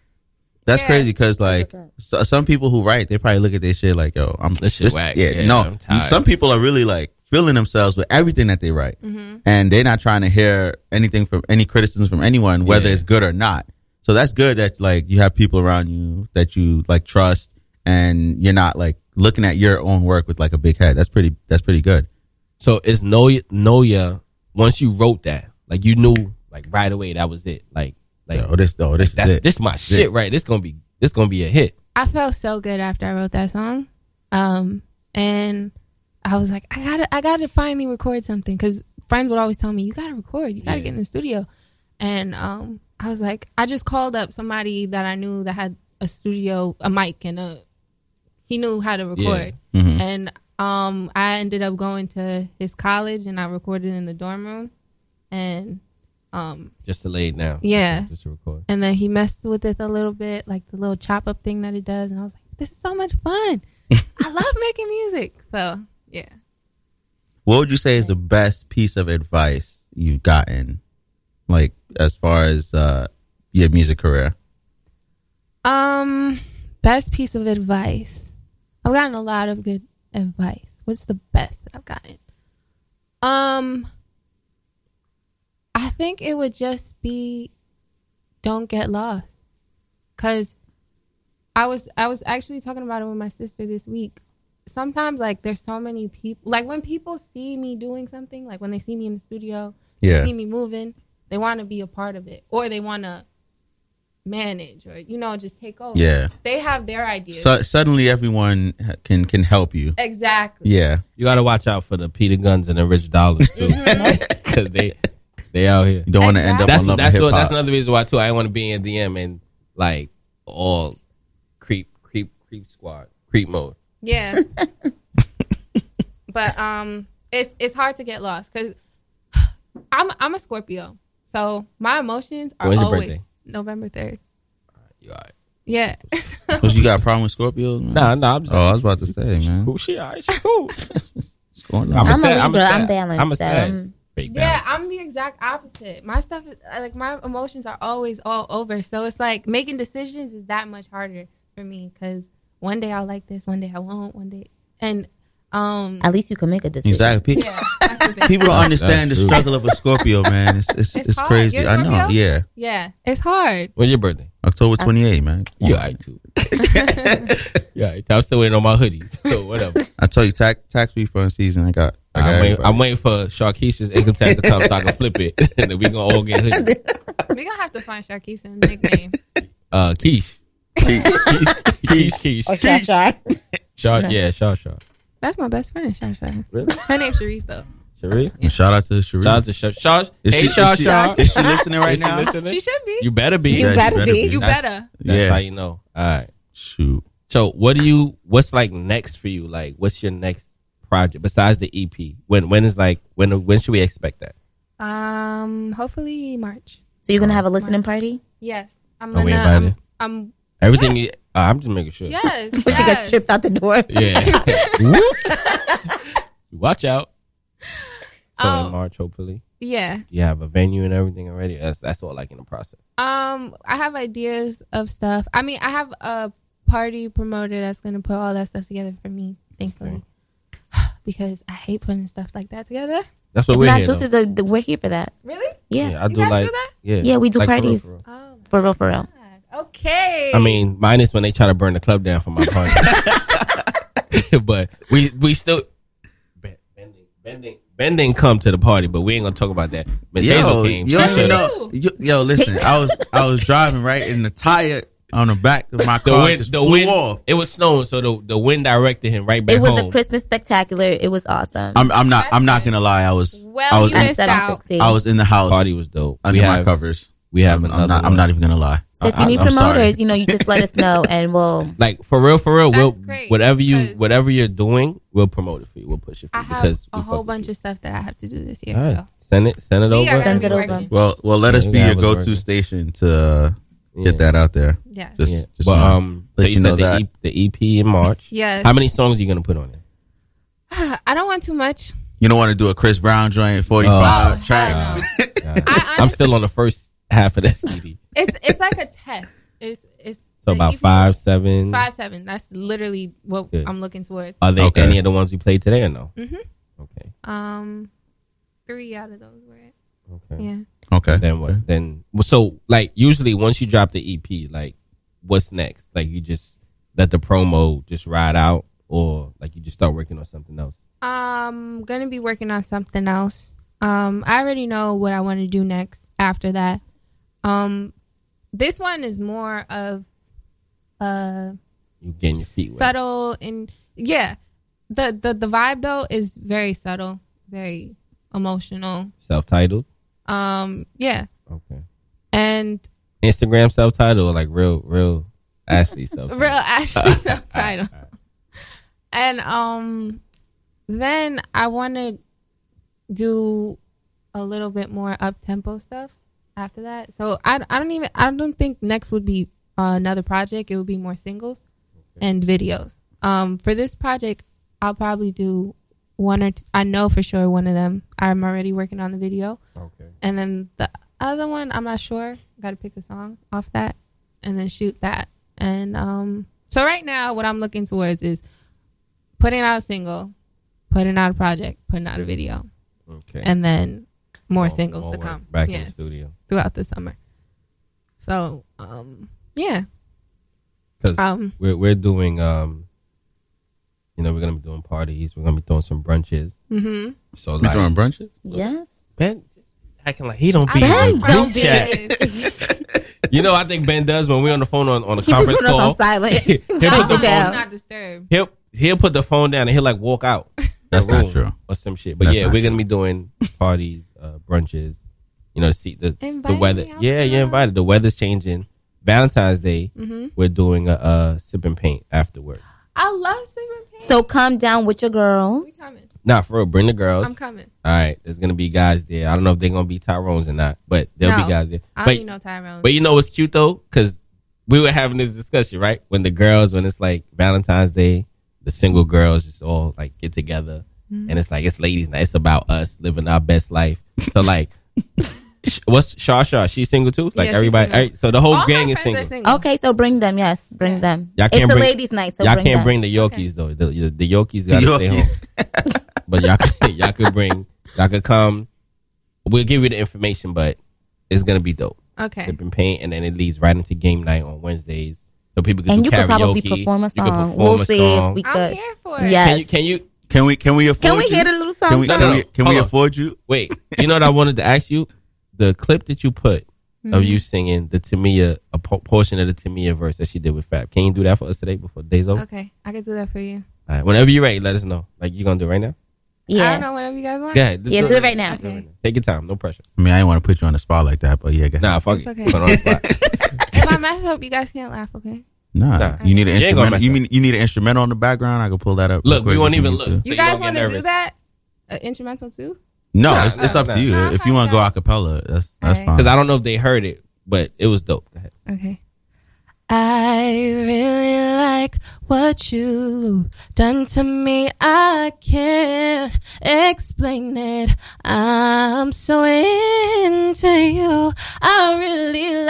that's Yeah. crazy because like so, some people who write, they probably look at their shit like, yo, I'm This shit whack. Yeah, Yeah, I'm no. tired. Some people are really like feeling themselves with everything that they write, and they're not trying to hear anything from any criticism from anyone, whether it's good or not. So that's good that like you have people around you that you like trust, and you're not like looking at your own work with like a big head. That's pretty. That's pretty good. So it's know know ya once you wrote that, like you knew like right away that was it. Like like oh this oh this that's, is it. this my This is shit it. right. This gonna be this gonna be a hit. I felt so good after I wrote that song, um, and I was like, I gotta I gotta finally record something because friends would always tell me, you gotta record, you gotta Yeah. get in the studio, and um, I was like, I just called up somebody that I knew that had a studio, a mic, and a he knew how to record. Yeah. Mhm. And um, I ended up going to his college and I recorded in the dorm room. And um, Just to lay it down. yeah. Just, to record. And then he messed with it a little bit, like the little chop up thing that it does. And I was like, this is so much fun. I love making music. So, yeah. What would you say is the best piece of advice you've gotten, like as far as uh, your music career? Um, best piece of advice. I've gotten a lot of good advice. What's the best that I've gotten? Um, I think it would just be don't get lost. Cause I was I was actually talking about it with my sister this week. Sometimes like there's so many people like when people see me doing something, like when they see me in the studio, Yeah. they see me moving, they want to be a part of it. Or they want to manage or you know just take over. Yeah. They have their ideas. So, suddenly, everyone ha- can can help you. exactly. Yeah, You gotta watch out for the Peter Guns and the Rich Dollars too, because they they out here. You don't wanna end up that's, on Love and that's, Hip what- Hop. that's another reason why too. I want to be in DM and like all creep creep creep squad creep mode. Yeah. but um it's it's hard to get lost cuz I'm I'm a Scorpio. So my emotions are When's your always birthday? November 3rd. You all right. Yeah. Cause you got a problem with Scorpios? man? Nah, nah, I'm just- oh, I was about to say, man. Who she? I she cool. What's going on? I'm a I'm a sad- I'm Libra, sad- I'm balanced, I'm a so sad um, I'm- Yeah, I'm the exact opposite. My stuff is uh, like my emotions are always all over. So it's like making decisions is that much harder for me cuz one day I'll like this, one day I won't, one day and um At least you can make a decision. Exactly. Yeah, that's husband. People don't understand the true. struggle of a Scorpio, man. It's it's, it's, hard. crazy. You're a I know. Scorpio? Yeah. Yeah, it's hard. When's your birthday? October Uh, 28, man. Yeah, I too. yeah, I'm still waiting on my hoodie. So whatever. I tell you, tax tax refund season. I got. I got I'm waiting, everybody. I'm waiting for Sharkeisha's income tax to come so I can flip it, and then we gonna all get hoodies. We gonna have to find Sharkeisha a nickname. Uh, Keish. Keish, Keish, Or Keish. Shasha. Shar, yeah, Shar, Shar. That's my best friend, Shasha. Really? Her name's Sharice though. Sharif. And shout out to Sharif. Shout out to Shar. Shar. Is hey, she- Shar, is she- Shar. is she listening right Is now? She should be. You better be. You better be. You That's- better. That's Yeah. how you know. All right. Shoot. So, what do you? What's like next for you? Like, what's your next project besides the EP? When when is like when when should we expect that? Um, hopefully March. So you're gonna have a listening party? Yes, I'm Are gonna. we I'm, invited? um, I'm Everything. You, uh, I'm just making sure. yes. But she got yes. tripped out the door. Yeah. Watch out. So Oh. in March, hopefully. Yeah. You have a venue and everything already. That's that's all like in the process. Um, I have ideas of stuff. I mean, I have a party promoter that's gonna put all that stuff together for me, thankfully, because I hate putting stuff like that together. Mm-hmm. That's what It's we're not- here. this though. is a, the- we're here for that. Really? Yeah. I do like yeah. Yeah, we do like, for real, parties. for real. For real, for real. Okay. I mean, minus when they try to burn the club down for my party. but we we still Ben- bending bending bending come to the party, but we ain't gonna talk about that. Miss Hazel Yo, came. yo, She should've- you know, yo, yo, listen. I was I was driving right, and the tire on the back of my the car wind, just the flew wind, off. It was snowing, so the the wind directed him right back It was home. a Christmas spectacular. It was awesome. I'm I'm not I'm not gonna lie. I was Well, I was you missed in, out. I was in the house. Party was dope. Under We my have- covers. we have I'm, I'm another not I'm one. not even gonna lie. So if I- you need I'm sorry. promoters, you know, you just let us know and we'll like for real, for real. That's We'll, great, whatever you 'cause- whatever you're doing, we'll promote it for you. We'll push it for I you have because a whole bunch of stuff that I have to do this year. All right. so. send it send it We over. are Send gonna it be over. working. Well, well, let Yeah, us we be gotta your have it go-to working. station to uh, Yeah. get that out there. Yeah. Just, Yeah. just but wanna um, so let you, you know said that. the, e, the EP in March. Yes. How many songs are you gonna put on it? I don't want too much. You don't want to do a Chris Brown joint, Oh, forty-five hell tracks. I I'm still on the first half of that CD. It's it's like a test. It's it's So about five, seven. five seven. That's literally what Good. I'm looking towards. Are they Okay. any of the ones you played today or no? hmm Okay. Um, three out of those were it. Okay. Yeah. Okay. Then what? Then well, so like usually once you drop the EP, like what's next? Like you just let the promo just ride out, or like you just start working on something else. Um, gonna be working on something else. Um, I already know what I want to do next after that. Um, this one is more of uh You getting your feet wet. subtle and yeah, the the the vibe though is very subtle, very emotional. Self-titled. Um, yeah, Okay. and Instagram self-titled, or like real, real Ashley self. real Ashley subtitle. And um, then I want to do a little bit more up tempo stuff after that. So I, I don't even I don't think next would be uh, another project. It would be more singles and videos. Um, for this project, I'll probably do one or t- I know for sure one of them. I'm already working on the video. Okay. And then the other one, I'm not sure. Got to pick a song off that and then shoot that. And um, so right now, what I'm looking towards is putting out a single, putting out a project, putting out a video, Okay. and then more More- singles more to work come. back in yeah, the studio. throughout the summer. So um, yeah, Because Um, we're we're doing um, you know, we're gonna be doing parties. We're gonna be throwing some brunches. Mhm. So We like, throwing brunches? Yes. Mm-hmm. Ben acting like he don't be. Ben in the don't group be. chat. you know, I think Ben does when we're on the phone on, on a He conference put us call. on silent. he'll, put the down. phone, not disturbed. he'll he'll put the phone down and he'll like walk out. That's the not room true. Or some shit. But That's yeah, not we're gonna be doing parties, uh, brunches. You know, see the Invite the weather. me out Yeah, you're invited. The weather's changing. Valentine's Day, Mhm. we're doing a, uh sip and paint afterward. I love singing. So come down with your girls. Nah, for real, bring the girls. I'm coming. All right, there's gonna be guys there. I don't know if they're gonna be Tyrone's or not, but there'll No, be guys there. I don't But- need no Tyrones. But you know what's cute though, because we were having this discussion, right? When the girls, when it's like Valentine's Day, the single girls just all like get together, Mhm. and it's like it's ladies night. It's about us living our best life. So like, sh- what's Shaw Shaw? She's single too. Like Yeah, she's everybody. single. right, so the whole All my gang is friends single. are Okay, so bring them. Yes, bring them. Y'all can't it's bring, a ladies' night, so y'all bring can't them. bring the Yorkies though. The, the, the Yorkies gotta stay Yorkies. home. but y'all can, y'all could bring Y'all could come. We'll give you the information, but it's gonna be dope. Okay. Sip and paint, and then it leads right into game night on Wednesdays, so people can And do you could probably karaoke. perform a You could song. perform We'll a see if song. we could. I'm here for Can you? Yes. Can you? Can we? Can we afford? Can we you? hear the little song Can we, first? no, no, no. Can we Hold on. afford you? Wait. You know what I wanted to ask you? The clip that you put of Hmm. Mhm. you singing the Tamia, a po- portion of the Tamia verse that she did with Fab. Can you do that for us today before day's over? Okay, I can do that for you. All right. Whenever you're ready, let us know. Like you gonna do it right now? Yeah. I don't know whatever you guys want. Go ahead. Just Yeah, do it right now. Do it right now. Take your time. No pressure. I mean, I didn't want to put you on the spot like that, but yeah, go ahead. Nah, fuck It's okay. if I mess up, you guys can't laugh. Okay. Nah, Nah. you need an You ain't gonna instrumental. mess You mean you need an instrumental in the background? I can pull that up. real Look, we quick won't if even need look. to. So you guys want to do that? Uh, instrumental too? No, Nah, it's, it's nah, up nah. to you. Nah, if you want to go acapella, that's that's fine. Because I don't know if they heard it, but it was dope. Go ahead. Okay. I really like what you done to me. I can't explain it. I'm so into you. I really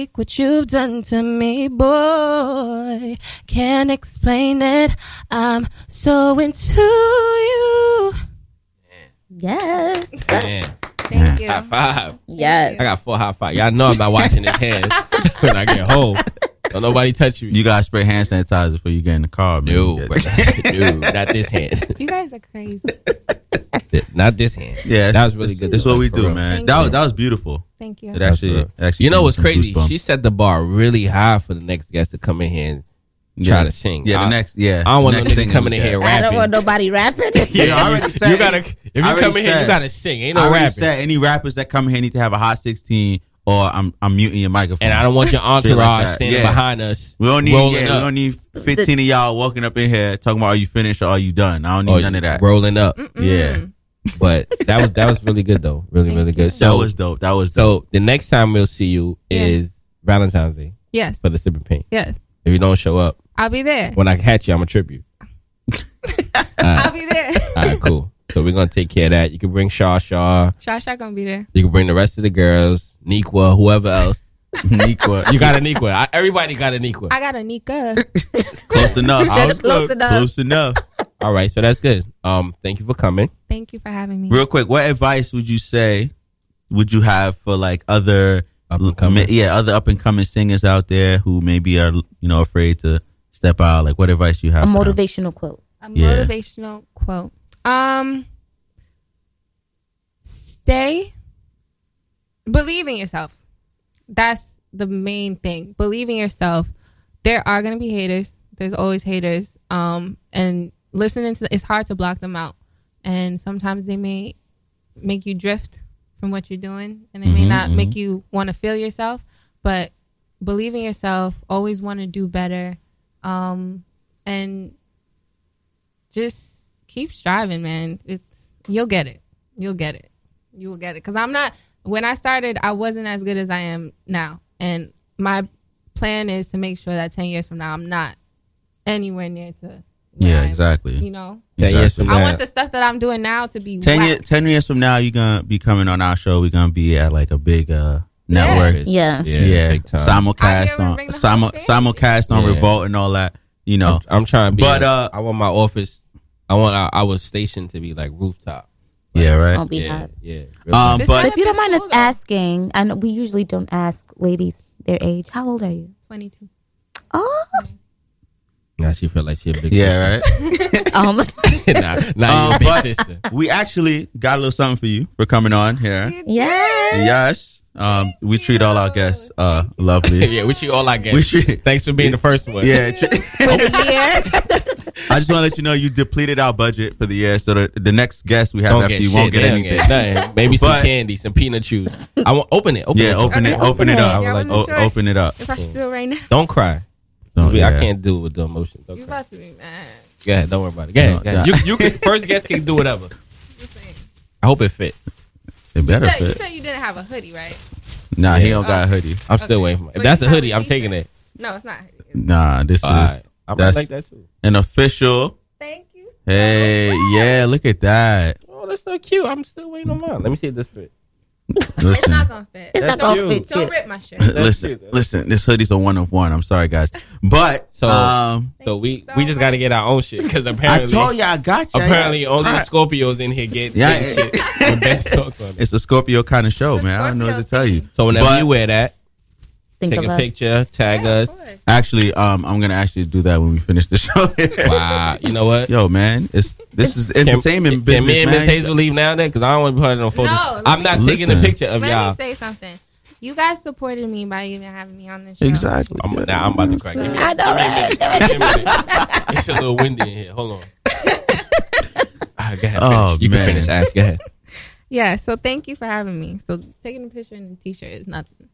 like what you've done to me, boy. Can't explain it. I'm so into you. Yes. Man. Thank you. High five. Yes. I got four high five. Y'all know I'm not watching his hands when I get home. Don't nobody touch you. You gotta spray hand sanitizer before you get in the car, man. Dude, dude, not this hand. You guys are crazy. Not this hand. Yeah, that was really good. That's though, what like, we for do, real. man. That was that was beautiful. Thank you. It actually, it actually. you know gave me what's some crazy? goosebumps. She set the bar really high for the next guest to come in here and Yeah. try to sing. Yeah, the I- next- yeah, I don't want no next nigga singer coming with in that. here I rapping. don't want nobody rapping. Yeah, I already said. You gotta- if you I already come in here, you said- gotta sing. Ain't no I already rapping. Said any rappers that come here need to have a hot sixteen, or I'm I'm muting your microphone. And I don't want your Shit like entourage that. standing Yeah. behind us. We don't need rolling yeah, up. we don't need fifteen of y'all walking up in here talking about are you finished or are you done. I don't need Oh, none of that. Rolling up. Yeah. But that was that was really good though. Really, really good. So That was dope. That was so the next time we'll see you is Valentine's Day. Yes. For the sip and paint. Yes. If you don't show up, I'll be there. when I catch you, I'm gonna trip you. All right. I'll be there. All right, cool. So we're gonna take care of that. You can bring Shaw Shaw. Shasha gonna be there. You can bring the rest of the girls, Nequa, whoever else. Nequa. You got a Nequa. I, everybody got a Nequa. I got a Nika. Close enough. Should've closed it up. Close enough. All right, so that's good. Um, thank you for coming. Thank you for having me. Real quick, what advice would you say would you have for like other coming? yeah, other up and coming singers out there who maybe are you know afraid to step out? Like what advice you have? A for them? motivational quote. A Yeah. motivational quote. Um, stay. Believe in yourself. That's the main thing. Believe in yourself. There are gonna be haters. There's always haters. Um, and listening to it's hard to block them out. And sometimes they may make you drift from what you're doing, and they may Mhm, not mhm. make you want to feel yourself. But believe in yourself. Always want to do better. Um, and just keep striving, man. It's, you'll get it. You'll get it. You will get it. Cause I'm not. When I started, I wasn't as good as I am now, and my plan is to make sure that ten years from now, I'm not anywhere near to. where Yeah, I am, exactly. You know, Ten years Exactly. from I now- want the stuff that I'm doing now to be Ten whack. years, ten years from now, you're gonna be coming on our show. We're gonna be at like a big uh, network. Yeah. yeah, Yeah, big time. Simulcast on simul- simulcast on Yeah. Revolt and all that. You know, I'm, I'm trying to be. But But, uh, I want my office. I want our, our station to be like rooftop. Like, yeah, right. I'll be yeah, hot. yeah. Um, This but- if you don't mind us asking, I know we usually don't ask ladies their age. How old are you? 22. Oh. now she felt like she a big. Yeah, Um, sister. Um. nah, nah, you a big but sister. we actually got a little something for you for coming on here. Yes. Yes. Um, we treat all our guests uh lovely. yeah, we treat all our guests. We treat- Thanks for being the first one. Yeah. tr- I just want to let you know you depleted our budget for the year, so the, the next guest we have Don't after get you shit. won't get They don't anything. nothing. Maybe some But- candy, some peanut juice. I want open it. Open yeah, it. open it, open it up, O- open it up. If I should do it right now, Mm. Don't cry. Don't- We- Oh, yeah. I can't deal with the emotions. Don't you cry. about to be mad. Go ahead. Don't worry about it. Go ahead. No, go ahead. nah. You, you can, first guest can do whatever. I hope it fit. It better you, said, you fit. said you didn't have a hoodie, right? Nah, he don't got a hoodie. I'm still waiting. For it. If that's the hoodie, I'm taking it. No, it's not. Nah, this All is right. I might that's like that too. an official. Thank you. Hey, yeah, look at that. Oh, that's so cute. I'm still waiting on mine. Let me see if this fit. It's not gonna fit. It's not Don't- gonna fit Don't shit. rip my shit. listen, listen. This hoodie's a one of one. I'm sorry, guys, but So, um, so we we just got to get our own shit because I apparently told you I got you. apparently only Crap. Scorpios in here get Yeah, getting shit. with bad talk on it. It's a Scorpio kind of show, man. I don't know what to tell you. So whenever you wear that, Think take of a us. picture, tag us. Actually, um, I'm gonna actually do that when we finish the show. wow, you know what? Yo, man, it's this is entertainment can, business, Can me and man. Miss Hazel leave now then? Because I don't want to put it on photo. No, let I'm me- not taking a Listen. picture of Let y'all. me say something. You guys supported me by even having me on this show. Exactly. I'm, nah, I'm about to crack. Give me, I know, give me a right? minute. Give me a minute. It's a little windy in here. Hold on. Ah, go ahead, Oh, finish. you man. can finish. Ask. Go ahead. Yeah, so thank you for having me. So taking a picture in a t shirt is nothing.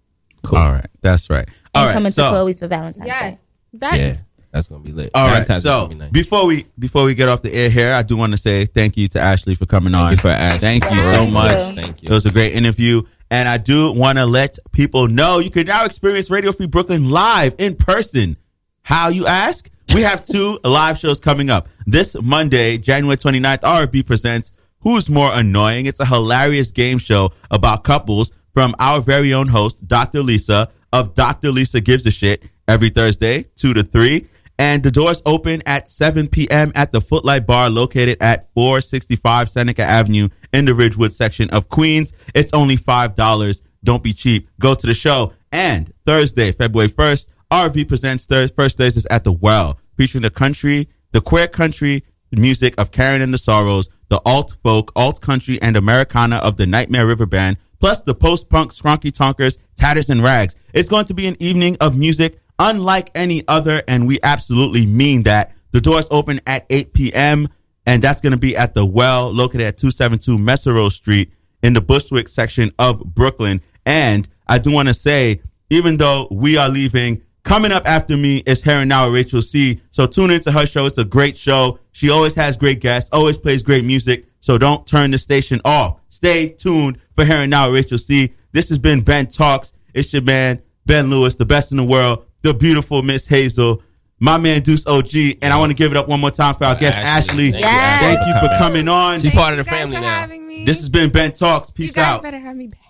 All right, that's right. All And right, coming so to Oh. Chloe's for Valentine's Yes. That Yeah, that's gonna be lit. All right, Valentine's so gonna be nice. before we before we get off the air here, I do want to say thank you to Ashley for coming on. you for asking. Thank you Thank so you. much. Thank you. It was a great interview, and I do want to let people know you can now experience Radio Free Brooklyn live in person. How you ask? We have two live shows coming up this Monday, January 29th. RFB presents Who's More Annoying? It's a hilarious game show about couples from our very own host, Dr. Lisa of Dr. Lisa Gives a Shit every Thursday, 2 to 3. And the doors open at 7 p.m. at the Footlight Bar located at 465 Seneca Avenue in the Ridgewood section of Queens. It's only $5. Don't be cheap. Go to the show. And Thursday, February 1st, RV presents Thurs First Thursdays at the Well, featuring the country, the queer country music of Karen and the Sorrows, the alt folk, alt country, and Americana of the Nightmare River Band, plus the post punk Skronky Tonkers, Tatters and Rags. It's going to be an evening of music unlike any other, and we absolutely mean that. The doors open at 8 p.m., and that's going to be at the Well, located at 272 Messero Street in the Bushwick section of Brooklyn. And I do want to say, even though we are leaving, coming up after me is Here and Now with Rachel C. So tune into her show. It's a great show. She always has great guests, always plays great music. So don't turn the station off. Stay tuned for Here and Now with Rachel C. This has been Ben Talks. It's your man, Ben Lewis, the best in the world, the beautiful Miss Hazel, my man Deuce OG. And I want to give it up one more time for our guest, Ashley. Thank you, Ashley, Thank you for coming on. She's part of the family now. This has been Ben Talks. Peace you guys out. better have me back.